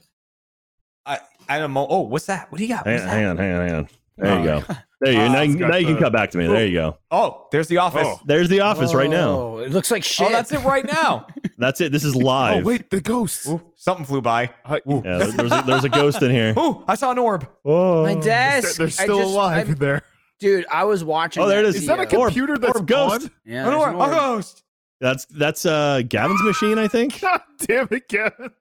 [SPEAKER 4] I I don't know. Oh, what's that? What do you got?
[SPEAKER 2] hang,
[SPEAKER 4] What's that?
[SPEAKER 2] hang on, hang on, hang on. There you
[SPEAKER 4] Oh,
[SPEAKER 2] go. There you go.
[SPEAKER 5] Ah,
[SPEAKER 2] Now, you-
[SPEAKER 5] it's got
[SPEAKER 2] now you can
[SPEAKER 5] the-
[SPEAKER 2] cut back to me. There you go.
[SPEAKER 4] Oh, there's the office.
[SPEAKER 5] Oh,
[SPEAKER 4] Oh,
[SPEAKER 2] There's the office right now.
[SPEAKER 3] Whoa, It looks like shit.
[SPEAKER 4] that's it right now.
[SPEAKER 2] That's it. This is live.
[SPEAKER 5] Oh wait, the ghosts.
[SPEAKER 4] Ooh, something flew by.
[SPEAKER 5] Hi-
[SPEAKER 4] Ooh.
[SPEAKER 2] Yeah, there- there's a, there's a ghost in here.
[SPEAKER 4] Ooh, I saw an orb.
[SPEAKER 2] Oh,
[SPEAKER 3] My
[SPEAKER 5] They're-
[SPEAKER 3] desk.
[SPEAKER 5] They're
[SPEAKER 3] I
[SPEAKER 5] still
[SPEAKER 3] just-
[SPEAKER 5] alive
[SPEAKER 3] I-
[SPEAKER 5] in there.
[SPEAKER 3] dude. I was watching.
[SPEAKER 2] Oh, there it is.
[SPEAKER 5] Is that a
[SPEAKER 3] video.
[SPEAKER 2] Orb.
[SPEAKER 5] computer that's
[SPEAKER 2] Orb ghost.
[SPEAKER 5] on?
[SPEAKER 3] Yeah,
[SPEAKER 4] An
[SPEAKER 3] there's
[SPEAKER 4] orb.
[SPEAKER 3] an
[SPEAKER 4] A
[SPEAKER 3] orb.
[SPEAKER 4] ghost.
[SPEAKER 2] That's that's uh Gavin's machine, I think.
[SPEAKER 5] God damn it, Kevin.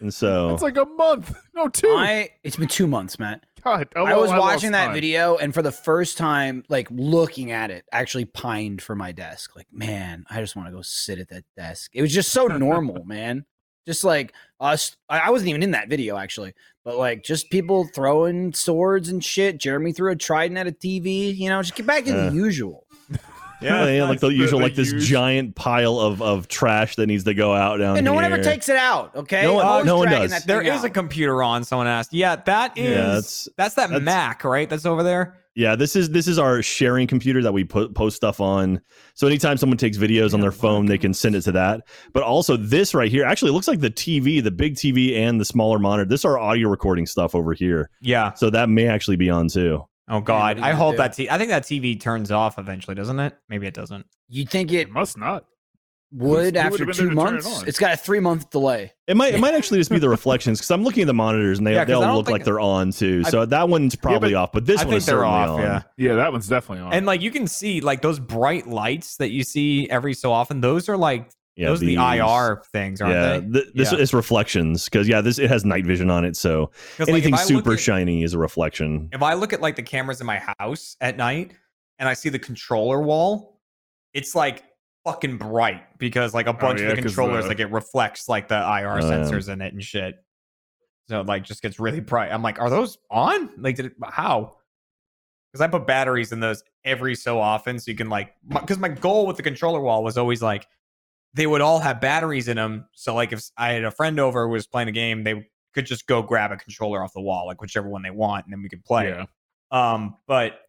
[SPEAKER 2] And so
[SPEAKER 5] It's like a month. No, two.
[SPEAKER 3] I, it's been two months, Matt.
[SPEAKER 5] God, oh,
[SPEAKER 3] I was
[SPEAKER 5] lost
[SPEAKER 3] watching that
[SPEAKER 5] time.
[SPEAKER 3] video, and for the first time, like looking at it, actually pined for my desk. Like, man, I just want to go sit at that desk. It was just so normal, man. Just like us, I I wasn't even in that video actually, but like just people throwing swords and shit. Jeremy threw a trident at a TV. You know, just get back to
[SPEAKER 2] Yeah.
[SPEAKER 3] the usual.
[SPEAKER 2] yeah, yeah, like the
[SPEAKER 5] that's
[SPEAKER 2] usual,
[SPEAKER 5] the-
[SPEAKER 2] like
[SPEAKER 5] the
[SPEAKER 2] this
[SPEAKER 5] usual-
[SPEAKER 2] giant pile of of trash that needs to go out down
[SPEAKER 3] and no one ever
[SPEAKER 2] here.
[SPEAKER 3] takes it out. Okay,
[SPEAKER 2] No one-
[SPEAKER 3] I'm always
[SPEAKER 2] no one
[SPEAKER 3] dragging
[SPEAKER 2] does.
[SPEAKER 3] that
[SPEAKER 4] There
[SPEAKER 3] thing
[SPEAKER 4] is a
[SPEAKER 3] out.
[SPEAKER 4] computer on. Someone asked. Yeah, that is.
[SPEAKER 2] Yeah,
[SPEAKER 4] that's,
[SPEAKER 2] that's
[SPEAKER 4] that
[SPEAKER 2] that's-
[SPEAKER 4] Mac, right? That's over there.
[SPEAKER 2] yeah. This is this is our sharing computer that we put post stuff on. So anytime someone takes videos on their phone, they can send it to that. But also this right here actually it looks like the TV, the big TV, and the smaller monitor. This are audio recording stuff over here.
[SPEAKER 4] Yeah.
[SPEAKER 2] So that may actually be on too.
[SPEAKER 4] Oh
[SPEAKER 3] what
[SPEAKER 4] God,
[SPEAKER 3] are you
[SPEAKER 4] I
[SPEAKER 3] gonna
[SPEAKER 4] hope
[SPEAKER 3] do?
[SPEAKER 4] that. T- I think that TV turns off eventually, doesn't it? Maybe it doesn't.
[SPEAKER 3] You'd think it
[SPEAKER 5] It must not.
[SPEAKER 3] would
[SPEAKER 5] would've
[SPEAKER 3] after
[SPEAKER 5] been there
[SPEAKER 3] two
[SPEAKER 5] to turn it
[SPEAKER 3] months.
[SPEAKER 5] on?
[SPEAKER 3] It's got a three month delay.
[SPEAKER 2] It might it might actually just be the reflections because I'm looking at the monitors and they
[SPEAKER 4] Yeah, 'cause
[SPEAKER 2] they
[SPEAKER 4] I
[SPEAKER 2] all
[SPEAKER 4] don't
[SPEAKER 2] look
[SPEAKER 4] think-
[SPEAKER 2] like they're on too. So that one's probably off, but this
[SPEAKER 4] I
[SPEAKER 2] one
[SPEAKER 4] think
[SPEAKER 2] is
[SPEAKER 4] they're
[SPEAKER 2] certainly
[SPEAKER 4] off.
[SPEAKER 2] on.
[SPEAKER 4] Yeah.
[SPEAKER 5] Yeah, that one's definitely on.
[SPEAKER 4] And like you can see, like those bright lights that you see every so often, those are like
[SPEAKER 2] Yeah,
[SPEAKER 4] those are the
[SPEAKER 2] these-
[SPEAKER 4] IR things, aren't
[SPEAKER 2] yeah,
[SPEAKER 4] they?
[SPEAKER 2] th- this
[SPEAKER 4] Yeah.
[SPEAKER 2] is reflections because yeah, this it has night vision on it, so
[SPEAKER 4] 'Cause, like, if
[SPEAKER 2] anything
[SPEAKER 4] I look
[SPEAKER 2] super
[SPEAKER 4] at-
[SPEAKER 2] shiny is a reflection.
[SPEAKER 4] If I look at like the cameras in my house at night and I see the controller wall, it's like fucking bright because like a bunch
[SPEAKER 5] yeah,
[SPEAKER 4] of the
[SPEAKER 5] 'cause
[SPEAKER 4] controllers
[SPEAKER 5] the-
[SPEAKER 4] like it reflects like the IR
[SPEAKER 2] uh Oh, yeah.
[SPEAKER 4] sensors in it and shit. So it, like just gets really bright. I'm like, are those on? Like, did it, how? Because I put batteries in those every so often, so you can like. Because my, goal with the controller wall was always like, they would all have batteries in them. So like, if I had a friend over who was playing a game, they could just go grab a controller off the wall, like whichever one they want, and then we could play.
[SPEAKER 5] yeah.
[SPEAKER 4] Um, but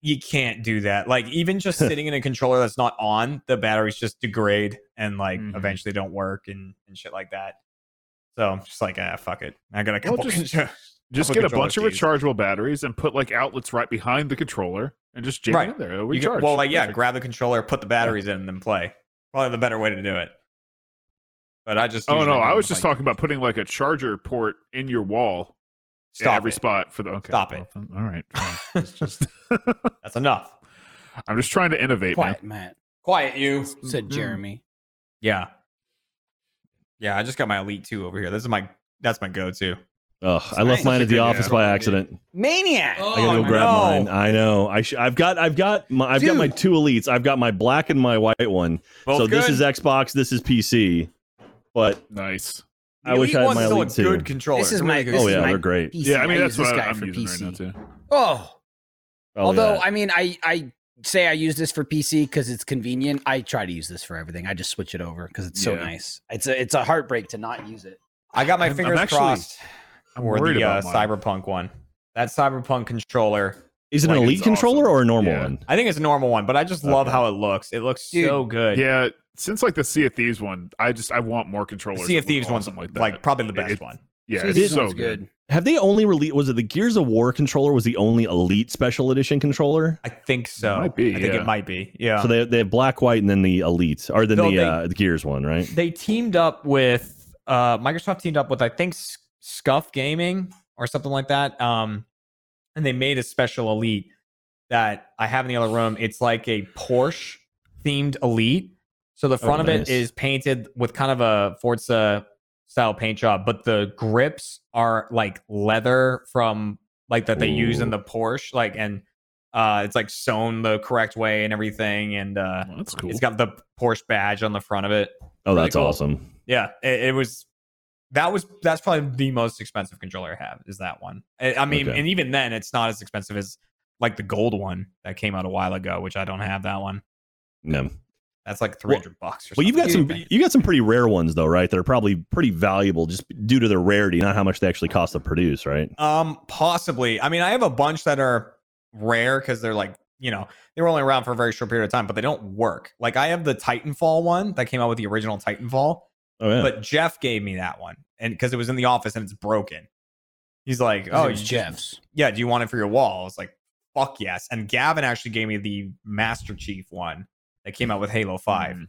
[SPEAKER 4] you can't do that. Like even just sitting in a controller that's not on, the batteries just degrade and like
[SPEAKER 5] Mhm.
[SPEAKER 4] eventually don't work and, and shit like that. So I'm just like, ah, fuck it. I got a
[SPEAKER 5] Well,
[SPEAKER 4] couple.
[SPEAKER 5] just-
[SPEAKER 4] contro-
[SPEAKER 5] Just
[SPEAKER 4] Couple
[SPEAKER 5] get a bunch of
[SPEAKER 4] controller keys.
[SPEAKER 5] rechargeable batteries and put like outlets right behind the controller and just jam
[SPEAKER 4] Right.
[SPEAKER 5] it in there. It'll
[SPEAKER 4] you
[SPEAKER 5] recharge.
[SPEAKER 4] can, well, like yeah,
[SPEAKER 5] Perfect.
[SPEAKER 4] grab the controller, put the batteries in, and then play. Probably the better way to do it. But I just
[SPEAKER 5] Oh
[SPEAKER 4] usually
[SPEAKER 5] no, I
[SPEAKER 4] go
[SPEAKER 5] was
[SPEAKER 4] with,
[SPEAKER 5] just
[SPEAKER 4] like,
[SPEAKER 5] talking about putting like a charger port in your wall at
[SPEAKER 4] Stop
[SPEAKER 5] every
[SPEAKER 4] it.
[SPEAKER 5] spot for the. Okay,
[SPEAKER 4] Stop it.
[SPEAKER 5] well, all right. fine. It's just-
[SPEAKER 4] That's enough.
[SPEAKER 5] I'm just trying to innovate. man.
[SPEAKER 3] Quiet, Matt
[SPEAKER 4] Quiet you.
[SPEAKER 3] said,
[SPEAKER 5] Mhm.
[SPEAKER 2] Mm-hmm.
[SPEAKER 3] Jeremy.
[SPEAKER 4] Yeah. Yeah, I just got my Elite 2 over here. This is my that's my go-to.
[SPEAKER 2] Ugh, I left
[SPEAKER 3] nice.
[SPEAKER 2] mine at the
[SPEAKER 5] Yeah.
[SPEAKER 2] office by accident.
[SPEAKER 3] Maniac.
[SPEAKER 4] Oh,
[SPEAKER 2] I gotta go
[SPEAKER 4] no.
[SPEAKER 2] grab mine. I know. I sh- I've got I've got my I've got my
[SPEAKER 3] Dude.
[SPEAKER 2] two elites. I've got my black and my white one.
[SPEAKER 4] Both
[SPEAKER 2] so this
[SPEAKER 4] good.
[SPEAKER 2] is Xbox. This is PC. But
[SPEAKER 5] Nice.
[SPEAKER 4] The
[SPEAKER 2] I wish I
[SPEAKER 4] Elite
[SPEAKER 2] had my
[SPEAKER 4] one's
[SPEAKER 2] Elite
[SPEAKER 4] still a
[SPEAKER 2] too.
[SPEAKER 4] good controller.
[SPEAKER 3] This is
[SPEAKER 4] It's a
[SPEAKER 3] my-
[SPEAKER 4] good
[SPEAKER 3] This
[SPEAKER 2] Oh
[SPEAKER 3] is
[SPEAKER 2] yeah,
[SPEAKER 3] my
[SPEAKER 2] they're great.
[SPEAKER 3] PC.
[SPEAKER 5] yeah, I mean
[SPEAKER 3] use
[SPEAKER 5] that's
[SPEAKER 3] this
[SPEAKER 5] what
[SPEAKER 3] guy
[SPEAKER 5] I, am
[SPEAKER 3] for
[SPEAKER 5] using
[SPEAKER 3] PC.
[SPEAKER 5] right now too.
[SPEAKER 3] Oh,
[SPEAKER 2] Probably
[SPEAKER 3] although
[SPEAKER 2] that.
[SPEAKER 3] I mean, I I say I use this for PC because it's convenient. I try to use this for everything. I just switch it over because it's so
[SPEAKER 5] Yeah.
[SPEAKER 3] nice. It's a it's a heartbreak to not use it.
[SPEAKER 4] I got my
[SPEAKER 5] I'm- I'm
[SPEAKER 4] fingers
[SPEAKER 5] actually-
[SPEAKER 4] crossed
[SPEAKER 5] I'm
[SPEAKER 4] for
[SPEAKER 5] worried
[SPEAKER 4] the uh,
[SPEAKER 5] about mine.
[SPEAKER 4] Cyberpunk one. That Cyberpunk controller,
[SPEAKER 2] is it an
[SPEAKER 5] like,
[SPEAKER 2] elite
[SPEAKER 5] it's
[SPEAKER 2] controller
[SPEAKER 5] awesome.
[SPEAKER 2] or a normal
[SPEAKER 5] Yeah.
[SPEAKER 2] one?
[SPEAKER 4] I think it's a normal one, but I just love
[SPEAKER 2] Okay.
[SPEAKER 4] how it looks. It looks
[SPEAKER 3] Dude,
[SPEAKER 4] so good.
[SPEAKER 5] Yeah, since like the Sea of Thieves one, I just I want more
[SPEAKER 4] The
[SPEAKER 5] controllers.
[SPEAKER 4] Sea of
[SPEAKER 5] that look
[SPEAKER 4] Thieves one's
[SPEAKER 5] awesome
[SPEAKER 4] like,
[SPEAKER 5] that.
[SPEAKER 4] probably the best
[SPEAKER 5] It's-
[SPEAKER 4] one.
[SPEAKER 5] Yeah,
[SPEAKER 3] See,
[SPEAKER 5] it's
[SPEAKER 3] this
[SPEAKER 5] so
[SPEAKER 3] one's
[SPEAKER 5] good.
[SPEAKER 2] Have they only released? Was it the Gears of War controller? Was the only Elite Special Edition controller?
[SPEAKER 4] I think so.
[SPEAKER 5] might be,
[SPEAKER 4] I think
[SPEAKER 5] yeah.
[SPEAKER 4] it might be. Yeah.
[SPEAKER 2] So they they have black, white, and then the Elite, or then
[SPEAKER 4] No,
[SPEAKER 2] the
[SPEAKER 4] they-
[SPEAKER 2] uh, the Gears one, right?
[SPEAKER 4] they teamed up with uh Microsoft teamed up with I think S- Scuff Gaming or something like that. Um and they made a special elite that I have in the other room. It's like a Porsche themed elite. So the front of
[SPEAKER 2] Oh, nice.
[SPEAKER 4] it is painted with kind of a Forza style paint job, but the grips are like leather from like that they use in
[SPEAKER 2] Ooh.
[SPEAKER 4] the Porsche like and uh it's like sewn the correct way and everything and uh
[SPEAKER 5] Well, that's cool.
[SPEAKER 4] it's got the Porsche badge on the front of it.
[SPEAKER 2] Oh,
[SPEAKER 4] Really
[SPEAKER 2] that's
[SPEAKER 4] cool.
[SPEAKER 2] awesome.
[SPEAKER 4] Yeah, it, it was that was that's probably the most expensive controller I have is that one. I, I mean,
[SPEAKER 2] Okay.
[SPEAKER 4] and even then, it's not as expensive as like the gold one that came out a while ago, which I don't have that one.
[SPEAKER 2] No.
[SPEAKER 4] That's like three hundred bucks. Or
[SPEAKER 2] Well, you've got
[SPEAKER 4] something.
[SPEAKER 2] some you got some pretty rare ones though, right? That are probably pretty valuable just due to their rarity, not how much they actually cost to produce, right?
[SPEAKER 4] Um, possibly. I mean, I have a bunch that are rare because they're like, you know, they were only around for a very short period of time, but they don't work. Like I have the Titanfall one that came out with the original Titanfall,
[SPEAKER 2] Oh yeah.
[SPEAKER 4] but Jeff gave me that one, and because it was in the office and it's broken, he's like, "Oh,
[SPEAKER 3] Oh,
[SPEAKER 4] you,
[SPEAKER 3] it's Jeff's.
[SPEAKER 4] yeah, do you want it for your wall?" I was like, "Fuck yes!" And Gavin actually gave me the Master Chief one that came out with Halo Five
[SPEAKER 3] Mm.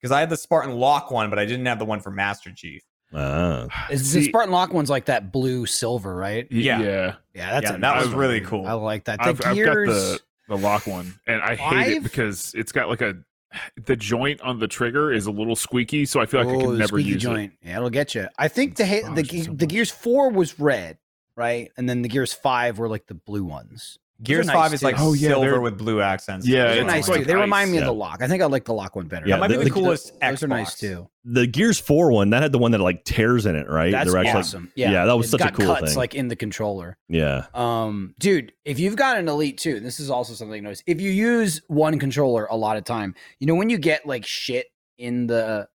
[SPEAKER 4] because I had the Spartan Lock one, but I didn't have the one for Master Chief.
[SPEAKER 2] Ah.
[SPEAKER 3] Is the
[SPEAKER 5] See-
[SPEAKER 3] Spartan Lock one's like that blue silver, right?
[SPEAKER 4] Yeah.
[SPEAKER 5] yeah.
[SPEAKER 3] Yeah, that's
[SPEAKER 4] yeah, that was
[SPEAKER 5] I've-
[SPEAKER 3] amazing.
[SPEAKER 4] really cool.
[SPEAKER 3] I like that. The
[SPEAKER 5] I've, I've got
[SPEAKER 3] gears.
[SPEAKER 5] the the lock one, and I hate it
[SPEAKER 3] Five?
[SPEAKER 5] because it's got like a the joint on the trigger is a little squeaky, so I feel like I
[SPEAKER 3] Oh,
[SPEAKER 5] can
[SPEAKER 3] the
[SPEAKER 5] never
[SPEAKER 3] squeaky
[SPEAKER 5] use it.
[SPEAKER 3] joint. Yeah, it'll get you. I think the ha- the
[SPEAKER 5] Gosh,
[SPEAKER 3] ge-
[SPEAKER 5] so
[SPEAKER 3] the
[SPEAKER 5] much.
[SPEAKER 3] Gears Four was red, right? And then the Gears Five were like the blue ones.
[SPEAKER 4] Gears
[SPEAKER 3] nice
[SPEAKER 4] Five is
[SPEAKER 3] too.
[SPEAKER 4] like
[SPEAKER 5] Oh, yeah,
[SPEAKER 4] silver
[SPEAKER 5] they're-
[SPEAKER 4] with blue accents. Those
[SPEAKER 5] Yeah,
[SPEAKER 3] Those
[SPEAKER 4] are
[SPEAKER 3] are
[SPEAKER 5] it's
[SPEAKER 3] nice
[SPEAKER 5] like
[SPEAKER 3] too. They remind
[SPEAKER 5] ice,
[SPEAKER 3] me of
[SPEAKER 2] yeah.
[SPEAKER 3] the lock. I think I like the lock one better.
[SPEAKER 2] Yeah,
[SPEAKER 4] That might be
[SPEAKER 2] the-
[SPEAKER 4] the coolest
[SPEAKER 3] Those are nice
[SPEAKER 4] Xbox.
[SPEAKER 3] too.
[SPEAKER 2] The Gears 4 one, that had the one that like tears in it, right?
[SPEAKER 3] That's
[SPEAKER 2] They're actually-
[SPEAKER 3] awesome. Yeah,
[SPEAKER 2] yeah, that was
[SPEAKER 3] It's
[SPEAKER 2] such a
[SPEAKER 3] got
[SPEAKER 2] cool
[SPEAKER 3] cuts,
[SPEAKER 2] thing.
[SPEAKER 3] Like in the controller.
[SPEAKER 2] yeah.
[SPEAKER 3] Um, dude, if you've got an elite too, this is also something I noticed. If you use one controller a lot of time, you know when you get like shit in the,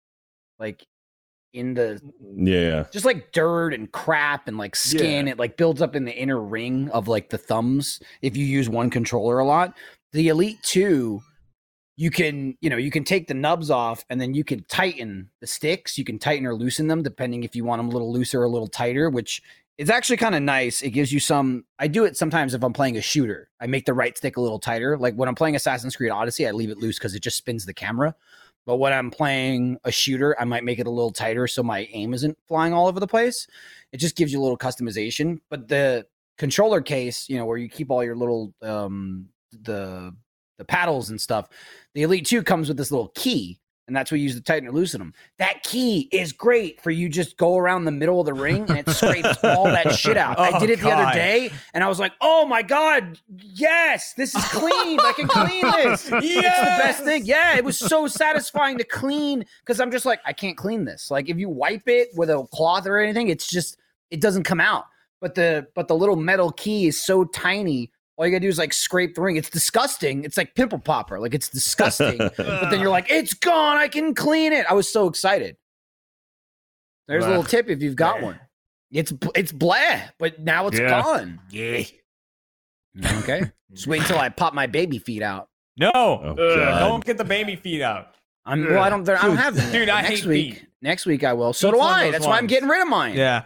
[SPEAKER 3] like, in the
[SPEAKER 2] Yeah.
[SPEAKER 3] just like dirt and crap and like skin, it like builds up in the inner ring of like the thumbs. If you use one controller a lot, the elite two, you can you know you can take the nubs off and then you can tighten the sticks. You can tighten or loosen them depending if you want them a little looser or a little tighter, which it's actually kind of nice. It gives you some. I do it sometimes if I'm playing a shooter. I make the right stick a little tighter. Like when I'm playing Assassin's Creed Odyssey, I leave it loose because it just spins the camera. But when I'm playing a shooter, I might make it a little tighter so my aim isn't flying all over the place. It just gives you a little customization. But the controller case, you know, where you keep all your little um the the paddles and stuff, the Elite 2 comes with this little key. And that's what you use to tighten or loosen them. That key is great for you just go around the middle of the ring and it scrapes all that shit out. I
[SPEAKER 4] Oh,
[SPEAKER 3] did it the
[SPEAKER 4] God.
[SPEAKER 3] other day and I was like, oh my God, yes, this is clean. I can clean this. It's the best thing. Yeah, it was so satisfying to clean because I'm just like, I can't clean this. Like if you wipe it with a cloth or anything, it's just it doesn't come out. But the but the little metal key is so tiny. All you gotta do is like scrape the ring. It's disgusting. It's like pimple popper. Like it's disgusting. but then you're like, it's gone. I can clean it. I was so excited. There's a little
[SPEAKER 5] Blech.
[SPEAKER 3] tip if you've got
[SPEAKER 4] Blech.
[SPEAKER 3] one. It's bl- it's bleh, but now it's
[SPEAKER 5] Yeah.
[SPEAKER 3] gone. Yeah. Okay. Just wait until I pop my baby feet out.
[SPEAKER 4] No,
[SPEAKER 2] Oh,
[SPEAKER 5] Uh,
[SPEAKER 2] God.
[SPEAKER 4] don't get the baby feet out.
[SPEAKER 3] I'm well. I don't. I don't
[SPEAKER 4] Dude,
[SPEAKER 3] have them.
[SPEAKER 4] dude, I
[SPEAKER 3] next
[SPEAKER 4] hate
[SPEAKER 3] week.
[SPEAKER 4] feet.
[SPEAKER 3] Next week I will. So
[SPEAKER 4] Feet's
[SPEAKER 3] do
[SPEAKER 4] one of
[SPEAKER 3] I.
[SPEAKER 4] those
[SPEAKER 3] That's why I'm
[SPEAKER 4] ones.
[SPEAKER 3] getting rid of mine.
[SPEAKER 4] Yeah,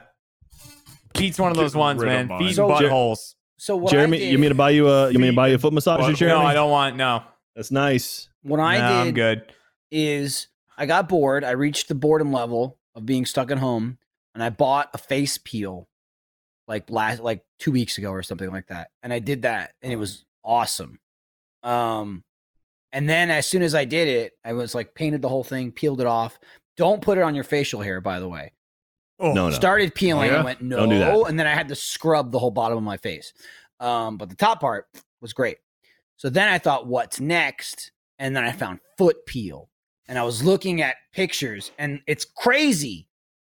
[SPEAKER 4] Pete's one of those
[SPEAKER 5] Getting
[SPEAKER 4] ones,
[SPEAKER 5] rid of
[SPEAKER 4] man.
[SPEAKER 5] mine.
[SPEAKER 4] Feet
[SPEAKER 3] So-
[SPEAKER 4] and buttholes.
[SPEAKER 3] So what I
[SPEAKER 2] Jeremy,
[SPEAKER 3] did,
[SPEAKER 2] you mean to buy you a you mean to buy you a foot massager,
[SPEAKER 4] Well,
[SPEAKER 2] Jeremy?
[SPEAKER 4] No, I don't want. No,
[SPEAKER 2] That's nice.
[SPEAKER 3] what
[SPEAKER 4] I
[SPEAKER 3] I
[SPEAKER 4] no, I'm
[SPEAKER 3] did
[SPEAKER 4] good.
[SPEAKER 3] is I got bored. I reached the boredom level of being stuck at home, and I bought a face peel, like last like two weeks ago or something like that. And I did that, and it was awesome. Um, and then as soon as I did it, I was like painted the whole thing, peeled it off. Don't put it on your facial hair, by the way.
[SPEAKER 4] Oh,
[SPEAKER 2] No, no.
[SPEAKER 3] started peeling.
[SPEAKER 5] Yeah?
[SPEAKER 3] I went no,
[SPEAKER 2] Don't do that.
[SPEAKER 3] and then I had to scrub the whole bottom of my face. Um, but the top part was great. So then I thought, what's next? And then I found foot peel, and I was looking at pictures, and it's crazy.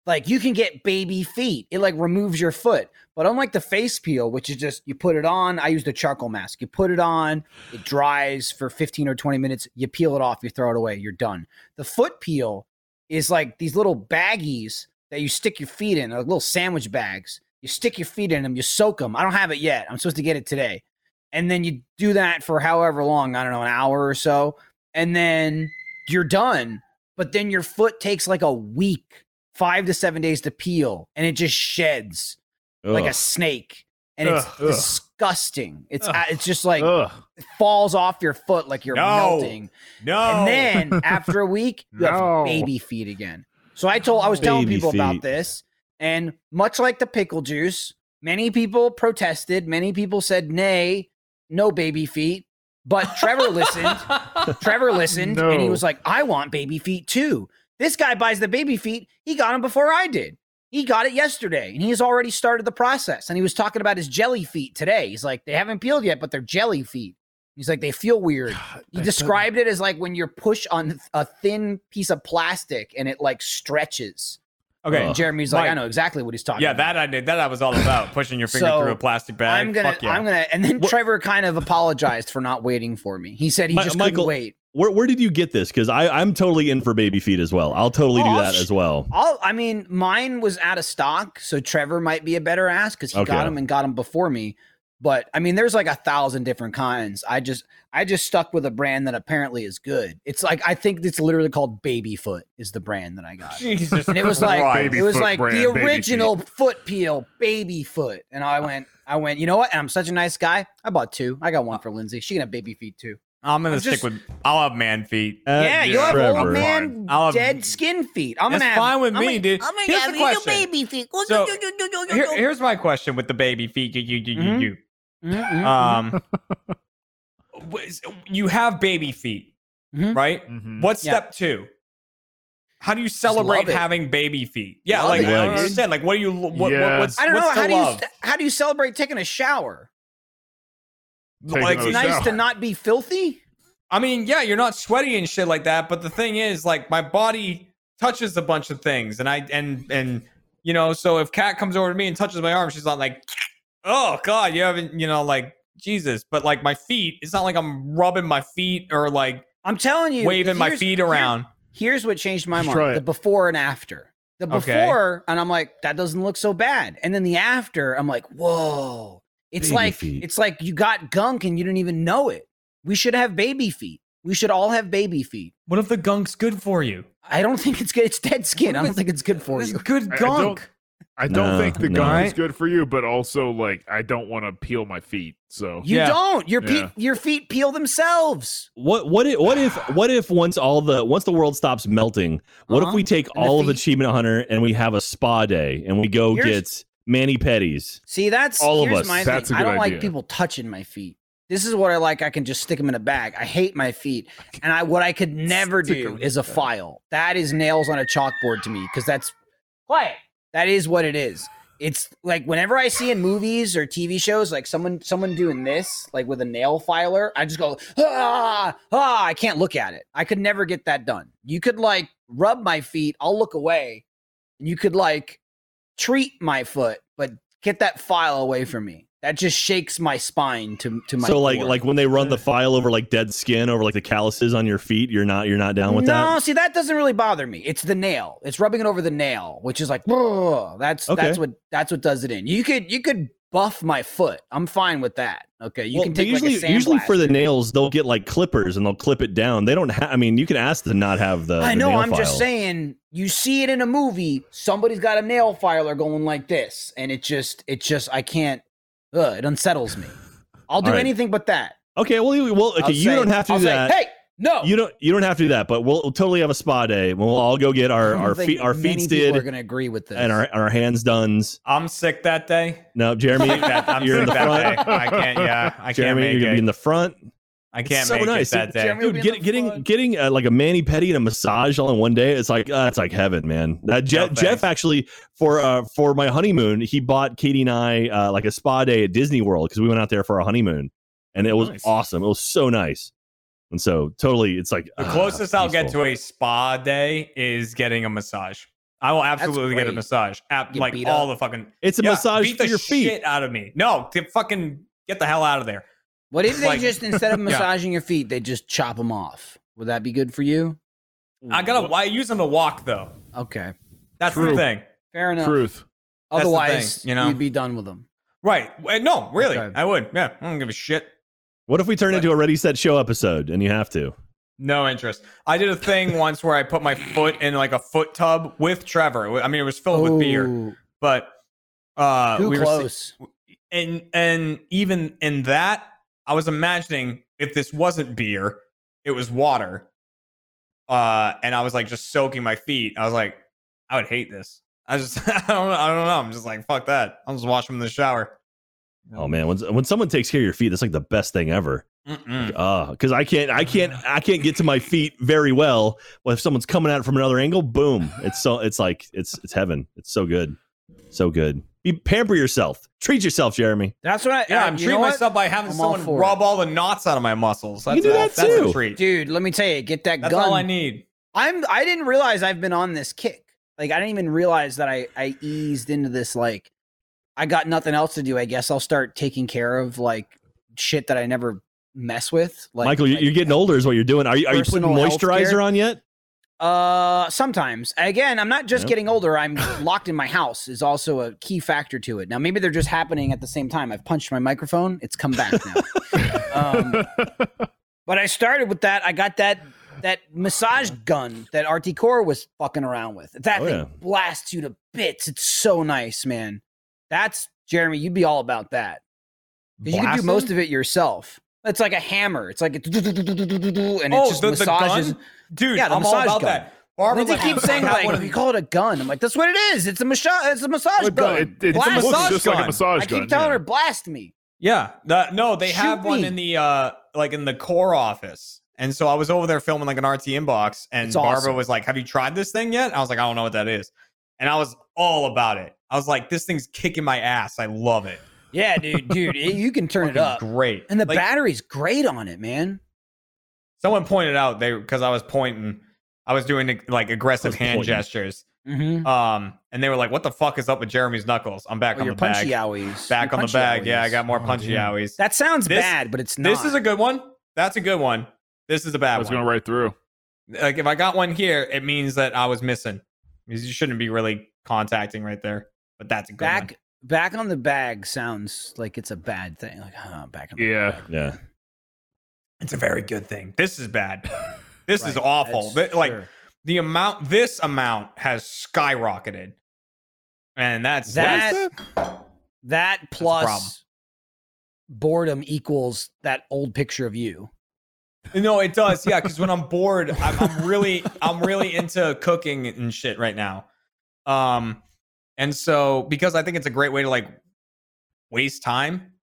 [SPEAKER 3] Like you can get baby feet. It like removes your foot. But unlike the face peel, which is just you put it on, I used a charcoal mask. You put it on, it dries for 15 or 20 minutes, you peel it off, you throw it away, you're done. The foot peel is like these little baggies that you stick your feet in, like little sandwich bags. You stick your feet in them, you soak them. I don't have it yet. I'm supposed to get it today. And then you do that for however long, I don't know, an hour or so. And then you're done. But then your foot takes like a week, five to seven days to peel, and it just sheds like a
[SPEAKER 2] Ugh.
[SPEAKER 3] snake, and it's
[SPEAKER 5] Ugh, ugh.
[SPEAKER 3] disgusting. It's
[SPEAKER 4] Ugh.
[SPEAKER 3] uh, it's just like
[SPEAKER 5] Ugh.
[SPEAKER 3] it falls off your foot like you're
[SPEAKER 4] No.
[SPEAKER 3] melting,
[SPEAKER 4] no.
[SPEAKER 3] and then after a week you
[SPEAKER 5] No.
[SPEAKER 3] have baby feet again. So I told I was telling
[SPEAKER 2] Baby
[SPEAKER 3] people
[SPEAKER 2] feet.
[SPEAKER 3] about this, and much like the pickle juice, many people protested. Many people said nay, no baby feet. But Trevor listened. Trevor listened and he
[SPEAKER 5] No.
[SPEAKER 3] was like, I want baby feet too. This guy buys the baby feet. He got them before I did. He got it yesterday and he's already started the process. And he was talking about his jelly feet today. He's like, they haven't peeled yet, but they're jelly feet. He's like, they feel weird. He described it as like when you push on a thin piece of plastic and it like stretches.
[SPEAKER 4] Okay.
[SPEAKER 3] And Jeremy's like,
[SPEAKER 4] Mike.
[SPEAKER 3] I know exactly what he's
[SPEAKER 2] Oh.
[SPEAKER 3] talking.
[SPEAKER 4] yeah,
[SPEAKER 3] about.
[SPEAKER 4] that I did. That I was all about pushing your finger
[SPEAKER 3] So,
[SPEAKER 4] through a plastic bag.
[SPEAKER 3] I'm gonna,
[SPEAKER 4] Fuck yeah.
[SPEAKER 3] I'm gonna, and then
[SPEAKER 2] What-
[SPEAKER 3] Trevor kind of apologized for not waiting for me. He said he
[SPEAKER 2] Mi-
[SPEAKER 3] just
[SPEAKER 2] Michael-
[SPEAKER 3] couldn't wait.
[SPEAKER 2] Where where did you get this? Because I I'm totally in for baby feet as well. I'll totally
[SPEAKER 3] Oh,
[SPEAKER 2] do
[SPEAKER 3] I'll
[SPEAKER 2] that
[SPEAKER 3] sh-
[SPEAKER 2] as well.
[SPEAKER 3] All, I mean, mine was out of stock, so Trevor might be a better ass because he got
[SPEAKER 2] Okay.
[SPEAKER 3] him and got him before me. But I mean, there's like a thousand different kinds. I just, I just stuck with a brand that apparently is good. It's like I think it's literally called Babyfoot is the brand that I got.
[SPEAKER 4] Jesus.
[SPEAKER 3] and it was like
[SPEAKER 5] Right.
[SPEAKER 3] it was
[SPEAKER 5] Babyfoot
[SPEAKER 3] like
[SPEAKER 5] brand,
[SPEAKER 3] the
[SPEAKER 5] baby
[SPEAKER 3] original foot peel baby foot and i went i went you know what and i'm such a nice guy i bought two i got one for lindsay she can have baby feet too
[SPEAKER 4] I'm gonna
[SPEAKER 3] I'm
[SPEAKER 4] stick
[SPEAKER 3] just-
[SPEAKER 4] with. I'll have man feet.
[SPEAKER 2] Uh,
[SPEAKER 3] yeah you'll have
[SPEAKER 2] Trevor.
[SPEAKER 3] old man
[SPEAKER 4] I'll have-
[SPEAKER 3] dead skin feet i'm
[SPEAKER 4] That's
[SPEAKER 3] gonna have
[SPEAKER 4] fine with
[SPEAKER 3] I'm
[SPEAKER 4] me,
[SPEAKER 3] gonna-
[SPEAKER 4] dude.
[SPEAKER 3] I'm gonna
[SPEAKER 4] Here's
[SPEAKER 3] have
[SPEAKER 4] the
[SPEAKER 3] your
[SPEAKER 4] question.
[SPEAKER 3] baby feet
[SPEAKER 4] So, Here- here's my question with the baby feet. You, you, you, you,
[SPEAKER 3] Mhm.
[SPEAKER 4] you.
[SPEAKER 3] Mm, mm,
[SPEAKER 4] Um, was- you have baby feet,
[SPEAKER 3] Mhm.
[SPEAKER 4] right?
[SPEAKER 5] Mhm.
[SPEAKER 4] What's
[SPEAKER 3] Yeah.
[SPEAKER 4] step two? How do you celebrate
[SPEAKER 3] love it.
[SPEAKER 4] having baby feet? Yeah,
[SPEAKER 3] Love
[SPEAKER 4] like
[SPEAKER 2] it,
[SPEAKER 4] I don't
[SPEAKER 2] dude.
[SPEAKER 4] understand. Like, what do you? What,
[SPEAKER 5] Yeah.
[SPEAKER 4] what, what's,
[SPEAKER 3] i don't know
[SPEAKER 4] what's
[SPEAKER 3] how
[SPEAKER 4] the
[SPEAKER 3] do you
[SPEAKER 4] love?
[SPEAKER 3] ce- how do you celebrate taking a shower
[SPEAKER 5] Taking
[SPEAKER 4] like,
[SPEAKER 5] a
[SPEAKER 4] Oh,
[SPEAKER 3] it's nice
[SPEAKER 5] shower.
[SPEAKER 3] to not be filthy
[SPEAKER 4] I mean, yeah, you're not sweaty and shit like that, but the thing is, like, my body touches a bunch of things, and I and and you know, so if Kat comes over to me and touches my arm, she's not like, oh god, you haven't, you know, like Jesus, but like my feet, it's not like I'm rubbing my feet or like
[SPEAKER 3] i'm telling you
[SPEAKER 4] waving my
[SPEAKER 3] here's-
[SPEAKER 4] feet
[SPEAKER 3] here-
[SPEAKER 4] around.
[SPEAKER 3] here's what changed my
[SPEAKER 5] Just try
[SPEAKER 3] mind
[SPEAKER 5] it.
[SPEAKER 3] the before and after the
[SPEAKER 4] Okay.
[SPEAKER 3] before and i'm like that doesn't look so bad and then the after i'm like whoa it's
[SPEAKER 2] Baby
[SPEAKER 3] like
[SPEAKER 2] feet.
[SPEAKER 3] it's like you got gunk and you didn't even know it we should have baby feet we should all have baby feet
[SPEAKER 4] What if the gunk's good for you?
[SPEAKER 3] i don't think it's good it's dead skin i don't think it's good for
[SPEAKER 4] It's
[SPEAKER 3] you
[SPEAKER 4] good
[SPEAKER 5] I- I don't-
[SPEAKER 4] gunk.
[SPEAKER 5] I don't
[SPEAKER 2] No,
[SPEAKER 5] think the
[SPEAKER 2] no.
[SPEAKER 5] gum is good for you, but also like I don't want to peel my feet. So
[SPEAKER 3] you
[SPEAKER 4] Yeah.
[SPEAKER 3] don't your
[SPEAKER 5] Yeah.
[SPEAKER 3] feet your feet peel themselves
[SPEAKER 2] What what if what if what if once all the once the world stops melting, what if
[SPEAKER 3] Uh-huh.
[SPEAKER 2] we take
[SPEAKER 3] And the
[SPEAKER 2] all of
[SPEAKER 3] feet.
[SPEAKER 2] Achievement Hunter and we have a spa day and we go
[SPEAKER 3] Here's-
[SPEAKER 2] get Manny Petties?
[SPEAKER 3] See, that's
[SPEAKER 2] All of
[SPEAKER 3] here's
[SPEAKER 2] us.
[SPEAKER 3] My
[SPEAKER 5] That's
[SPEAKER 3] thing.
[SPEAKER 5] a good
[SPEAKER 3] I don't like
[SPEAKER 5] idea.
[SPEAKER 3] people touching my feet. This is what I like. I can just stick them in a bag. I hate my feet, and I what I could never
[SPEAKER 4] Stick 'em
[SPEAKER 3] do
[SPEAKER 4] in
[SPEAKER 3] is a file. That is nails on a chalkboard to me because that's quiet. That is what it is. It's like whenever I see in movies or TV shows, like someone someone doing this, like with a nail filer, I just go ah ah. I can't look at it. I could never get that done. You could like rub my feet. I'll look away. And you could like treat my foot, but get that file away from me. That just shakes my spine to to my.
[SPEAKER 2] So like
[SPEAKER 3] core.
[SPEAKER 2] like when they run the file over like dead skin over like the calluses on your feet, you're not you're not down with
[SPEAKER 3] no,
[SPEAKER 2] that.
[SPEAKER 3] see that doesn't really bother me. It's the nail. It's rubbing it over the nail, which is like "Ugh." that's
[SPEAKER 2] Okay.
[SPEAKER 3] that's what that's what does it in. You could you could buff my foot. I'm fine with that. Okay, you
[SPEAKER 2] Well,
[SPEAKER 3] can
[SPEAKER 2] they
[SPEAKER 3] take
[SPEAKER 2] usually
[SPEAKER 3] like a
[SPEAKER 2] usually for
[SPEAKER 3] sandblast.
[SPEAKER 2] the nails they'll get like clippers and they'll clip it down. They don't ha- I mean you can ask to not have uh, the
[SPEAKER 3] I
[SPEAKER 2] the
[SPEAKER 3] know.
[SPEAKER 2] nail
[SPEAKER 3] I'm just
[SPEAKER 2] file.
[SPEAKER 3] saying. You see it in a movie. Somebody's got a nail filer going like this, and it just it just I can't. Ugh, it unsettles me. I'll do
[SPEAKER 2] All right.
[SPEAKER 3] anything but that.
[SPEAKER 2] Okay, well you- well okay,
[SPEAKER 3] I'll
[SPEAKER 2] you
[SPEAKER 3] say-
[SPEAKER 2] don't have to
[SPEAKER 3] I'll
[SPEAKER 2] do
[SPEAKER 3] say,
[SPEAKER 2] that.
[SPEAKER 3] hey, no.
[SPEAKER 2] You don't you don't have to do that, but we'll, we'll totally have a spa day. We'll all go get our
[SPEAKER 3] I don't
[SPEAKER 2] our
[SPEAKER 3] think
[SPEAKER 2] feet our
[SPEAKER 3] many
[SPEAKER 2] feet
[SPEAKER 3] people
[SPEAKER 2] did
[SPEAKER 3] are going to agree with this.
[SPEAKER 2] and our our hands done.
[SPEAKER 4] I'm sick that day.
[SPEAKER 2] No, Jeremy,
[SPEAKER 4] Sick that- I'm
[SPEAKER 2] you're in
[SPEAKER 4] sick
[SPEAKER 2] the
[SPEAKER 4] that
[SPEAKER 2] front.
[SPEAKER 4] day. I can't. Yeah, I
[SPEAKER 2] Jeremy, you're gonna
[SPEAKER 4] can't
[SPEAKER 2] be
[SPEAKER 4] make
[SPEAKER 2] in
[SPEAKER 4] it.
[SPEAKER 2] the front.
[SPEAKER 4] I can't
[SPEAKER 2] it's so
[SPEAKER 4] make
[SPEAKER 2] nice.
[SPEAKER 4] it that day.
[SPEAKER 3] Jeremy-
[SPEAKER 2] Dude,
[SPEAKER 3] be in
[SPEAKER 2] get,
[SPEAKER 3] the
[SPEAKER 2] getting
[SPEAKER 3] front.
[SPEAKER 2] getting uh, like a mani pedi and a massage all in one day. It's like uh, it's like heaven, man. That Jeff,
[SPEAKER 4] thanks.
[SPEAKER 2] Jeff actually for uh, for my honeymoon, he bought Katie and I uh, like a spa day at Disney World because we went out there for our honeymoon, and it was
[SPEAKER 5] Nice.
[SPEAKER 2] awesome. It was so nice, and so totally, it's like
[SPEAKER 4] The
[SPEAKER 2] ah,
[SPEAKER 4] closest I'll get
[SPEAKER 2] peaceful.
[SPEAKER 4] to a spa day is getting a massage. I will absolutely get a
[SPEAKER 3] great.
[SPEAKER 4] massage. Ab-
[SPEAKER 3] Get
[SPEAKER 4] like
[SPEAKER 3] beat
[SPEAKER 4] all the fucking
[SPEAKER 2] It's a
[SPEAKER 4] Yeah,
[SPEAKER 2] massage
[SPEAKER 4] beat
[SPEAKER 2] for
[SPEAKER 4] the
[SPEAKER 2] your feet.
[SPEAKER 4] shit out of me. No, to fucking get the hell out of there.
[SPEAKER 3] what if they
[SPEAKER 4] like-
[SPEAKER 3] just instead of
[SPEAKER 4] Yeah.
[SPEAKER 3] massaging your feet, they just chop them off? Would that be good for you?
[SPEAKER 4] I gotta. I use them to walk though.
[SPEAKER 3] Okay,
[SPEAKER 4] That's the
[SPEAKER 5] True.
[SPEAKER 4] thing.
[SPEAKER 3] fair enough.
[SPEAKER 5] truth.
[SPEAKER 4] That's the thing,
[SPEAKER 3] Otherwise,
[SPEAKER 4] you know?
[SPEAKER 3] you'd be done with them.
[SPEAKER 4] Right? Wait, No, really,
[SPEAKER 3] Okay.
[SPEAKER 4] I would. Yeah, I don't give a shit.
[SPEAKER 2] What if we turn
[SPEAKER 4] What?
[SPEAKER 2] into a Ready Set Show episode and you have to?
[SPEAKER 4] No interest. I did a thing once where I put my foot in like a foot tub with Trevor. I mean, it was
[SPEAKER 3] Oh,
[SPEAKER 4] filled with beer,
[SPEAKER 3] Ooh,
[SPEAKER 4] but uh,
[SPEAKER 3] too
[SPEAKER 4] we were si-
[SPEAKER 3] close.
[SPEAKER 4] and and even in that i was imagining if this wasn't beer it was water uh and i was like just soaking my feet i was like i would hate this i just i don't know i don't know i'm just like fuck that i'll just wash them in the shower
[SPEAKER 2] Oh man, when when someone takes care of your feet, that's like the best thing ever.
[SPEAKER 4] Mm-mm.
[SPEAKER 2] Uh, because I can't, I can't, I can't get to my feet very well. But if someone's coming at it from another angle, boom! It's so, it's like, it's it's heaven. It's so good, so good. Be pamper yourself, treat yourself, Jeremy.
[SPEAKER 3] That's what. I,
[SPEAKER 4] yeah
[SPEAKER 3] uh,
[SPEAKER 4] i'm
[SPEAKER 3] you
[SPEAKER 4] treating
[SPEAKER 3] know what?
[SPEAKER 4] myself by having
[SPEAKER 3] I'm all
[SPEAKER 4] someone
[SPEAKER 3] for
[SPEAKER 4] rub
[SPEAKER 3] it.
[SPEAKER 4] all the knots out of my muscles
[SPEAKER 2] You
[SPEAKER 4] that's,
[SPEAKER 2] do
[SPEAKER 4] a,
[SPEAKER 2] that
[SPEAKER 4] that's a
[SPEAKER 2] too.
[SPEAKER 4] treat
[SPEAKER 3] dude. Let me tell you, get that
[SPEAKER 4] that's
[SPEAKER 3] gun.
[SPEAKER 4] all i need
[SPEAKER 3] I'm. I didn't realize I've been on this kick. Like I didn't even realize that I I eased into this like I got nothing else to do. I guess I'll start taking care of like shit that I never mess with. Like
[SPEAKER 2] Michael, you're,
[SPEAKER 3] like-
[SPEAKER 2] you're getting older, is what you're doing. Are you, are you putting
[SPEAKER 3] Personal health care.
[SPEAKER 2] moisturizer on yet?
[SPEAKER 3] Uh, sometimes. Again, I'm not just
[SPEAKER 2] Yep.
[SPEAKER 3] getting older. I'm locked in my house is also a key factor to it. Now, maybe they're just happening at the same time. I've punched my microphone. It's come back now. um, but I started with that. I got that that massage gun that RT Core was fucking around with. That
[SPEAKER 2] Oh,
[SPEAKER 3] thing
[SPEAKER 2] yeah.
[SPEAKER 3] blasts you to bits. It's so nice, man. That's Jeremy. You'd be all about that. 'Cause You can do
[SPEAKER 4] Blast
[SPEAKER 3] most
[SPEAKER 4] them?
[SPEAKER 3] of it yourself. It's like a hammer. It's like it's and it
[SPEAKER 4] oh,
[SPEAKER 3] just
[SPEAKER 4] the, the
[SPEAKER 3] massages.
[SPEAKER 4] gun? Dude,
[SPEAKER 3] Yeah, the
[SPEAKER 4] I'm all
[SPEAKER 3] massage
[SPEAKER 4] about
[SPEAKER 3] gun.
[SPEAKER 4] that. Barbara
[SPEAKER 3] Lindsay
[SPEAKER 4] like,
[SPEAKER 3] keeps saying
[SPEAKER 4] "I want
[SPEAKER 3] like
[SPEAKER 4] one
[SPEAKER 3] we
[SPEAKER 4] of
[SPEAKER 3] call it a gun. I'm like, that's what it is. It's a massage. It's a massage
[SPEAKER 5] It-
[SPEAKER 3] gun.
[SPEAKER 5] it- it
[SPEAKER 3] Blast
[SPEAKER 5] looks
[SPEAKER 4] massage
[SPEAKER 5] just like
[SPEAKER 4] gun.
[SPEAKER 5] a massage
[SPEAKER 3] I
[SPEAKER 5] gun.
[SPEAKER 3] keep telling
[SPEAKER 5] yeah.
[SPEAKER 3] her, blast me.
[SPEAKER 4] Yeah. the- no, they
[SPEAKER 3] Shoot
[SPEAKER 4] have one
[SPEAKER 3] me.
[SPEAKER 4] in the uh like in the core office. And so I was over there filming like an RT inbox and
[SPEAKER 3] It's
[SPEAKER 4] Barbara
[SPEAKER 3] awesome.
[SPEAKER 4] was like, Have you tried this thing yet? I was like, I don't know what that is. And I was all about it. I was like, this thing's kicking my ass. I love it.
[SPEAKER 3] Yeah, dude, dude, it- you can turn it
[SPEAKER 4] Fucking
[SPEAKER 3] up.
[SPEAKER 4] Great.
[SPEAKER 3] And the
[SPEAKER 4] Like,
[SPEAKER 3] battery's great on it, man.
[SPEAKER 4] someone pointed out they because I was pointing, I was doing like aggressive
[SPEAKER 2] Was
[SPEAKER 4] hand
[SPEAKER 2] pointing.
[SPEAKER 4] gestures.
[SPEAKER 3] Mm-hmm.
[SPEAKER 4] Um, and they were like, What the fuck is up with Jeremy's knuckles? I'm back
[SPEAKER 3] Oh,
[SPEAKER 4] on
[SPEAKER 3] your
[SPEAKER 4] the bag.
[SPEAKER 3] punchy owies.
[SPEAKER 4] Back
[SPEAKER 3] Your
[SPEAKER 4] on
[SPEAKER 3] punchy
[SPEAKER 4] the bag. Yeah, I
[SPEAKER 3] owies.
[SPEAKER 4] got more
[SPEAKER 1] Oh,
[SPEAKER 4] punchy
[SPEAKER 1] dude.
[SPEAKER 4] owies.
[SPEAKER 3] That sounds
[SPEAKER 4] This-
[SPEAKER 3] bad, but it's not.
[SPEAKER 4] This is a good one. That's a good one. This is a
[SPEAKER 5] I
[SPEAKER 4] bad
[SPEAKER 5] was
[SPEAKER 4] one.
[SPEAKER 5] going right through.
[SPEAKER 4] like if I got one here, it means that I was missing. Because You shouldn't be really contacting right there. But that's a good
[SPEAKER 3] back.
[SPEAKER 4] one.
[SPEAKER 3] Back on the bag sounds like it's a bad thing. Like, huh, back on the
[SPEAKER 5] Yeah.
[SPEAKER 2] Yeah.
[SPEAKER 4] It's a very good thing. This is bad. This is
[SPEAKER 3] Right,
[SPEAKER 4] awful.
[SPEAKER 3] that's-
[SPEAKER 4] Th- like
[SPEAKER 3] sure.
[SPEAKER 4] the amount, this amount has skyrocketed, and that's
[SPEAKER 3] That-
[SPEAKER 4] that's-
[SPEAKER 3] that
[SPEAKER 4] problem.
[SPEAKER 3] plus boredom equals that old picture of you.
[SPEAKER 4] no, it does. Yeah, because when I'm bored, I'm, I'm really I'm really into cooking and shit right now. Um, and so because I think it's a great way to like waste time,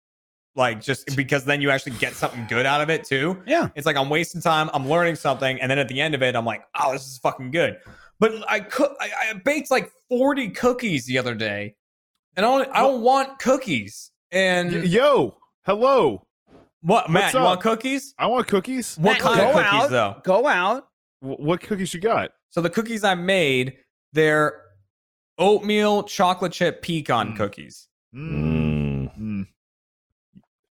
[SPEAKER 4] like just because then you actually get something good out of it too.
[SPEAKER 3] Yeah.
[SPEAKER 4] it's like I'm wasting time. I'm learning something, and then at the end of it, I'm like, oh, this is fucking good. But I cook. I, I baked like 40 cookies the other day, and I don't. I don't want cookies. And
[SPEAKER 5] Y- Yo, hello.
[SPEAKER 4] what, Matt?
[SPEAKER 5] what's
[SPEAKER 4] You
[SPEAKER 5] up?
[SPEAKER 4] want cookies?
[SPEAKER 5] I want cookies.
[SPEAKER 4] What
[SPEAKER 3] Matt,
[SPEAKER 4] kind of
[SPEAKER 3] go
[SPEAKER 4] cookies
[SPEAKER 3] out.
[SPEAKER 4] though?
[SPEAKER 3] Go out.
[SPEAKER 5] Wh- What cookies you got?
[SPEAKER 4] So the cookies I made, they're oatmeal chocolate chip pecan
[SPEAKER 5] Mm.
[SPEAKER 4] cookies.
[SPEAKER 5] Mm.
[SPEAKER 2] Mm.
[SPEAKER 5] Mm.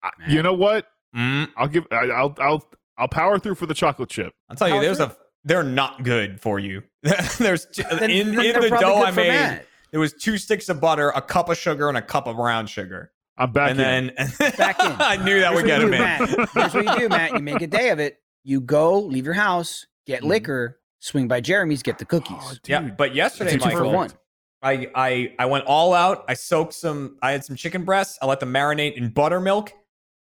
[SPEAKER 5] I- You know what?
[SPEAKER 4] Mm,
[SPEAKER 5] I'll give. I, I'll. I'll. I'll power through for the chocolate chip.
[SPEAKER 4] I'll tell you,
[SPEAKER 3] How
[SPEAKER 4] there's
[SPEAKER 3] true.
[SPEAKER 4] a they're not good for you. there's t-
[SPEAKER 3] Then-
[SPEAKER 4] in,
[SPEAKER 3] then
[SPEAKER 4] in
[SPEAKER 3] they're
[SPEAKER 4] the
[SPEAKER 3] probably
[SPEAKER 4] dough
[SPEAKER 3] good
[SPEAKER 4] I
[SPEAKER 3] for
[SPEAKER 4] made,
[SPEAKER 3] Matt.
[SPEAKER 4] there was two sticks of butter, a cup of sugar, and a cup of brown sugar.
[SPEAKER 5] I'm back.
[SPEAKER 4] and
[SPEAKER 5] in.
[SPEAKER 4] then
[SPEAKER 3] Back in.
[SPEAKER 4] I knew that would
[SPEAKER 5] Here's
[SPEAKER 4] get him
[SPEAKER 5] what you
[SPEAKER 4] in.
[SPEAKER 5] do,
[SPEAKER 3] Matt, here's what you do, Matt. You make a day of it. You go, leave your house, get
[SPEAKER 4] Mm-hmm.
[SPEAKER 5] Mhm.
[SPEAKER 3] liquor, swing by Jeremy's, get the cookies.
[SPEAKER 5] Oh, dude.
[SPEAKER 4] Yeah, but yesterday,
[SPEAKER 5] Dude,
[SPEAKER 3] Two for
[SPEAKER 4] Michael,
[SPEAKER 3] one.
[SPEAKER 4] I, I I went all out. I soaked some. I had some chicken breasts. I let them marinate in buttermilk,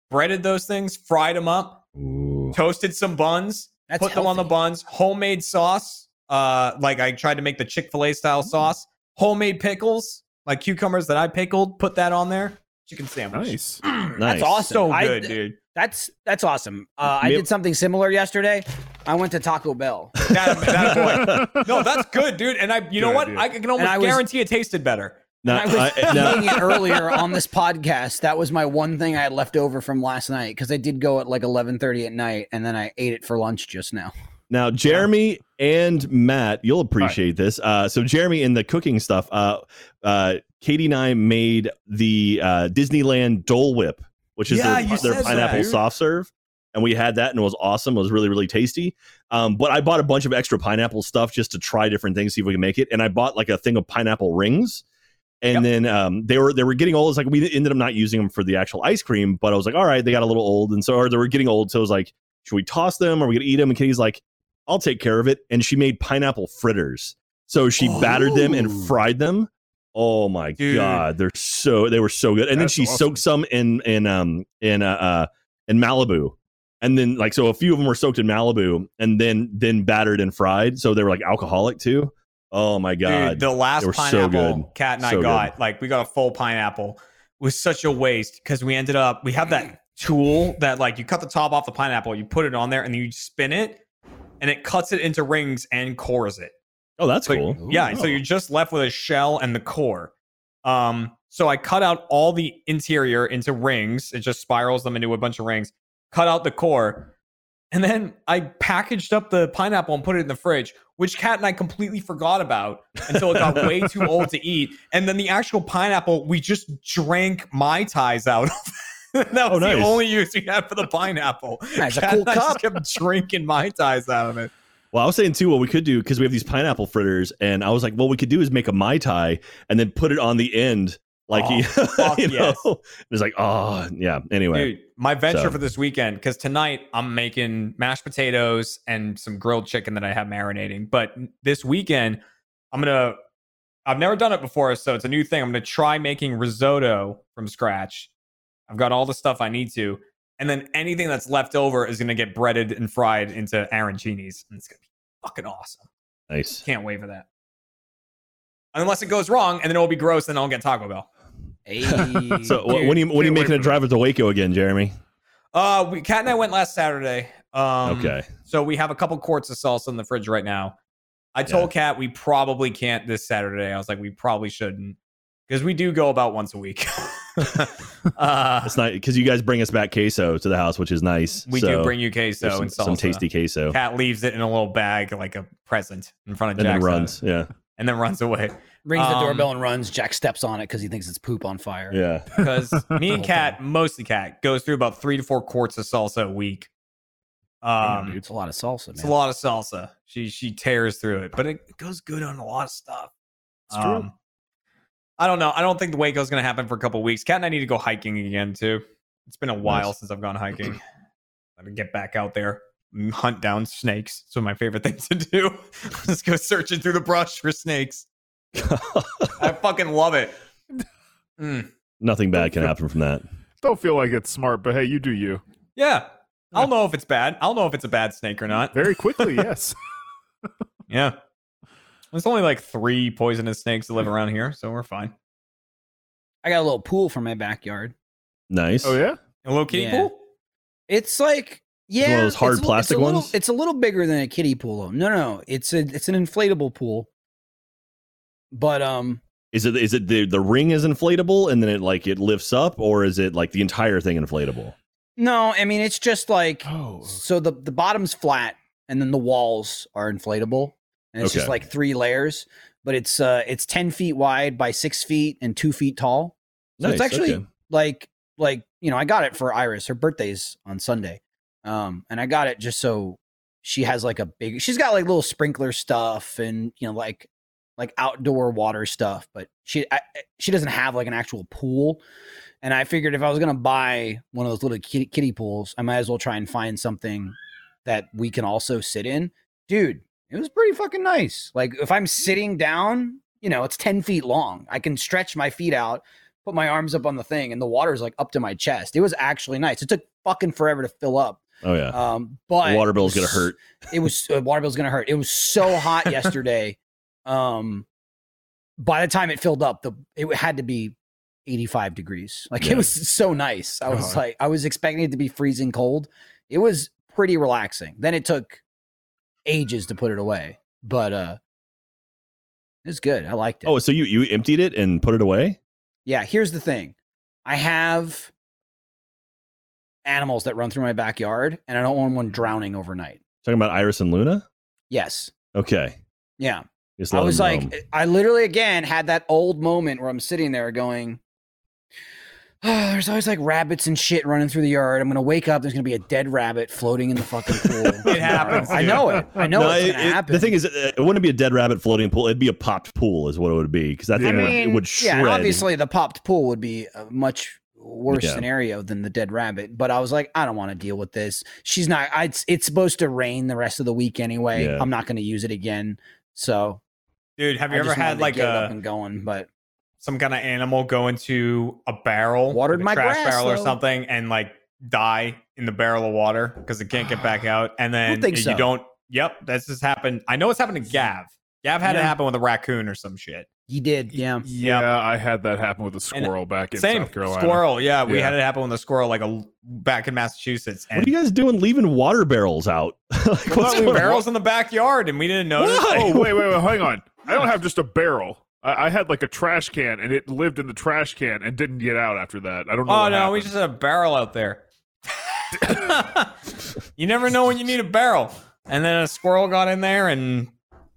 [SPEAKER 4] breaded those things, fried them up,
[SPEAKER 2] Mm. Ooh.
[SPEAKER 4] toasted some buns,
[SPEAKER 3] That's
[SPEAKER 4] put them on the
[SPEAKER 3] healthy.
[SPEAKER 4] buns. Homemade sauce. Uh, like I tried to make the Chick Fil A style
[SPEAKER 3] Mm.
[SPEAKER 4] sauce. Homemade pickles, like cucumbers that I pickled. Put that on there. Chicken sandwich.
[SPEAKER 5] nice.
[SPEAKER 2] Nice.
[SPEAKER 3] That's awesome.
[SPEAKER 4] So
[SPEAKER 3] I-
[SPEAKER 4] good, dude.
[SPEAKER 3] That's that's awesome. Uh, I
[SPEAKER 2] Yep.
[SPEAKER 3] did something similar yesterday. I went to Taco Bell.
[SPEAKER 4] That, that boy. No, that's good, dude. And I, you know
[SPEAKER 5] Good
[SPEAKER 4] what?
[SPEAKER 5] idea.
[SPEAKER 4] I can almost
[SPEAKER 3] I was-
[SPEAKER 4] guarantee it tasted better.
[SPEAKER 2] Now,
[SPEAKER 3] I was
[SPEAKER 2] I- now-
[SPEAKER 3] eating it earlier on this podcast. That was my one thing I had left over from last night because I did go at like eleven thirty at night, and then I ate it for lunch just now.
[SPEAKER 2] Now, Jeremy and Matt, you'll appreciate this. Uh, so, Jeremy, in the cooking stuff, uh, uh, Katie and I made the uh, Disneyland Dole Whip, which is their,
[SPEAKER 4] Yeah, you
[SPEAKER 2] their
[SPEAKER 4] said
[SPEAKER 2] pineapple
[SPEAKER 4] that.
[SPEAKER 2] soft serve. And we had that and it was awesome. It was really, really tasty. Um, but I bought a bunch of extra pineapple stuff just to try different things, see if we can make it. And I bought like a thing of pineapple rings. And
[SPEAKER 4] Yep.
[SPEAKER 2] then um, they were they were getting old. It's like we ended up not using them for the actual ice cream, but I was like, all right, they got a little old, and so or they were getting old. So I was like, should we toss them? Are we gonna eat them? And Katie's like, I'll take care of it. And she made pineapple fritters. So she battered them and
[SPEAKER 4] Ooh.
[SPEAKER 2] fried them. Oh my
[SPEAKER 4] Dude.
[SPEAKER 2] god, they're so they were so good. And
[SPEAKER 5] That's
[SPEAKER 2] then she
[SPEAKER 5] awesome.
[SPEAKER 2] soaked some in in um in uh, uh in Malibu. And then like so a few of them were soaked in Malibu and then then battered and fried. So they were like alcoholic too. Oh my god.
[SPEAKER 4] Dude, the last
[SPEAKER 2] they were so
[SPEAKER 4] pineapple
[SPEAKER 2] good.
[SPEAKER 4] Cat and
[SPEAKER 2] So
[SPEAKER 4] I
[SPEAKER 2] good.
[SPEAKER 4] got, like, we got a full pineapple. was such a waste because we ended up, we have that tool that, like, you cut the top off the pineapple, you put it on there, and then you spin it, and it cuts it into rings and cores it.
[SPEAKER 2] oh, that's
[SPEAKER 4] So you-
[SPEAKER 2] cool.
[SPEAKER 4] yeah, so you're just left with a shell and the core. Um, so I cut out all the interior into rings. It just spirals them into a bunch of rings. Cut out the core, And then I packaged up the pineapple and put it in the fridge, which Kat and I completely forgot about until it got way too old to eat. And then the actual pineapple, we just drank Mai Tais out of. that was
[SPEAKER 2] Oh,
[SPEAKER 4] the
[SPEAKER 2] nice.
[SPEAKER 4] only use we had for the pineapple.
[SPEAKER 3] That's a
[SPEAKER 4] Kat
[SPEAKER 3] cool
[SPEAKER 4] and I just
[SPEAKER 3] cup.
[SPEAKER 4] kept drinking Mai Tais out of it.
[SPEAKER 2] Well, I was saying too, what we could do because we have these pineapple fritters, and I was like, what we could do is make a mai tai and then put it on the end, like
[SPEAKER 4] Oh,
[SPEAKER 2] he,
[SPEAKER 4] fuck
[SPEAKER 2] you
[SPEAKER 4] yes.
[SPEAKER 2] know. It's like, oh yeah. Anyway,
[SPEAKER 4] Dude, my venture
[SPEAKER 2] so-
[SPEAKER 4] for this weekend, because tonight I'm making mashed potatoes and some grilled chicken that I have marinating. But this weekend, I'm going to, I've never done it before. So it's a new thing. I'm going to try making risotto from scratch. I've got all the stuff I need to. And then anything that's left over is going to get breaded and fried into arancinis. And it's going to be fucking awesome.
[SPEAKER 2] nice.
[SPEAKER 4] Can't wait for that. Unless it goes wrong and then it'll be gross and I'll get Taco Bell.
[SPEAKER 3] Hey.
[SPEAKER 2] So wh- when are you when are you
[SPEAKER 4] can't wait
[SPEAKER 2] making a
[SPEAKER 4] for
[SPEAKER 2] drive up to Waco again, Jeremy?
[SPEAKER 4] Uh, we, Kat and I went last Saturday. Um,
[SPEAKER 2] okay.
[SPEAKER 4] So we have a couple quarts of salsa in the fridge right now. I told Kat we probably can't this Saturday. I was like, we probably shouldn't because we do go about once a week. uh,
[SPEAKER 2] It's nice because you guys bring us back queso to the house, which is nice.
[SPEAKER 4] we
[SPEAKER 2] So
[SPEAKER 4] do bring you queso
[SPEAKER 2] there's some,
[SPEAKER 4] and salsa.
[SPEAKER 2] some tasty queso,
[SPEAKER 4] Kat leaves it in a little bag like a present in front of
[SPEAKER 2] and then
[SPEAKER 4] Jack
[SPEAKER 2] runs. Yeah,
[SPEAKER 4] and then runs away.
[SPEAKER 3] Rings the
[SPEAKER 4] Um,
[SPEAKER 3] doorbell and runs. Jack steps on it because he thinks it's poop on fire.
[SPEAKER 2] yeah.
[SPEAKER 4] because me and Kat, mostly Kat, goes through about three to four quarts of salsa a week.
[SPEAKER 5] Damn,
[SPEAKER 4] Um,
[SPEAKER 5] dude.
[SPEAKER 3] It's a lot of salsa, man.
[SPEAKER 4] It's a lot of salsa. She she tears through it, but it goes good on a lot of stuff. Um,
[SPEAKER 5] It's true.
[SPEAKER 4] I don't know. I don't think the Waco's going to happen for a couple weeks. Kat and I need to go hiking again too. It's been a while since I've gone hiking. I'm gonna get back out there, and hunt down snakes. It's one of my favorite things to do. Just go searching through the brush for snakes. I fucking love it. Mm.
[SPEAKER 2] Nothing bad can happen from that.
[SPEAKER 5] Don't feel like it's smart, but hey, you do you.
[SPEAKER 4] Yeah. I'll know if it's bad. I'll know if it's a bad snake or not.
[SPEAKER 5] Very quickly, yes.
[SPEAKER 4] Yeah. There's only like three poisonous snakes that live around here, so we're fine.
[SPEAKER 3] I got a little pool for my backyard.
[SPEAKER 2] Nice.
[SPEAKER 5] Oh yeah?
[SPEAKER 4] A little kiddie
[SPEAKER 3] Yeah.
[SPEAKER 4] pool?
[SPEAKER 3] It's like yeah,
[SPEAKER 2] one of those hard
[SPEAKER 3] it's a li-
[SPEAKER 2] plastic
[SPEAKER 3] it's a little,
[SPEAKER 2] ones?
[SPEAKER 3] It's a little bigger than a kiddie pool. Though. No, no, it's a it's an inflatable pool. But um,
[SPEAKER 2] Is it is it the the ring is inflatable and then it like it lifts up, or is it like the entire thing inflatable?
[SPEAKER 3] no, I mean it's just like
[SPEAKER 5] Oh.
[SPEAKER 3] so the the bottom's flat and then the walls are inflatable and it's just
[SPEAKER 2] Okay.
[SPEAKER 3] like three layers. But it's uh it's ten feet wide by six feet and two feet tall. So it's
[SPEAKER 2] Nice,
[SPEAKER 3] actually
[SPEAKER 2] okay.
[SPEAKER 3] like like you know I got it for Iris. Her birthday's on Sunday, um, and I got it just so she has like a big. She's got like little sprinkler stuff and you know like like outdoor water stuff, but she I, I- she doesn't have like an actual pool. And I figured if I was gonna buy one of those little kitty, kiddie pools, I might as well try and find something that we can also sit in. Dude, it was pretty fucking nice. Like if I'm sitting down, you know, it's ten feet long. I can stretch my feet out put my arms up on the thing and the water's like up to my chest. It was actually nice. It took fucking forever to fill up.
[SPEAKER 2] Oh yeah.
[SPEAKER 3] Um,
[SPEAKER 2] The
[SPEAKER 3] but
[SPEAKER 2] water bill's gonna hurt.
[SPEAKER 3] It was uh, water bill's gonna hurt. It was so hot yesterday. Um, by the time it filled up, the it had to be 85 degrees. Like
[SPEAKER 2] Yeah. Uh-huh.
[SPEAKER 3] it was so nice. I was
[SPEAKER 4] Oh.
[SPEAKER 3] like, I was expecting it to be freezing cold. It was pretty relaxing. Then it took ages to put it away, but uh, it was good. I liked it.
[SPEAKER 2] Oh, so you you emptied it and put it away?
[SPEAKER 3] Yeah, here's the thing. I have animals that run through my backyard and I don't want one drowning overnight.
[SPEAKER 2] Talking about Iris and Luna.
[SPEAKER 3] Yes.
[SPEAKER 2] Okay.
[SPEAKER 3] Yeah.
[SPEAKER 2] Just
[SPEAKER 3] I
[SPEAKER 2] let
[SPEAKER 3] was
[SPEAKER 2] them
[SPEAKER 3] like eh,
[SPEAKER 2] roam.
[SPEAKER 3] I literally again had that old moment where I'm sitting there going "Ah, there's always like rabbits and shit running through the yard. I'm gonna wake up. There's gonna be a dead rabbit floating in the fucking pool. tomorrow."
[SPEAKER 4] happens,
[SPEAKER 3] I
[SPEAKER 4] dude.
[SPEAKER 3] know it. I know
[SPEAKER 2] No,
[SPEAKER 3] it's
[SPEAKER 2] it-
[SPEAKER 3] gonna
[SPEAKER 2] it-
[SPEAKER 3] happen.
[SPEAKER 2] the thing is, uh, it, it wouldn't be a dead rabbit floating pool. It'd be a popped pool, is what it would be, because that
[SPEAKER 5] I
[SPEAKER 2] thing would- it would
[SPEAKER 3] yeah,
[SPEAKER 2] shred.
[SPEAKER 3] and obviously the popped pool would be a much worse
[SPEAKER 2] Yeah.
[SPEAKER 3] scenario than the dead rabbit. But I was like, I don't want to deal with this. She's not. I, it's, it's supposed to rain the rest of the week anyway.
[SPEAKER 2] Yeah.
[SPEAKER 3] I'm not going to use it again. So
[SPEAKER 4] Dude, have you
[SPEAKER 3] I
[SPEAKER 4] ever
[SPEAKER 3] just wanted
[SPEAKER 4] had
[SPEAKER 3] to
[SPEAKER 4] like uh,
[SPEAKER 3] get it up
[SPEAKER 4] a
[SPEAKER 3] and going? But
[SPEAKER 4] some kind of animal go into a barrel,
[SPEAKER 3] Watered my
[SPEAKER 4] like a trash
[SPEAKER 3] grass,
[SPEAKER 4] barrel or
[SPEAKER 3] though.
[SPEAKER 4] something, and like die in the barrel of water because it can't get back out? And then
[SPEAKER 3] think
[SPEAKER 4] you
[SPEAKER 3] so.
[SPEAKER 4] don't. Yep, that's just happened. I know it's happened to Gav. Gav had it
[SPEAKER 3] Yeah.
[SPEAKER 4] happen with a raccoon or some shit.
[SPEAKER 3] he did, yeah.
[SPEAKER 5] Yeah, I had that happen with a squirrel back in
[SPEAKER 4] Same
[SPEAKER 5] South Carolina.
[SPEAKER 4] squirrel. Yeah, we
[SPEAKER 5] Yeah.
[SPEAKER 4] had it happen with a squirrel like a back in Massachusetts. And
[SPEAKER 2] what are you guys doing, leaving water barrels out? like,
[SPEAKER 4] Well,
[SPEAKER 2] what's
[SPEAKER 4] no,
[SPEAKER 2] going on?
[SPEAKER 4] barrels in the backyard, and we didn't know.
[SPEAKER 2] Why?
[SPEAKER 5] Oh wait, wait, wait, hang on. I don't have just a barrel. I, I had like a trash can, and it lived in the trash can and didn't get out after that. I don't know.
[SPEAKER 4] Oh
[SPEAKER 5] what
[SPEAKER 4] no, we
[SPEAKER 5] happened.
[SPEAKER 4] just had a barrel out there. You never know when you need a barrel. And then a squirrel got in there and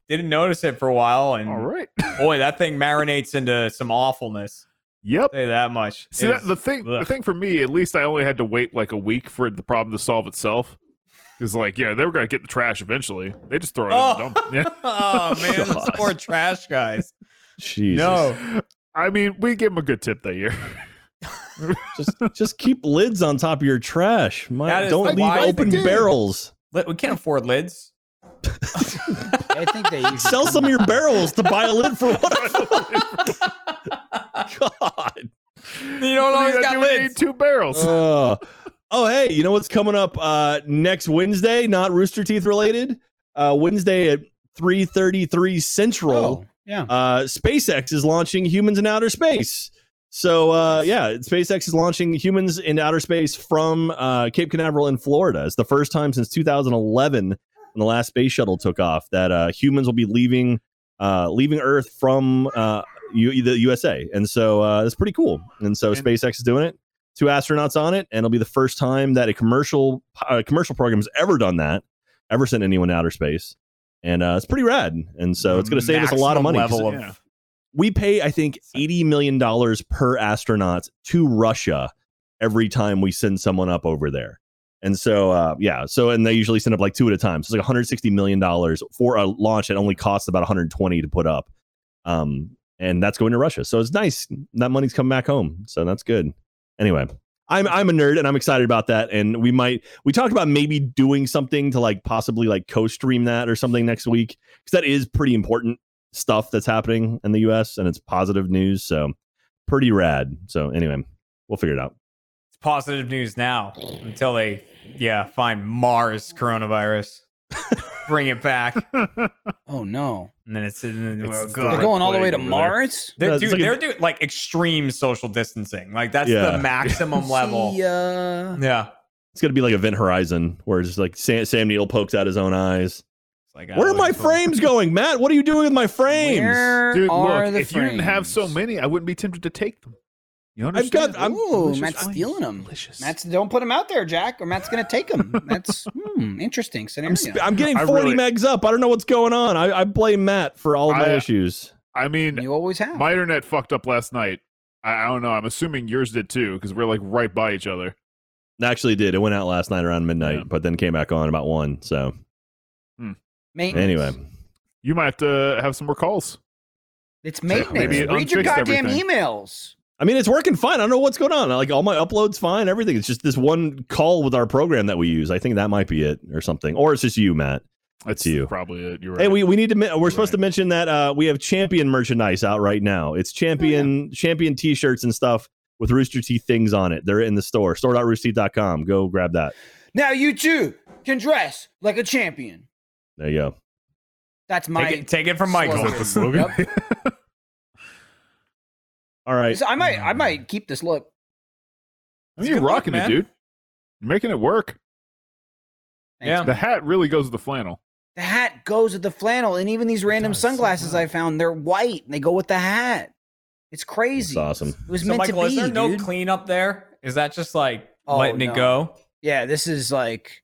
[SPEAKER 4] didn't notice it for a while. And
[SPEAKER 5] All right.
[SPEAKER 4] boy, that thing marinates into some awfulness.
[SPEAKER 5] Yep.
[SPEAKER 4] Say that much.
[SPEAKER 5] See
[SPEAKER 4] It
[SPEAKER 5] that,
[SPEAKER 4] is-
[SPEAKER 5] the thing. The
[SPEAKER 4] ugh.
[SPEAKER 5] thing for me, at least, I only had to wait like a week for the problem to solve itself. Because like, yeah, they were gonna get the trash eventually. They just throw it in
[SPEAKER 4] Oh.
[SPEAKER 5] the dump. Yeah.
[SPEAKER 4] oh man, those
[SPEAKER 2] God.
[SPEAKER 4] poor trash guys.
[SPEAKER 2] Jesus.
[SPEAKER 4] No,
[SPEAKER 5] I mean, we gave them a good tip that year.
[SPEAKER 2] Just just keep lids on top of your trash. My-
[SPEAKER 4] That is
[SPEAKER 2] don't
[SPEAKER 4] the
[SPEAKER 2] leave
[SPEAKER 4] wise
[SPEAKER 2] open
[SPEAKER 4] thing.
[SPEAKER 2] barrels.
[SPEAKER 4] Li- we can't afford lids.
[SPEAKER 3] I think they usually
[SPEAKER 2] Sell some of your barrels to buy a lid for what? God.
[SPEAKER 4] You don't
[SPEAKER 5] We
[SPEAKER 4] always
[SPEAKER 5] had
[SPEAKER 4] got
[SPEAKER 5] to eat
[SPEAKER 4] lids.
[SPEAKER 5] Two barrels.
[SPEAKER 2] Uh, oh, hey, you know what's coming up uh, next Wednesday? Not Rooster Teeth related. Uh, Wednesday at three thirty-three Central.
[SPEAKER 3] Oh, yeah.
[SPEAKER 2] Uh, SpaceX is launching humans in outer space. So uh, yeah, SpaceX is launching humans in outer space from uh, Cape Canaveral in Florida. It's the first time since 2011 when the last space shuttle took off that uh, humans will be leaving uh, leaving Earth from uh, U- the USA, and so uh, that's pretty cool. And so
[SPEAKER 5] And-
[SPEAKER 2] SpaceX is doing it two astronauts on it, and it'll be the first time that a commercial uh, commercial program's ever done that, ever sent anyone to outer space, and uh, it's pretty rad. And so it's going to save us a lot of
[SPEAKER 4] Maximum
[SPEAKER 2] money. 'cause
[SPEAKER 4] Level of,
[SPEAKER 5] Yeah.
[SPEAKER 2] We pay, I think, eighty million dollars per astronaut to Russia every time we send someone up over there. And so, uh, yeah. So, and they usually send up like two at a time. So it's like 160 million dollars for a launch that only costs about 120 to put up. Um, and that's going to Russia. So it's nice that money's come back home. So that's good. Anyway, I'm I'm a nerd and I'm excited about that. And we might we talked about maybe doing something to like possibly like co-stream that or something next week because that is pretty important stuff that's happening in the U.S. and it's positive news. So pretty rad. So anyway, we'll figure it out.
[SPEAKER 4] it's positive news now until they, yeah, find Mars coronavirus, bring it back,
[SPEAKER 2] Uh,
[SPEAKER 3] Oh no,
[SPEAKER 4] and then it's, and then,
[SPEAKER 5] It's
[SPEAKER 4] oh,
[SPEAKER 5] the
[SPEAKER 4] God.
[SPEAKER 5] Right
[SPEAKER 3] they're going all the way to
[SPEAKER 5] plague over there.
[SPEAKER 3] Mars.
[SPEAKER 4] They're,
[SPEAKER 2] No, it's
[SPEAKER 4] dude,
[SPEAKER 2] like a-
[SPEAKER 4] they're doing like extreme social distancing. Like that's
[SPEAKER 2] Yeah.
[SPEAKER 4] the maximum level.
[SPEAKER 3] See uh, ya.
[SPEAKER 4] Yeah.
[SPEAKER 2] It's gonna be like Event Horizon, where it's just like Sam, Sam Neill pokes out his own eyes.
[SPEAKER 4] It's like,
[SPEAKER 2] Where are my
[SPEAKER 4] frame?
[SPEAKER 2] frames going, Matt? What are you doing with my frames?
[SPEAKER 3] Where
[SPEAKER 5] Dude,
[SPEAKER 3] are
[SPEAKER 5] look,
[SPEAKER 3] the
[SPEAKER 5] if you didn't have so
[SPEAKER 3] frames?
[SPEAKER 5] many, I wouldn't be tempted to take them. You
[SPEAKER 2] I've
[SPEAKER 5] understand?
[SPEAKER 2] got. I'm,
[SPEAKER 3] Ooh,
[SPEAKER 5] Delicious
[SPEAKER 3] Matt's
[SPEAKER 5] wine.
[SPEAKER 3] stealing them.
[SPEAKER 5] Delicious.
[SPEAKER 3] Matt's don't put them out there, Jack, or Matt's gonna take them. That's hmm, interesting.
[SPEAKER 2] I'm,
[SPEAKER 3] Scenario.
[SPEAKER 2] sp- I'm getting
[SPEAKER 5] I
[SPEAKER 2] 40
[SPEAKER 5] really-
[SPEAKER 2] megs up. I don't know what's going on. I, I blame Matt for all of my
[SPEAKER 5] I-
[SPEAKER 2] issues.
[SPEAKER 5] I mean,
[SPEAKER 3] you always have.
[SPEAKER 5] my internet fucked up last night. I, I don't know. I'm assuming yours did too, because we're like right by each other.
[SPEAKER 2] Actually, it did. It went out last night around midnight,
[SPEAKER 5] Yeah.
[SPEAKER 2] but then came back on about one. So
[SPEAKER 3] maintenance.
[SPEAKER 2] anyway,
[SPEAKER 5] You might have to have some more calls.
[SPEAKER 3] it's maintenance.
[SPEAKER 5] maybe it
[SPEAKER 3] Read your
[SPEAKER 5] unfixed
[SPEAKER 3] goddamn
[SPEAKER 5] everything.
[SPEAKER 3] emails.
[SPEAKER 2] I mean, it's working fine. I don't know what's going on. Like all my uploads, fine. Everything. It's just this one call with our program that we use. I think that might be it or something. Or it's just you, Matt.
[SPEAKER 5] That's
[SPEAKER 2] you.
[SPEAKER 5] Probably it. You're right.
[SPEAKER 2] Hey, we, we need to. men- We're supposed
[SPEAKER 5] Right.
[SPEAKER 2] to mention that uh, we have champion merchandise out right now. It's champion champion t-shirts and stuff with Rooster Teeth things on it. They're in the store. Store.roosterteeth.com. Go grab that.
[SPEAKER 3] Now you too can dress like a champion.
[SPEAKER 2] There you go.
[SPEAKER 3] That's my.
[SPEAKER 4] Take it, take it from Michael.
[SPEAKER 3] Slogan.
[SPEAKER 5] Is that the slogan?
[SPEAKER 2] All right.
[SPEAKER 3] So I might, I might keep this look.
[SPEAKER 5] I mean, you're
[SPEAKER 4] Good luck,
[SPEAKER 5] rocking it,
[SPEAKER 4] man.
[SPEAKER 5] dude. You're making it work.
[SPEAKER 3] Thanks.
[SPEAKER 4] Yeah.
[SPEAKER 5] The hat really goes with the flannel.
[SPEAKER 3] The hat goes with the flannel, and even these random
[SPEAKER 4] does, so
[SPEAKER 3] sunglasses I found, they're white and they go with the hat. It's crazy.
[SPEAKER 2] It's awesome.
[SPEAKER 3] It was
[SPEAKER 4] So
[SPEAKER 3] meant
[SPEAKER 4] Michael,
[SPEAKER 3] to be.
[SPEAKER 4] is there no
[SPEAKER 3] dude.
[SPEAKER 4] cleanup there? Is that just like
[SPEAKER 3] Oh,
[SPEAKER 4] letting
[SPEAKER 3] no.
[SPEAKER 4] it go?
[SPEAKER 3] yeah, this is like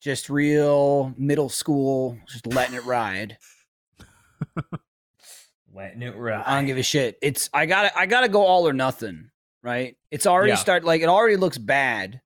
[SPEAKER 3] just real middle school, just letting it ride.
[SPEAKER 4] Letting it
[SPEAKER 3] I don't
[SPEAKER 4] ride.
[SPEAKER 3] give a shit. It's I gotta I gotta go all or nothing, right? It's already
[SPEAKER 4] Yeah.
[SPEAKER 3] start like it already looks bad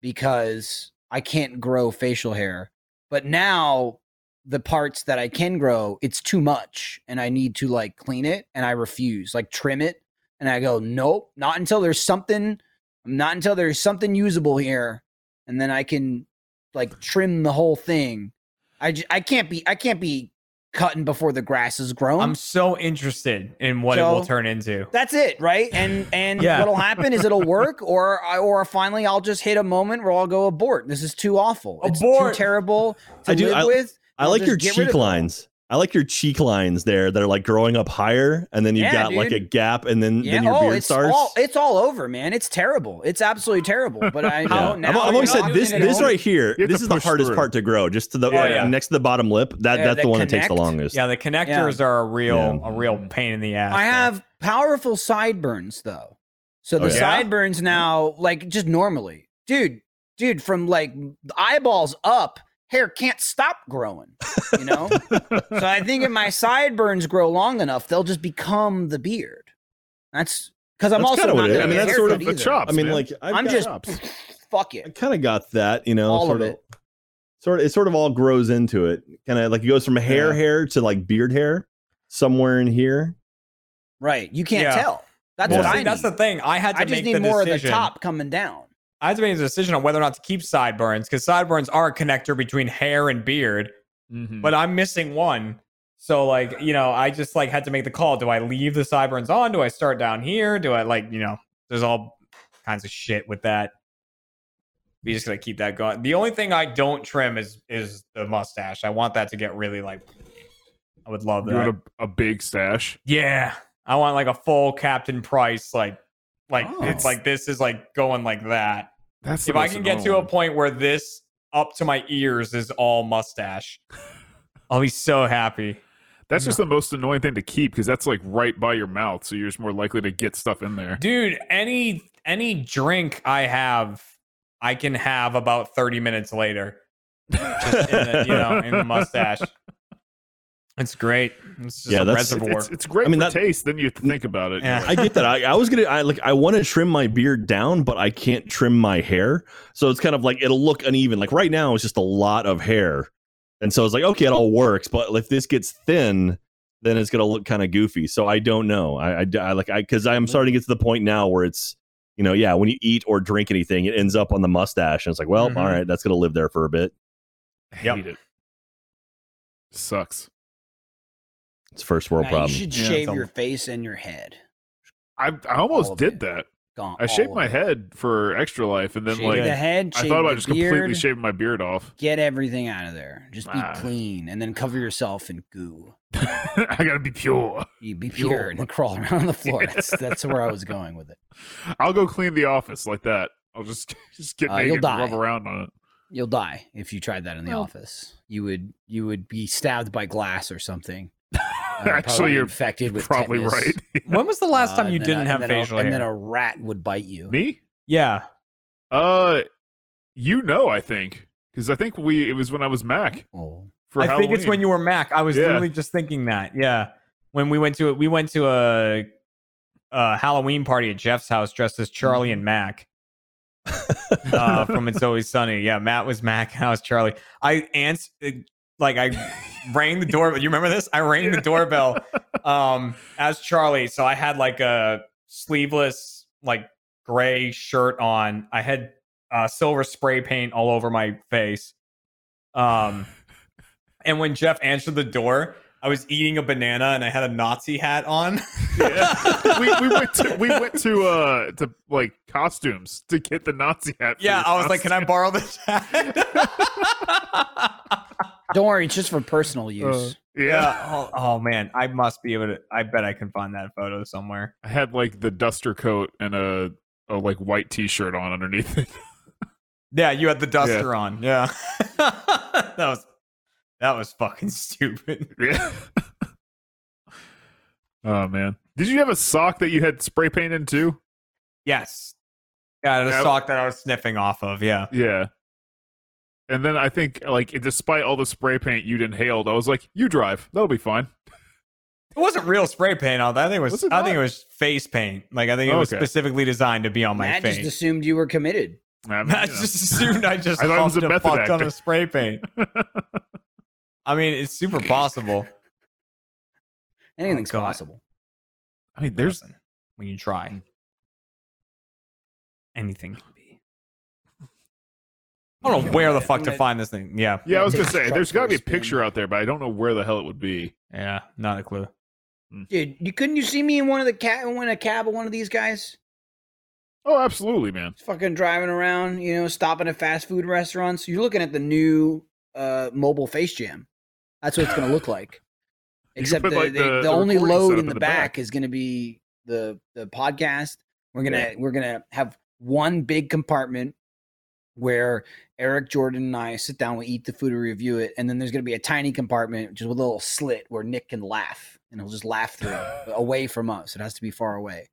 [SPEAKER 3] because I can't grow facial hair. But now the parts that I can grow, it's too much and I need to like clean it and I refuse, like trim it. And I go, nope, not until there's something, not until there's something usable here. And then I can like trim the whole thing. I, j- I can't be, I can't be cutting before the grass is grown.
[SPEAKER 4] I'm so interested in what it will
[SPEAKER 3] Joe?
[SPEAKER 4] turn into.
[SPEAKER 3] That's it, right? And and
[SPEAKER 4] Yeah.
[SPEAKER 3] what'll happen is it'll work, or I or finally I'll just hit a moment where I'll go abort. This is too awful. It's
[SPEAKER 4] Abort.
[SPEAKER 3] too terrible to
[SPEAKER 2] I do-
[SPEAKER 3] live
[SPEAKER 2] I-
[SPEAKER 3] with.
[SPEAKER 2] I
[SPEAKER 3] I'll
[SPEAKER 2] like
[SPEAKER 3] just
[SPEAKER 2] your
[SPEAKER 3] get
[SPEAKER 2] cheek
[SPEAKER 3] rid of it all.
[SPEAKER 2] lines. I like your cheek lines there that are like growing up higher, and then you
[SPEAKER 3] Yeah,
[SPEAKER 2] got like a
[SPEAKER 3] dude.
[SPEAKER 2] gap, and then
[SPEAKER 3] Yeah.
[SPEAKER 2] then your
[SPEAKER 3] oh,
[SPEAKER 2] beard
[SPEAKER 3] it's
[SPEAKER 2] starts.
[SPEAKER 3] all it's all over, man. It's terrible. It's absolutely terrible. But I
[SPEAKER 2] Yeah.
[SPEAKER 3] know
[SPEAKER 2] I've-
[SPEAKER 3] now.
[SPEAKER 2] I've,
[SPEAKER 3] you're
[SPEAKER 2] always said
[SPEAKER 3] not
[SPEAKER 2] this.
[SPEAKER 3] doing it
[SPEAKER 2] This
[SPEAKER 3] all.
[SPEAKER 2] right here.
[SPEAKER 5] You have
[SPEAKER 2] This
[SPEAKER 5] to
[SPEAKER 2] is the
[SPEAKER 5] push
[SPEAKER 2] hardest
[SPEAKER 5] through.
[SPEAKER 2] part to grow. Just to the
[SPEAKER 4] Yeah, yeah.
[SPEAKER 2] next to the bottom lip. That
[SPEAKER 3] Yeah,
[SPEAKER 2] that's
[SPEAKER 3] that
[SPEAKER 2] the one that takes the
[SPEAKER 3] connect.
[SPEAKER 2] longest.
[SPEAKER 4] Yeah, the connectors are a real
[SPEAKER 2] Yeah.
[SPEAKER 4] a real pain in the ass.
[SPEAKER 3] I
[SPEAKER 4] there.
[SPEAKER 3] have powerful sideburns though. So
[SPEAKER 2] Oh,
[SPEAKER 3] the
[SPEAKER 2] yeah.
[SPEAKER 3] sideburns now, like just normally, dude. dude, from like eyeballs up, hair can't stop growing, you know? so I think if my sideburns grow long enough, they'll just become the beard. That's because I'm
[SPEAKER 2] That's
[SPEAKER 3] also
[SPEAKER 2] kinda what
[SPEAKER 3] not
[SPEAKER 2] it is.
[SPEAKER 3] gonna
[SPEAKER 2] I mean,
[SPEAKER 3] get a
[SPEAKER 2] that's sort of
[SPEAKER 3] haircut
[SPEAKER 5] the
[SPEAKER 3] either.
[SPEAKER 5] chop.
[SPEAKER 2] I mean,
[SPEAKER 5] man.
[SPEAKER 2] like I've
[SPEAKER 3] I'm
[SPEAKER 2] got-
[SPEAKER 3] just
[SPEAKER 5] chops.
[SPEAKER 3] fuck
[SPEAKER 2] I
[SPEAKER 3] it.
[SPEAKER 2] kind of got that, you know.
[SPEAKER 3] All
[SPEAKER 2] sort
[SPEAKER 3] of it.
[SPEAKER 2] Sort of, it sort of all grows into it. Kind of like it goes from hair,
[SPEAKER 4] Yeah.
[SPEAKER 2] hair to like beard hair, somewhere in here.
[SPEAKER 3] Right. You can't
[SPEAKER 4] Yeah.
[SPEAKER 3] tell. That's
[SPEAKER 4] Well,
[SPEAKER 3] what I
[SPEAKER 4] see,
[SPEAKER 3] need.
[SPEAKER 4] that's the thing. I had to
[SPEAKER 3] I just
[SPEAKER 4] make
[SPEAKER 3] need
[SPEAKER 4] the
[SPEAKER 3] more of the
[SPEAKER 4] decision.
[SPEAKER 3] top coming down.
[SPEAKER 4] I had to make a decision on whether or not to keep sideburns because sideburns are a connector between hair and beard,
[SPEAKER 5] Mhm.
[SPEAKER 4] but I'm missing one. So like, you know, I just like had to make the call. Do I leave the sideburns on? Do I start down here? Do I like, you know, there's all kinds of shit with that. We just gotta keep that going. The only thing I don't trim is is the mustache. I want that to get really like I would love
[SPEAKER 5] you
[SPEAKER 4] that.
[SPEAKER 5] had a, a big stash.
[SPEAKER 4] Yeah. I want like a full Captain Price, like like
[SPEAKER 7] Oh.
[SPEAKER 4] it's like this is like going like that.
[SPEAKER 5] That's the
[SPEAKER 4] if I
[SPEAKER 5] most
[SPEAKER 4] can get
[SPEAKER 5] annoying
[SPEAKER 4] to a
[SPEAKER 5] one.
[SPEAKER 4] point where this up to my ears is all mustache, I'll be so happy.
[SPEAKER 5] That's just the most annoying thing to keep because that's like right by your mouth, so you're just more likely to get stuff in there.
[SPEAKER 4] Dude, any any drink I have, I can have about 30 minutes later. Just in the, you know, in the mustache. It's great. It's just
[SPEAKER 2] Yeah,
[SPEAKER 4] a
[SPEAKER 2] that's- it's-
[SPEAKER 5] It's,
[SPEAKER 4] reservoir.
[SPEAKER 5] it's, it's great
[SPEAKER 2] I mean,
[SPEAKER 5] for
[SPEAKER 2] that-
[SPEAKER 5] taste. Then you have to think about it.
[SPEAKER 4] Yeah.
[SPEAKER 5] You're
[SPEAKER 2] I
[SPEAKER 5] like,
[SPEAKER 2] get that. I, I was gonna, I like, I want to trim my beard down, but I can't trim my hair, so it's kind of like it'll look uneven. Like right now, it's just a lot of hair, and so it's like okay, it all works, but if this gets thin, then it's gonna look kind of goofy. So I don't know. I, I, I like, I because
[SPEAKER 3] Mm-hmm.
[SPEAKER 2] I'm starting to get to the point now where it's, you know, yeah, when you eat or drink anything, it ends up on the mustache, and it's like, well,
[SPEAKER 4] Mhm.
[SPEAKER 2] all
[SPEAKER 3] Mm-hmm.
[SPEAKER 2] right, that's gonna live there for a bit.
[SPEAKER 5] I
[SPEAKER 4] Yep.
[SPEAKER 5] hate it. Sucks.
[SPEAKER 2] It's a first world
[SPEAKER 3] Nah,
[SPEAKER 2] problem.
[SPEAKER 3] You should
[SPEAKER 5] Yeah,
[SPEAKER 3] shave
[SPEAKER 5] some-
[SPEAKER 3] your face and your head.
[SPEAKER 5] I I
[SPEAKER 3] All
[SPEAKER 5] almost
[SPEAKER 3] of
[SPEAKER 5] did
[SPEAKER 3] it.
[SPEAKER 5] that.
[SPEAKER 3] Gone.
[SPEAKER 5] I shaved my head for extra life, and then
[SPEAKER 3] shave
[SPEAKER 5] like
[SPEAKER 3] the head.
[SPEAKER 5] I
[SPEAKER 3] shave
[SPEAKER 5] thought
[SPEAKER 3] the
[SPEAKER 5] about just
[SPEAKER 3] beard,
[SPEAKER 5] completely shaving my beard off.
[SPEAKER 3] Get everything out of there. Just be
[SPEAKER 5] Ah.
[SPEAKER 3] clean, and then cover yourself in goo.
[SPEAKER 5] I gotta be pure.
[SPEAKER 3] You be pure and then crawl around on the floor. That's that's where I was going with it.
[SPEAKER 5] I'll go clean the office like that. I'll just just get
[SPEAKER 3] Uh, you'll
[SPEAKER 5] naked
[SPEAKER 3] die.
[SPEAKER 5] and rub around on it.
[SPEAKER 3] You'll die if you tried that in the office. You would you would be stabbed by glass or something. Uh,
[SPEAKER 5] Actually,
[SPEAKER 3] probably
[SPEAKER 5] you're
[SPEAKER 3] infected with
[SPEAKER 5] Probably
[SPEAKER 3] tetanus.
[SPEAKER 5] right.
[SPEAKER 4] when was the last
[SPEAKER 3] Uh,
[SPEAKER 4] time
[SPEAKER 3] and
[SPEAKER 4] you
[SPEAKER 3] then
[SPEAKER 4] didn't
[SPEAKER 3] a-
[SPEAKER 4] have
[SPEAKER 3] and then a-
[SPEAKER 4] facial
[SPEAKER 3] and
[SPEAKER 4] hair?
[SPEAKER 3] then a rat would bite you.
[SPEAKER 5] Me?
[SPEAKER 4] yeah.
[SPEAKER 5] Uh, you know, I think because I think we it was when I was Mac
[SPEAKER 3] Oh.
[SPEAKER 5] for
[SPEAKER 4] I
[SPEAKER 5] Halloween.
[SPEAKER 4] think it's when you were Mac. I was
[SPEAKER 5] Yeah.
[SPEAKER 4] literally just thinking that. Yeah. When we went to it, we went to a, a Halloween party at Jeff's house dressed as Charlie and Mac uh, from It's Always Sunny. Yeah, Matt was Mac and I was Charlie. I ans it- like I rang the doorbell. You remember this? I rang the doorbell um, as Charlie. So I had like a sleeveless, like gray shirt on. I had uh, silver spray paint all over my face. Um, and when Jeff answered the door, I was eating a banana and I had a Nazi hat on.
[SPEAKER 5] Yeah. we, we went to we went to uh to like costumes to get the Nazi hat. for
[SPEAKER 4] Yeah,
[SPEAKER 5] your
[SPEAKER 4] I was like, can I
[SPEAKER 5] costume."
[SPEAKER 4] borrow this hat?
[SPEAKER 3] Don't worry, it's just for personal
[SPEAKER 5] Uh,
[SPEAKER 3] use.
[SPEAKER 5] Yeah,
[SPEAKER 4] Oh, oh, man, I must be able to. I bet I can find that photo somewhere.
[SPEAKER 5] I had like the duster coat and a a like white t shirt on underneath it.
[SPEAKER 4] Yeah, you had the duster on. Yeah, that was that was fucking stupid.
[SPEAKER 5] Yeah. oh man, did you have a sock that you had spray paint in too?
[SPEAKER 4] Yes, yeah, I had a
[SPEAKER 5] Yep.
[SPEAKER 4] sock that I was sniffing off of. Yeah,
[SPEAKER 5] Yeah. And then I think like despite all the spray paint you'd inhaled, I was like, you drive, that'll be fine.
[SPEAKER 4] it wasn't real spray paint. All that I think it was.
[SPEAKER 5] Was it
[SPEAKER 4] I think
[SPEAKER 5] not?
[SPEAKER 4] it was face paint. Like I think it
[SPEAKER 5] Oh,
[SPEAKER 4] was
[SPEAKER 5] okay.
[SPEAKER 4] specifically designed to be on my
[SPEAKER 3] Matt
[SPEAKER 4] face.
[SPEAKER 3] just assumed you were committed.
[SPEAKER 5] I mean,
[SPEAKER 4] I
[SPEAKER 5] you know.
[SPEAKER 4] just assumed I just
[SPEAKER 5] I thought it was
[SPEAKER 4] huffed
[SPEAKER 5] a
[SPEAKER 4] a
[SPEAKER 5] method
[SPEAKER 4] fuck ton
[SPEAKER 5] actor.
[SPEAKER 4] of spray paint. I mean, it's super possible.
[SPEAKER 3] Anything's
[SPEAKER 4] Oh, God.
[SPEAKER 3] possible.
[SPEAKER 5] I mean, there's
[SPEAKER 4] Listen, when you try, anything can be. I don't know where the
[SPEAKER 3] I'm
[SPEAKER 4] fuck to
[SPEAKER 3] gonna-
[SPEAKER 4] find this thing. Yeah,
[SPEAKER 5] Yeah, I was
[SPEAKER 3] Take
[SPEAKER 5] gonna
[SPEAKER 3] the
[SPEAKER 5] say
[SPEAKER 3] truck
[SPEAKER 5] there's
[SPEAKER 3] for
[SPEAKER 5] gotta
[SPEAKER 3] a
[SPEAKER 5] be a
[SPEAKER 3] spin.
[SPEAKER 5] picture out there, but I don't know where the hell it would be.
[SPEAKER 4] yeah, not a clue.
[SPEAKER 3] Dude, you couldn't you see me in one of the cat in a cab of one of these guys?
[SPEAKER 5] Oh, absolutely, man.
[SPEAKER 3] Fucking driving around, you know, stopping at fast food restaurants. You're looking at the new uh mobile face jam. That's what it's gonna look like.
[SPEAKER 5] You can
[SPEAKER 3] Except
[SPEAKER 5] put,
[SPEAKER 3] the,
[SPEAKER 5] like,
[SPEAKER 3] they-
[SPEAKER 5] the-
[SPEAKER 3] the,
[SPEAKER 5] the
[SPEAKER 3] only
[SPEAKER 5] recording
[SPEAKER 3] load
[SPEAKER 5] setup
[SPEAKER 3] in the, back, is gonna be the the podcast. We're gonna we're gonna have one big compartment where Eric Jordan and I sit down, we eat the food, we review it, and then there's gonna be a tiny compartment just with a little slit where Nick can laugh, and he'll just laugh through it, away from us. It has to be far away,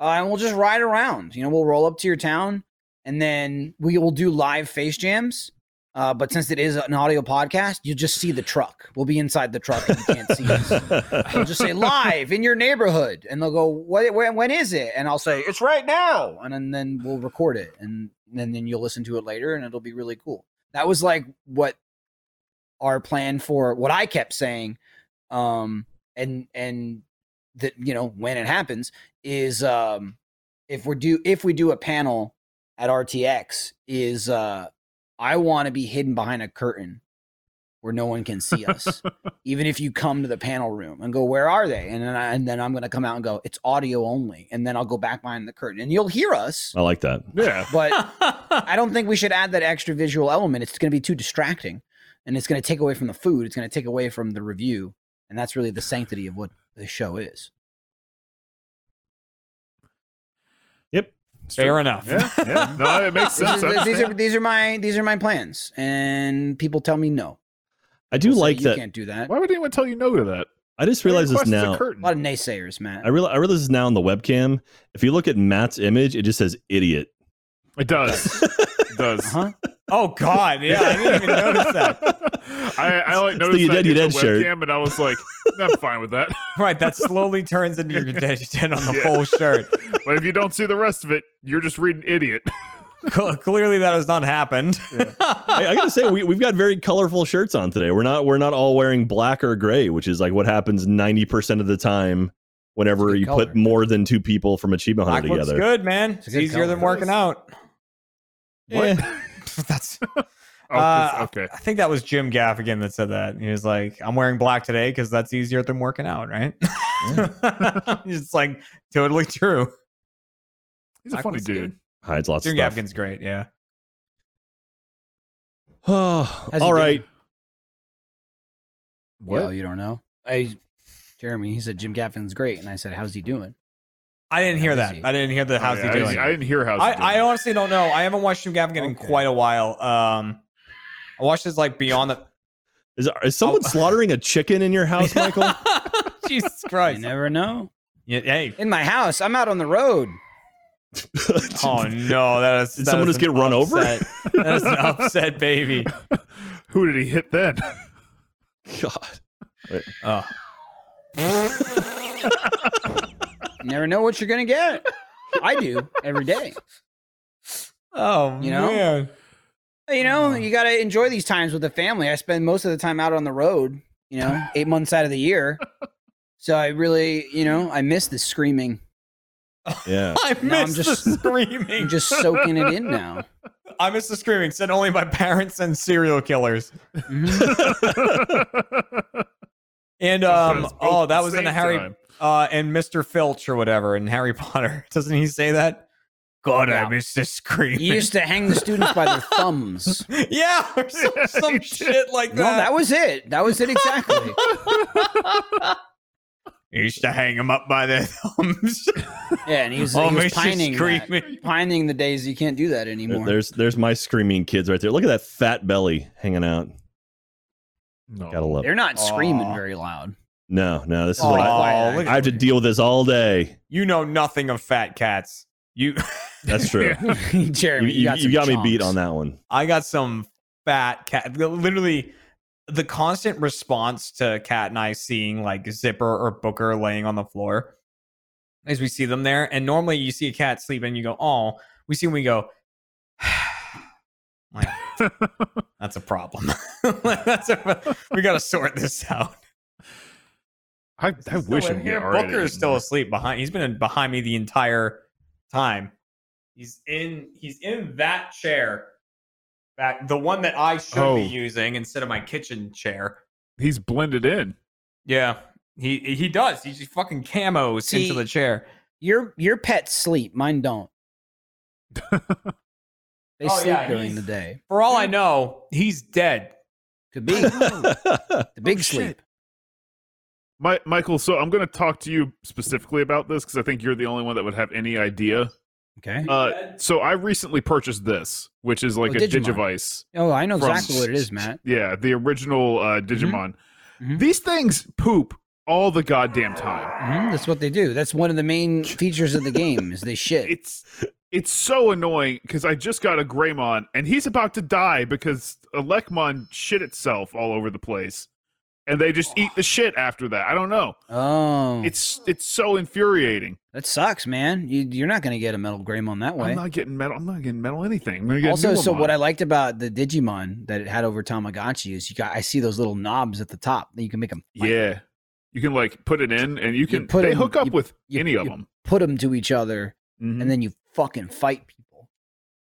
[SPEAKER 3] uh, and we'll just ride around. You know, we'll roll up to your town, and then we will do live face jams. Uh, but since it is an audio podcast, you'll just see the truck. We'll be inside the truck. And you can't see us. They'll just say live in your neighborhood, and they'll go, "What? When, when is it?" And I'll say, "It's right now," and, then then we'll record it, and, and then you'll listen to it later, and it'll be really cool. That was like what our plan for what I kept saying, um, and and that you know when it happens is um, if we do if we do a panel at RTX is uh, I want to be hidden behind a curtain where no one can see us even if you come to the panel room and go, where are they? And then, I, and then I'm going to come out and go, it's audio only. And then I'll go back behind the curtain and you'll hear us.
[SPEAKER 2] I like that.
[SPEAKER 5] Yeah.
[SPEAKER 3] But I don't think we should add that extra visual element. It's going to be too distracting and it's going to take away from the food. It's going to take away from the review. And that's really the sanctity of what the show is.
[SPEAKER 4] Fair enough.
[SPEAKER 5] Yeah. Yeah. No, it makes
[SPEAKER 3] These
[SPEAKER 5] sense.
[SPEAKER 3] are,
[SPEAKER 5] I
[SPEAKER 3] these, are,
[SPEAKER 5] understand.
[SPEAKER 3] these are my these are my plans, and people tell me no.
[SPEAKER 2] I do
[SPEAKER 3] They'll say,
[SPEAKER 2] like
[SPEAKER 3] you
[SPEAKER 2] that.
[SPEAKER 3] can't do that.
[SPEAKER 5] Why would anyone tell you no to that?
[SPEAKER 2] I just realized this
[SPEAKER 5] Request the
[SPEAKER 2] now.
[SPEAKER 5] curtain.
[SPEAKER 3] A lot of naysayers, Matt.
[SPEAKER 2] I realize I realize this now on the webcam. If you look at Matt's image, it just says idiot.
[SPEAKER 5] It does. It does.
[SPEAKER 3] Huh?
[SPEAKER 4] Oh God, yeah, I didn't even notice that.
[SPEAKER 5] I, I like
[SPEAKER 2] It's the
[SPEAKER 5] noticed
[SPEAKER 2] You
[SPEAKER 5] that
[SPEAKER 2] Dead, You
[SPEAKER 5] against
[SPEAKER 2] Dead
[SPEAKER 5] the
[SPEAKER 2] shirt.
[SPEAKER 5] webcam, and I was like, I'm fine with that.
[SPEAKER 4] Right, that slowly turns into your detention on the
[SPEAKER 5] Yeah.
[SPEAKER 4] full shirt.
[SPEAKER 5] But if you don't see the rest of it, you're just reading idiot.
[SPEAKER 4] Cl- clearly, that has not happened.
[SPEAKER 2] I, I gotta say, we, we've got very colorful shirts on today. We're not we're not all wearing black or gray, which is like what happens ninety percent of the time. Whenever
[SPEAKER 3] It's a good
[SPEAKER 2] you
[SPEAKER 3] color.
[SPEAKER 2] put more than two people from Achievement
[SPEAKER 4] Black
[SPEAKER 2] Hunter
[SPEAKER 4] looks
[SPEAKER 2] together,
[SPEAKER 4] good, man. It's,
[SPEAKER 3] a good
[SPEAKER 4] easier than
[SPEAKER 3] color.
[SPEAKER 4] working out.
[SPEAKER 2] What?
[SPEAKER 4] Yeah. That's.
[SPEAKER 5] Oh, 'cause-
[SPEAKER 4] Uh,
[SPEAKER 5] okay.
[SPEAKER 4] I think that was Jim Gaffigan that said that. He was like, "I'm wearing black today because that's easier than working out, right?" it's like totally true.
[SPEAKER 5] He's a
[SPEAKER 4] Black
[SPEAKER 5] funny
[SPEAKER 4] looks
[SPEAKER 5] dude.
[SPEAKER 4] good.
[SPEAKER 2] hides lots
[SPEAKER 4] Jim
[SPEAKER 2] of stuff.
[SPEAKER 4] Gaffigan's great. Yeah.
[SPEAKER 3] he
[SPEAKER 2] all
[SPEAKER 3] been?
[SPEAKER 2] right,
[SPEAKER 3] Well, you don't know. I, Jeremy, he said Jim Gaffin's great, and I said, "How's he doing?"
[SPEAKER 4] I didn't hear
[SPEAKER 3] How is
[SPEAKER 4] that.
[SPEAKER 3] he?
[SPEAKER 4] I didn't hear the how's
[SPEAKER 5] Oh,
[SPEAKER 4] he
[SPEAKER 5] yeah,
[SPEAKER 4] doing.
[SPEAKER 5] I, I didn't hear how's he
[SPEAKER 4] I, I
[SPEAKER 5] doing.
[SPEAKER 4] honestly don't know. I haven't watched Jim Gaffigan in
[SPEAKER 3] Okay.
[SPEAKER 4] quite a while. Um, I watched his like Beyond the.
[SPEAKER 2] is, is someone
[SPEAKER 4] Oh.
[SPEAKER 2] slaughtering a chicken in your house, Michael?
[SPEAKER 4] Jesus
[SPEAKER 3] You
[SPEAKER 4] Christ!
[SPEAKER 3] never know.
[SPEAKER 4] Yeah, hey.
[SPEAKER 3] In my house, I'm out on the road.
[SPEAKER 4] Oh no! That is.
[SPEAKER 2] Did
[SPEAKER 4] that
[SPEAKER 2] someone
[SPEAKER 4] is
[SPEAKER 2] just
[SPEAKER 4] an
[SPEAKER 2] get run over?
[SPEAKER 4] upset. that is an upset baby.
[SPEAKER 5] Who did he hit then?
[SPEAKER 2] God,
[SPEAKER 4] Oh.
[SPEAKER 3] You never know what you're gonna get. I do every day.
[SPEAKER 4] Oh
[SPEAKER 3] You know?
[SPEAKER 4] man.
[SPEAKER 3] You know,
[SPEAKER 2] Uh-huh.
[SPEAKER 3] you gotta enjoy these times with the family. I spend most of the time out on the road. You know, eight months out of the year. So I really, you know, I miss the screaming.
[SPEAKER 2] yeah.
[SPEAKER 4] I
[SPEAKER 3] No, I'm
[SPEAKER 4] miss
[SPEAKER 3] just-
[SPEAKER 4] the
[SPEAKER 3] I'm
[SPEAKER 4] screaming.
[SPEAKER 3] just soaking it in now.
[SPEAKER 4] I miss the screaming sent only by parents and serial killers.
[SPEAKER 3] Mhm.
[SPEAKER 4] And um, oh, that was in the Harry uh, and Mr. Filch or whatever in Harry Potter. Doesn't he say that? God, I
[SPEAKER 3] No.
[SPEAKER 4] miss the screaming.
[SPEAKER 3] You used to hang the students by their thumbs.
[SPEAKER 4] yeah, or some,
[SPEAKER 5] Yeah,
[SPEAKER 4] some
[SPEAKER 5] he did.
[SPEAKER 4] shit like
[SPEAKER 3] No, that
[SPEAKER 4] that.
[SPEAKER 3] was it. That was it exactly.
[SPEAKER 4] You used to hang them up by their thumbs.
[SPEAKER 3] Yeah, and he was,
[SPEAKER 4] oh,
[SPEAKER 3] he was
[SPEAKER 4] miss the
[SPEAKER 3] pining, that.
[SPEAKER 4] screaming.
[SPEAKER 3] pining the days you can't do that anymore.
[SPEAKER 2] There's there's my screaming kids right there. Look at that fat belly hanging out.
[SPEAKER 5] No.
[SPEAKER 2] Gotta love. it.
[SPEAKER 3] They're not screaming
[SPEAKER 4] Aw.
[SPEAKER 3] very loud.
[SPEAKER 2] No, no, this is
[SPEAKER 4] Oh,
[SPEAKER 2] what I,
[SPEAKER 4] look
[SPEAKER 2] I have to deal with this all day.
[SPEAKER 4] You know nothing of fat cats. You,
[SPEAKER 2] That's true.
[SPEAKER 5] Yeah.
[SPEAKER 2] You,
[SPEAKER 3] Jeremy,
[SPEAKER 2] you- you got,
[SPEAKER 3] some
[SPEAKER 2] me beat
[SPEAKER 3] chonks.
[SPEAKER 2] on that one.
[SPEAKER 4] I got some fat cat. Literally, the constant response to Cat and I seeing like Zipper or Booker laying on the floor as we see them there. And normally you see a cat sleeping, you go, oh, we see him, we go, like, that's a problem. that's a, we got to sort this out.
[SPEAKER 5] I, I wish I could get already.
[SPEAKER 4] Booker is still asleep behind. He's been in, behind me the entire time. He's in. He's in that chair, that the one that I should
[SPEAKER 5] Oh.
[SPEAKER 4] be using instead of my kitchen chair.
[SPEAKER 5] He's blended in.
[SPEAKER 4] Yeah, he he does. He just fucking camos
[SPEAKER 3] See-
[SPEAKER 4] into the chair.
[SPEAKER 3] Your your pets sleep. Mine don't. They
[SPEAKER 4] Oh,
[SPEAKER 3] sleep
[SPEAKER 4] yeah,
[SPEAKER 3] during
[SPEAKER 4] he's-
[SPEAKER 3] the day.
[SPEAKER 4] For all I know, he's dead.
[SPEAKER 3] Could be the
[SPEAKER 5] Oh,
[SPEAKER 3] big sleep.
[SPEAKER 5] My, Michael, so I'm going to talk to you specifically about this because I think you're the only one that would have any idea.
[SPEAKER 3] Okay.
[SPEAKER 5] Uh, so I recently purchased this, which is like
[SPEAKER 3] Oh,
[SPEAKER 5] a
[SPEAKER 3] Digimon.
[SPEAKER 5] Digivice.
[SPEAKER 3] Oh, I know
[SPEAKER 5] from-
[SPEAKER 3] exactly what it is, Matt.
[SPEAKER 5] Yeah, the original uh,
[SPEAKER 3] Mm-hmm.
[SPEAKER 5] Digimon.
[SPEAKER 3] Mhm.
[SPEAKER 5] These things poop all the goddamn time.
[SPEAKER 3] Mm-hmm, Mhm, That's what they do. That's one of the main features of the game is they shit.
[SPEAKER 5] It's It's so annoying because I just got a Greymon and he's about to die because a Lekmon shit itself all over the place. And they just eat the shit after that. I don't know.
[SPEAKER 3] Oh,
[SPEAKER 5] It's it's so infuriating.
[SPEAKER 3] that sucks, man. You, you're not going to get a metal Greymon that way.
[SPEAKER 5] I'm not getting metal. I'm not getting metal anything. I'm gonna get
[SPEAKER 3] also, so what
[SPEAKER 5] Nulamon.
[SPEAKER 3] I liked about the Digimon that it had over Tamagotchi is you got I see those little knobs at the top that you can make them
[SPEAKER 5] yeah, you can like put it in and you can
[SPEAKER 3] put
[SPEAKER 5] they
[SPEAKER 3] 'em-
[SPEAKER 5] hook up
[SPEAKER 3] you-
[SPEAKER 5] with
[SPEAKER 3] you-
[SPEAKER 5] any of
[SPEAKER 3] you-
[SPEAKER 5] them.
[SPEAKER 3] put them to each other
[SPEAKER 5] Mhm.
[SPEAKER 3] and then you fucking fight people.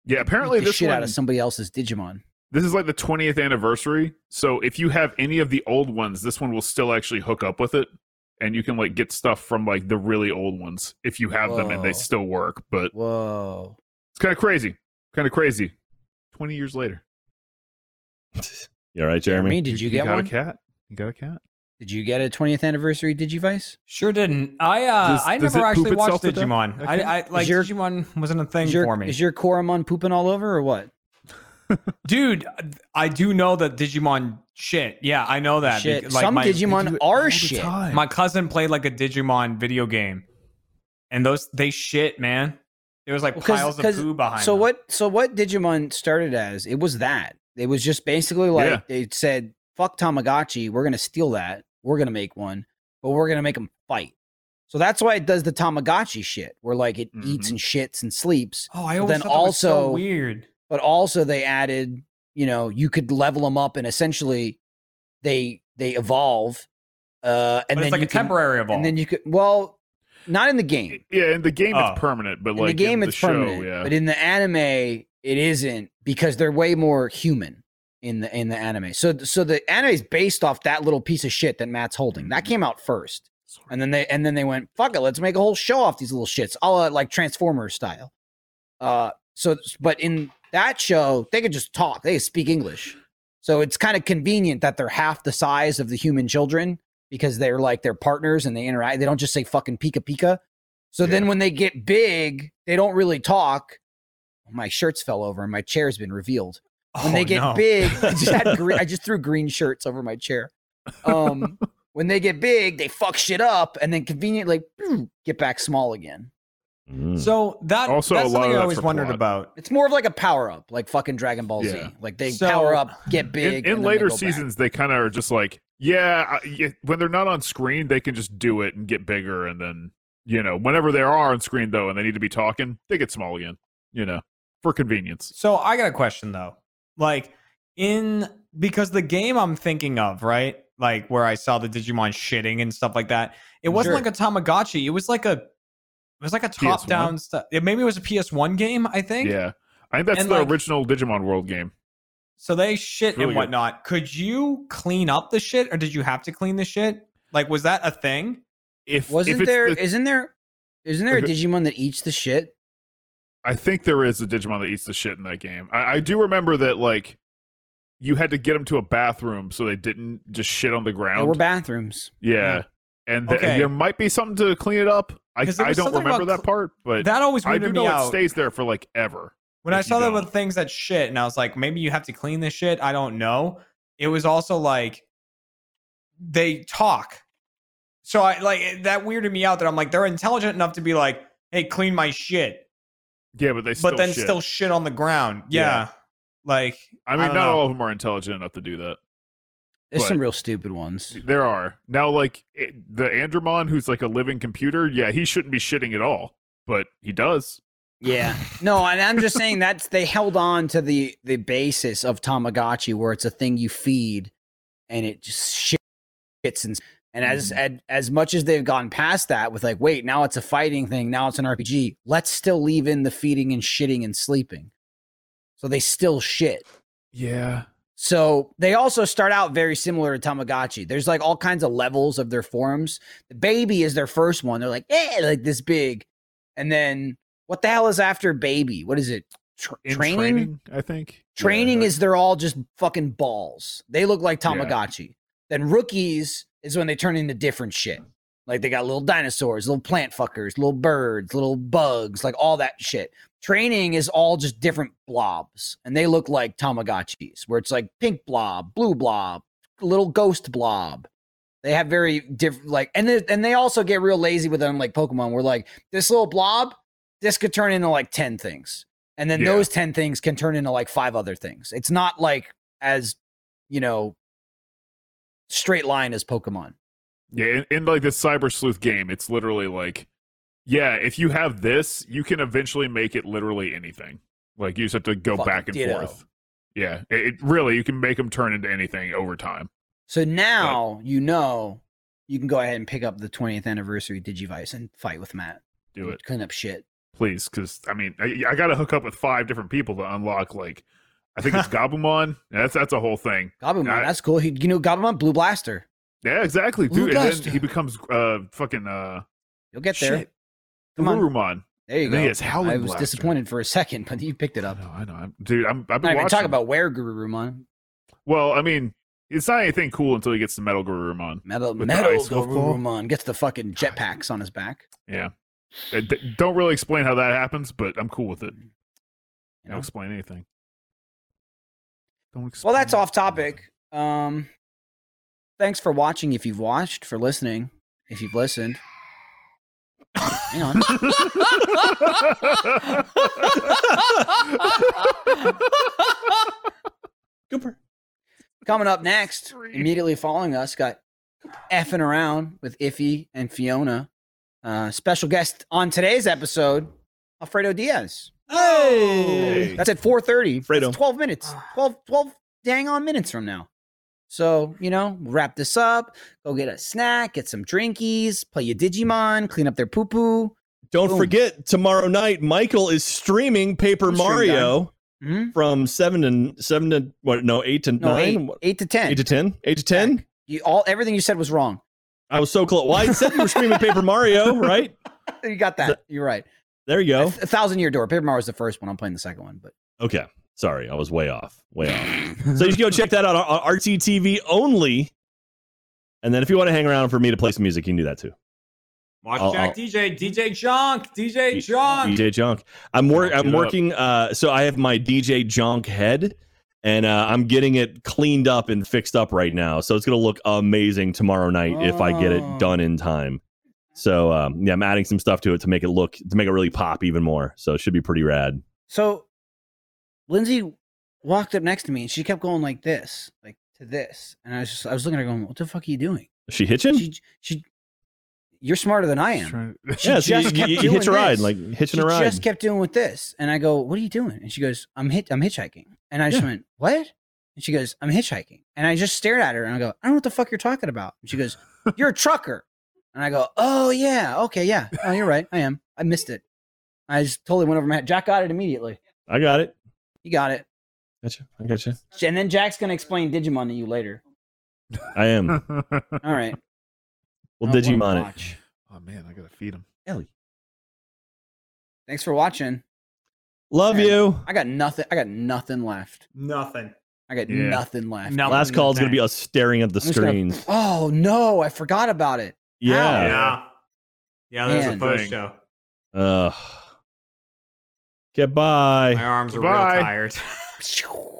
[SPEAKER 5] yeah,
[SPEAKER 3] Beat
[SPEAKER 5] apparently
[SPEAKER 3] the
[SPEAKER 5] this
[SPEAKER 3] shit
[SPEAKER 5] one,
[SPEAKER 3] out of somebody else's Digimon.
[SPEAKER 5] this is like the 20th anniversary. So if you have any of the old ones, this one will still actually hook up with it, and you can like get stuff from like the really old ones if you have them and
[SPEAKER 3] Whoa.
[SPEAKER 5] they still work. But it's
[SPEAKER 3] Whoa.
[SPEAKER 5] kind of crazy. Kind of crazy. 20 years later,
[SPEAKER 2] You all right,
[SPEAKER 3] Jeremy,
[SPEAKER 2] Jeremy?
[SPEAKER 3] did you, get
[SPEAKER 5] got
[SPEAKER 3] one?
[SPEAKER 5] a cat? You got a cat?
[SPEAKER 3] Did you get a 20th anniversary Digivice?
[SPEAKER 4] Sure didn't. I uh
[SPEAKER 5] Does-
[SPEAKER 4] I
[SPEAKER 5] does
[SPEAKER 4] never
[SPEAKER 5] it poop
[SPEAKER 4] actually watched
[SPEAKER 5] itself to death?
[SPEAKER 4] Digimon.
[SPEAKER 5] Okay.
[SPEAKER 4] I, I like
[SPEAKER 3] your-
[SPEAKER 4] Digimon wasn't a thing
[SPEAKER 3] Is your,
[SPEAKER 4] for me.
[SPEAKER 3] is your Koromon pooping all over or what?
[SPEAKER 4] Dude, I do know that Digimon shit. Yeah, I know that.
[SPEAKER 3] shit.
[SPEAKER 4] because, like,
[SPEAKER 3] Some
[SPEAKER 4] my,
[SPEAKER 3] Digimon are shit.
[SPEAKER 5] Time.
[SPEAKER 4] My cousin played like a Digimon video game, and those they shit, man. There was like
[SPEAKER 3] Well, 'cause-
[SPEAKER 4] piles of
[SPEAKER 3] 'cause-
[SPEAKER 4] poo behind.
[SPEAKER 3] So
[SPEAKER 4] them.
[SPEAKER 3] what so what Digimon started as, it was that. It was just basically like
[SPEAKER 5] Yeah.
[SPEAKER 3] they said, fuck Tamagotchi, we're gonna steal that. We're gonna make one, but we're gonna make them fight. So that's why it does the Tamagotchi shit, where like it eats
[SPEAKER 4] Mm-hmm.
[SPEAKER 5] Mhm.
[SPEAKER 3] and shits and sleeps.
[SPEAKER 4] Oh, I
[SPEAKER 3] But
[SPEAKER 4] always
[SPEAKER 3] then
[SPEAKER 4] thought that was so
[SPEAKER 3] also-
[SPEAKER 4] weird.
[SPEAKER 3] But also they added, you know, you could level them up and essentially they they evolve. Uh and
[SPEAKER 4] but
[SPEAKER 3] then
[SPEAKER 4] it's like
[SPEAKER 3] you
[SPEAKER 4] a
[SPEAKER 3] can-
[SPEAKER 4] temporary evolve.
[SPEAKER 3] And then you could well, not in the game.
[SPEAKER 5] Yeah, in the game
[SPEAKER 4] Oh.
[SPEAKER 5] it's permanent, but
[SPEAKER 3] In
[SPEAKER 5] like
[SPEAKER 3] the game,
[SPEAKER 5] in
[SPEAKER 3] it's
[SPEAKER 5] the show,
[SPEAKER 3] permanent,
[SPEAKER 5] yeah.
[SPEAKER 3] but in the anime, it isn't because they're way more human in the in the anime. So so the anime is based off that little piece of shit that Matt's holding. That
[SPEAKER 5] Mm-hmm.
[SPEAKER 3] came out first, and then they and then they went fuck it, let's make a whole show off these little shits, all like Transformers style. Uh, so but in that show, they could just talk. They could speak English. So it's kind of convenient that they're half the size of the human children because they're like their partners and they interact. They don't just say fucking pika pika. So then when they get big, they don't really talk. My shirts fell over and my chair's been revealed. When
[SPEAKER 4] oh,
[SPEAKER 3] they get
[SPEAKER 4] no.
[SPEAKER 3] big, I just, had green, I just threw green shirts over my chair. Um, when they get big, they fuck shit up and then conveniently like, get back small again.
[SPEAKER 2] Mm.
[SPEAKER 4] So that
[SPEAKER 5] Hmm. Also,
[SPEAKER 4] that's
[SPEAKER 5] a lot
[SPEAKER 4] something
[SPEAKER 5] of
[SPEAKER 4] I
[SPEAKER 5] that's
[SPEAKER 4] always
[SPEAKER 5] for
[SPEAKER 4] wondered
[SPEAKER 5] plot.
[SPEAKER 4] about.
[SPEAKER 3] It's more of like a power up, like fucking Dragon Ball Z.
[SPEAKER 5] Yeah.
[SPEAKER 3] Like they
[SPEAKER 4] So-
[SPEAKER 3] power up, get
[SPEAKER 5] In-
[SPEAKER 3] big.
[SPEAKER 5] in,
[SPEAKER 3] and then they
[SPEAKER 5] later
[SPEAKER 3] go back.
[SPEAKER 5] seasons they kind of are just like yeah, I, yeah when they're not on screen they can just do it and get bigger and then you know whenever they are on screen though and they need to be talking they get small again you know for convenience
[SPEAKER 4] So I got a question though. Like in because the game I'm thinking of, right? Like where I saw the Digimon shitting and stuff like that. It wasn't
[SPEAKER 3] Sure.
[SPEAKER 4] like a Tamagotchi. It was like a it was like a
[SPEAKER 5] PS1?
[SPEAKER 4] top down stuff. Yeah, maybe it was a PS1 game, I think.
[SPEAKER 5] yeah i think that's
[SPEAKER 4] And,
[SPEAKER 5] the
[SPEAKER 4] like-
[SPEAKER 5] original digimon world game
[SPEAKER 4] So they shit
[SPEAKER 5] Really
[SPEAKER 4] and
[SPEAKER 5] good.
[SPEAKER 4] whatnot. Could you clean up the shit or did you have to clean the shit? Like was that a thing?
[SPEAKER 5] if if
[SPEAKER 3] Wasn't
[SPEAKER 5] it's
[SPEAKER 3] there?
[SPEAKER 5] the-
[SPEAKER 3] not there? Isn't there a
[SPEAKER 5] Okay.
[SPEAKER 3] Digimon that eats the shit?
[SPEAKER 5] i think there is a digimon that eats the shit in that game i, I do remember that like you had to get them to a bathroom so they didn't just shit on the
[SPEAKER 3] There were
[SPEAKER 5] ground
[SPEAKER 3] bathrooms.
[SPEAKER 5] yeah and th-
[SPEAKER 4] Okay.
[SPEAKER 5] there might be something to clean it up i,
[SPEAKER 4] 'Cause there
[SPEAKER 5] I
[SPEAKER 4] was
[SPEAKER 5] don't
[SPEAKER 4] something about
[SPEAKER 5] remember that
[SPEAKER 4] cl-
[SPEAKER 5] part but
[SPEAKER 4] That always
[SPEAKER 5] i do
[SPEAKER 4] weirded
[SPEAKER 5] know
[SPEAKER 4] me
[SPEAKER 5] it
[SPEAKER 4] out.
[SPEAKER 5] stays there for like ever
[SPEAKER 4] When I
[SPEAKER 5] if you
[SPEAKER 4] saw that
[SPEAKER 5] don't.
[SPEAKER 4] with things that shit, and I was like, maybe you have to clean this shit. I don't know. It was also like they talk. So I like it- that weirded me out that I'm like, they're intelligent enough to be like, hey, clean my shit.
[SPEAKER 5] Yeah, but they still
[SPEAKER 4] But then
[SPEAKER 5] shit.
[SPEAKER 4] still shit on the ground. Yeah.
[SPEAKER 5] Yeah.
[SPEAKER 4] Like
[SPEAKER 5] I mean,
[SPEAKER 4] I
[SPEAKER 5] not
[SPEAKER 4] don't know.
[SPEAKER 5] all of them are intelligent enough to do that.
[SPEAKER 3] There's some
[SPEAKER 5] But-
[SPEAKER 3] real stupid ones.
[SPEAKER 5] There are now, like it, the Andromon, who's like a living computer. Yeah, he shouldn't be shitting at all, but he does.
[SPEAKER 3] Yeah. No, and I'm just saying that's they held on to the the basis of Tamagotchi where it's a thing you feed and it just shits and and as as, as much as they've gone past that with like wait, now it's a fighting thing, now it's an RPG. Let's still leave in the feeding and shitting and sleeping. So they still shit.
[SPEAKER 5] Yeah,
[SPEAKER 3] So they also start out very similar to Tamagotchi. There's like all kinds of levels of their forms. The baby is their first one. They're like, eh, like this big. And then what the hell is after baby? What is it? Tr-
[SPEAKER 5] in
[SPEAKER 3] training?
[SPEAKER 5] training,
[SPEAKER 3] Training,
[SPEAKER 5] I think
[SPEAKER 3] is they're all just fucking balls. They look like
[SPEAKER 5] Yeah.
[SPEAKER 3] Tamagotchi. Then rookies is when they turn into different shit. Like they got little dinosaurs, little plant fuckers, little birds, little bugs, like all that shit. Training is all just different blobs, and they look like Tamagotchis, where it's like pink blob, blue blob, little ghost blob. They have very different, like, and they, and they also get real lazy with them, like Pokemon. Where like this little blob this could turn into like 10 things. And then
[SPEAKER 5] Yeah.
[SPEAKER 3] those 10 things can turn into like five other things. It's not like as, you know, straight line as Pokemon.
[SPEAKER 5] Yeah, in, in like this cyber sleuth game, it's literally like, yeah, if you have this, you can eventually make it literally anything. Like you just have to go
[SPEAKER 3] Fucking
[SPEAKER 5] back and
[SPEAKER 3] ditto.
[SPEAKER 5] forth. Yeah, it, it really you can make them turn into anything over time.
[SPEAKER 3] So now you know you can go ahead and pick up the 20th anniversary Digivice and fight with Matt.
[SPEAKER 5] Do it,
[SPEAKER 3] Clean up shit.
[SPEAKER 5] please, because I mean, I, I got to hook up with five different people to unlock. Like, I think it's Gabumon. That's that's a whole thing.
[SPEAKER 3] Gabumon,
[SPEAKER 5] Got it.
[SPEAKER 3] that's cool. He, you know, Gabumon, Blue Blaster.
[SPEAKER 5] Yeah, exactly,
[SPEAKER 3] Blue
[SPEAKER 5] dude. And
[SPEAKER 3] Blaster.
[SPEAKER 5] then he becomes uh fucking uh
[SPEAKER 3] You'll get there.
[SPEAKER 5] shit,
[SPEAKER 3] Come on.
[SPEAKER 5] Garurumon.
[SPEAKER 3] There you
[SPEAKER 5] And then
[SPEAKER 3] go.
[SPEAKER 5] he has Howling
[SPEAKER 3] I was
[SPEAKER 5] Blaster.
[SPEAKER 3] disappointed for a second, but you picked it
[SPEAKER 5] I
[SPEAKER 3] up.
[SPEAKER 5] know, I know, I'm- dude. I'm,
[SPEAKER 3] Not
[SPEAKER 5] I've been
[SPEAKER 3] even talking
[SPEAKER 5] watching.
[SPEAKER 3] about where Gururumon.
[SPEAKER 5] Well, I mean, it's not anything cool until he gets to Metal Garurumon.
[SPEAKER 3] Metal,
[SPEAKER 5] With the
[SPEAKER 3] metal
[SPEAKER 5] ice wolf ball?
[SPEAKER 3] Gururumon gets the fucking jetpacks on his back.
[SPEAKER 5] Yeah. Uh, d- Don't really explain how that happens, but I'm cool with it.
[SPEAKER 3] You
[SPEAKER 5] Don't
[SPEAKER 3] know?
[SPEAKER 5] explain anything. Don't
[SPEAKER 3] Well,
[SPEAKER 5] explain
[SPEAKER 3] that's off
[SPEAKER 5] anything.
[SPEAKER 3] topic. Um, thanks for watching. If you've watched, for listening, if you've listened. Hang on.
[SPEAKER 2] Cooper.
[SPEAKER 3] Coming up next, immediately following us, got effing around with Iffy and Fiona. Uh, special guest on today's episode, Alfredo Diaz.
[SPEAKER 2] Hey.
[SPEAKER 3] That's at 4:30.
[SPEAKER 2] Fredo.
[SPEAKER 3] That's 12 minutes. 12, 12 dang on minutes from now. So, you know, we'll wrap this up, go get a snack, get some drinkies, play your Digimon, clean up their poo poo.
[SPEAKER 2] Don't
[SPEAKER 3] Boom.
[SPEAKER 2] forget tomorrow night, Michael is streaming Paper
[SPEAKER 3] Stream
[SPEAKER 2] Mario
[SPEAKER 3] hmm
[SPEAKER 2] from seven to seven to what? No, eight to
[SPEAKER 3] No,
[SPEAKER 2] nine.
[SPEAKER 3] eight,
[SPEAKER 2] What?
[SPEAKER 3] eight to 10.
[SPEAKER 2] Eight to ten. Eight to ten.
[SPEAKER 3] You, all everything you said was wrong.
[SPEAKER 2] I was so close. Well, I said you were streaming Paper Mario, right?
[SPEAKER 3] You got that. You're right.
[SPEAKER 2] There you
[SPEAKER 3] A,
[SPEAKER 2] go.
[SPEAKER 3] th- a thousand year door. Paper Mario's the first one. I'm playing the second one, but
[SPEAKER 2] Okay. Sorry, I was way off. Way off. so you should go check that out on- on RTTV only. And then if you want to hang around for me to play some music, you can do that too.
[SPEAKER 4] Watch
[SPEAKER 2] I'll-
[SPEAKER 4] Jack
[SPEAKER 2] I'll-
[SPEAKER 4] DJ, DJ Junk, DJ
[SPEAKER 2] Uh, D-
[SPEAKER 4] Junk.
[SPEAKER 2] DJ Junk. I'm work.
[SPEAKER 5] Lock it
[SPEAKER 2] I'm
[SPEAKER 5] up.
[SPEAKER 2] working. Uh, so I have my DJ Junk head, and uh, I'm getting it cleaned up and fixed up right now. So it's gonna look amazing tomorrow night if I get
[SPEAKER 3] Oh.
[SPEAKER 2] it done in time. So um, yeah, I'm adding some stuff to it to make it look to make it really pop even more. So it should be pretty rad.
[SPEAKER 3] So Lindsay walked up next to me and she kept going like this, like to this. And I was just I was looking at her going, What the fuck are you doing?
[SPEAKER 2] Is she hitching?
[SPEAKER 3] She she you're smarter than I am.
[SPEAKER 5] Just trying to-
[SPEAKER 3] She
[SPEAKER 2] yeah, so you-
[SPEAKER 3] just
[SPEAKER 2] you,
[SPEAKER 3] kept
[SPEAKER 2] you hitch a
[SPEAKER 3] doing
[SPEAKER 2] ride,
[SPEAKER 3] this.
[SPEAKER 2] like hitching
[SPEAKER 3] She
[SPEAKER 2] a ride.
[SPEAKER 3] just kept doing with this. And I go, What are you doing? And she goes, I'm hit I'm hitchhiking. And I just went, What? And she goes, I'm hitchhiking. And I just stared at her and I go, I don't know what the fuck you're talking about. And she goes, You're a trucker. And I go, Oh yeah, okay, yeah. Oh, you're right. I am. I missed it. I just totally went over my head. Jack got it immediately.
[SPEAKER 2] I got it.
[SPEAKER 3] He got it.
[SPEAKER 2] Gotcha. I gotcha.
[SPEAKER 3] And then Jack's gonna explain Digimon to you later.
[SPEAKER 2] I am.
[SPEAKER 3] All right.
[SPEAKER 2] We'll
[SPEAKER 3] I don't wanna
[SPEAKER 2] Digimon it.
[SPEAKER 3] watch.
[SPEAKER 5] oh man, I gotta feed him.
[SPEAKER 3] Thanks for watching.
[SPEAKER 2] Love
[SPEAKER 3] Yeah.
[SPEAKER 2] you.
[SPEAKER 3] I got nothing. I got nothing left.
[SPEAKER 4] Nothing.
[SPEAKER 3] I got
[SPEAKER 5] Yeah.
[SPEAKER 3] nothing left.
[SPEAKER 4] Nothing
[SPEAKER 2] Last
[SPEAKER 4] in
[SPEAKER 2] call is
[SPEAKER 4] the
[SPEAKER 2] gonna be
[SPEAKER 4] tank.
[SPEAKER 2] us staring at the
[SPEAKER 3] I'm just gonna-
[SPEAKER 2] screens.
[SPEAKER 3] Oh no! I forgot about it.
[SPEAKER 2] Yeah.
[SPEAKER 4] Yeah. Yeah, there's
[SPEAKER 3] Man.
[SPEAKER 4] a post show.
[SPEAKER 2] Ugh. Goodbye.
[SPEAKER 4] My arms are
[SPEAKER 5] Goodbye.
[SPEAKER 4] real tired.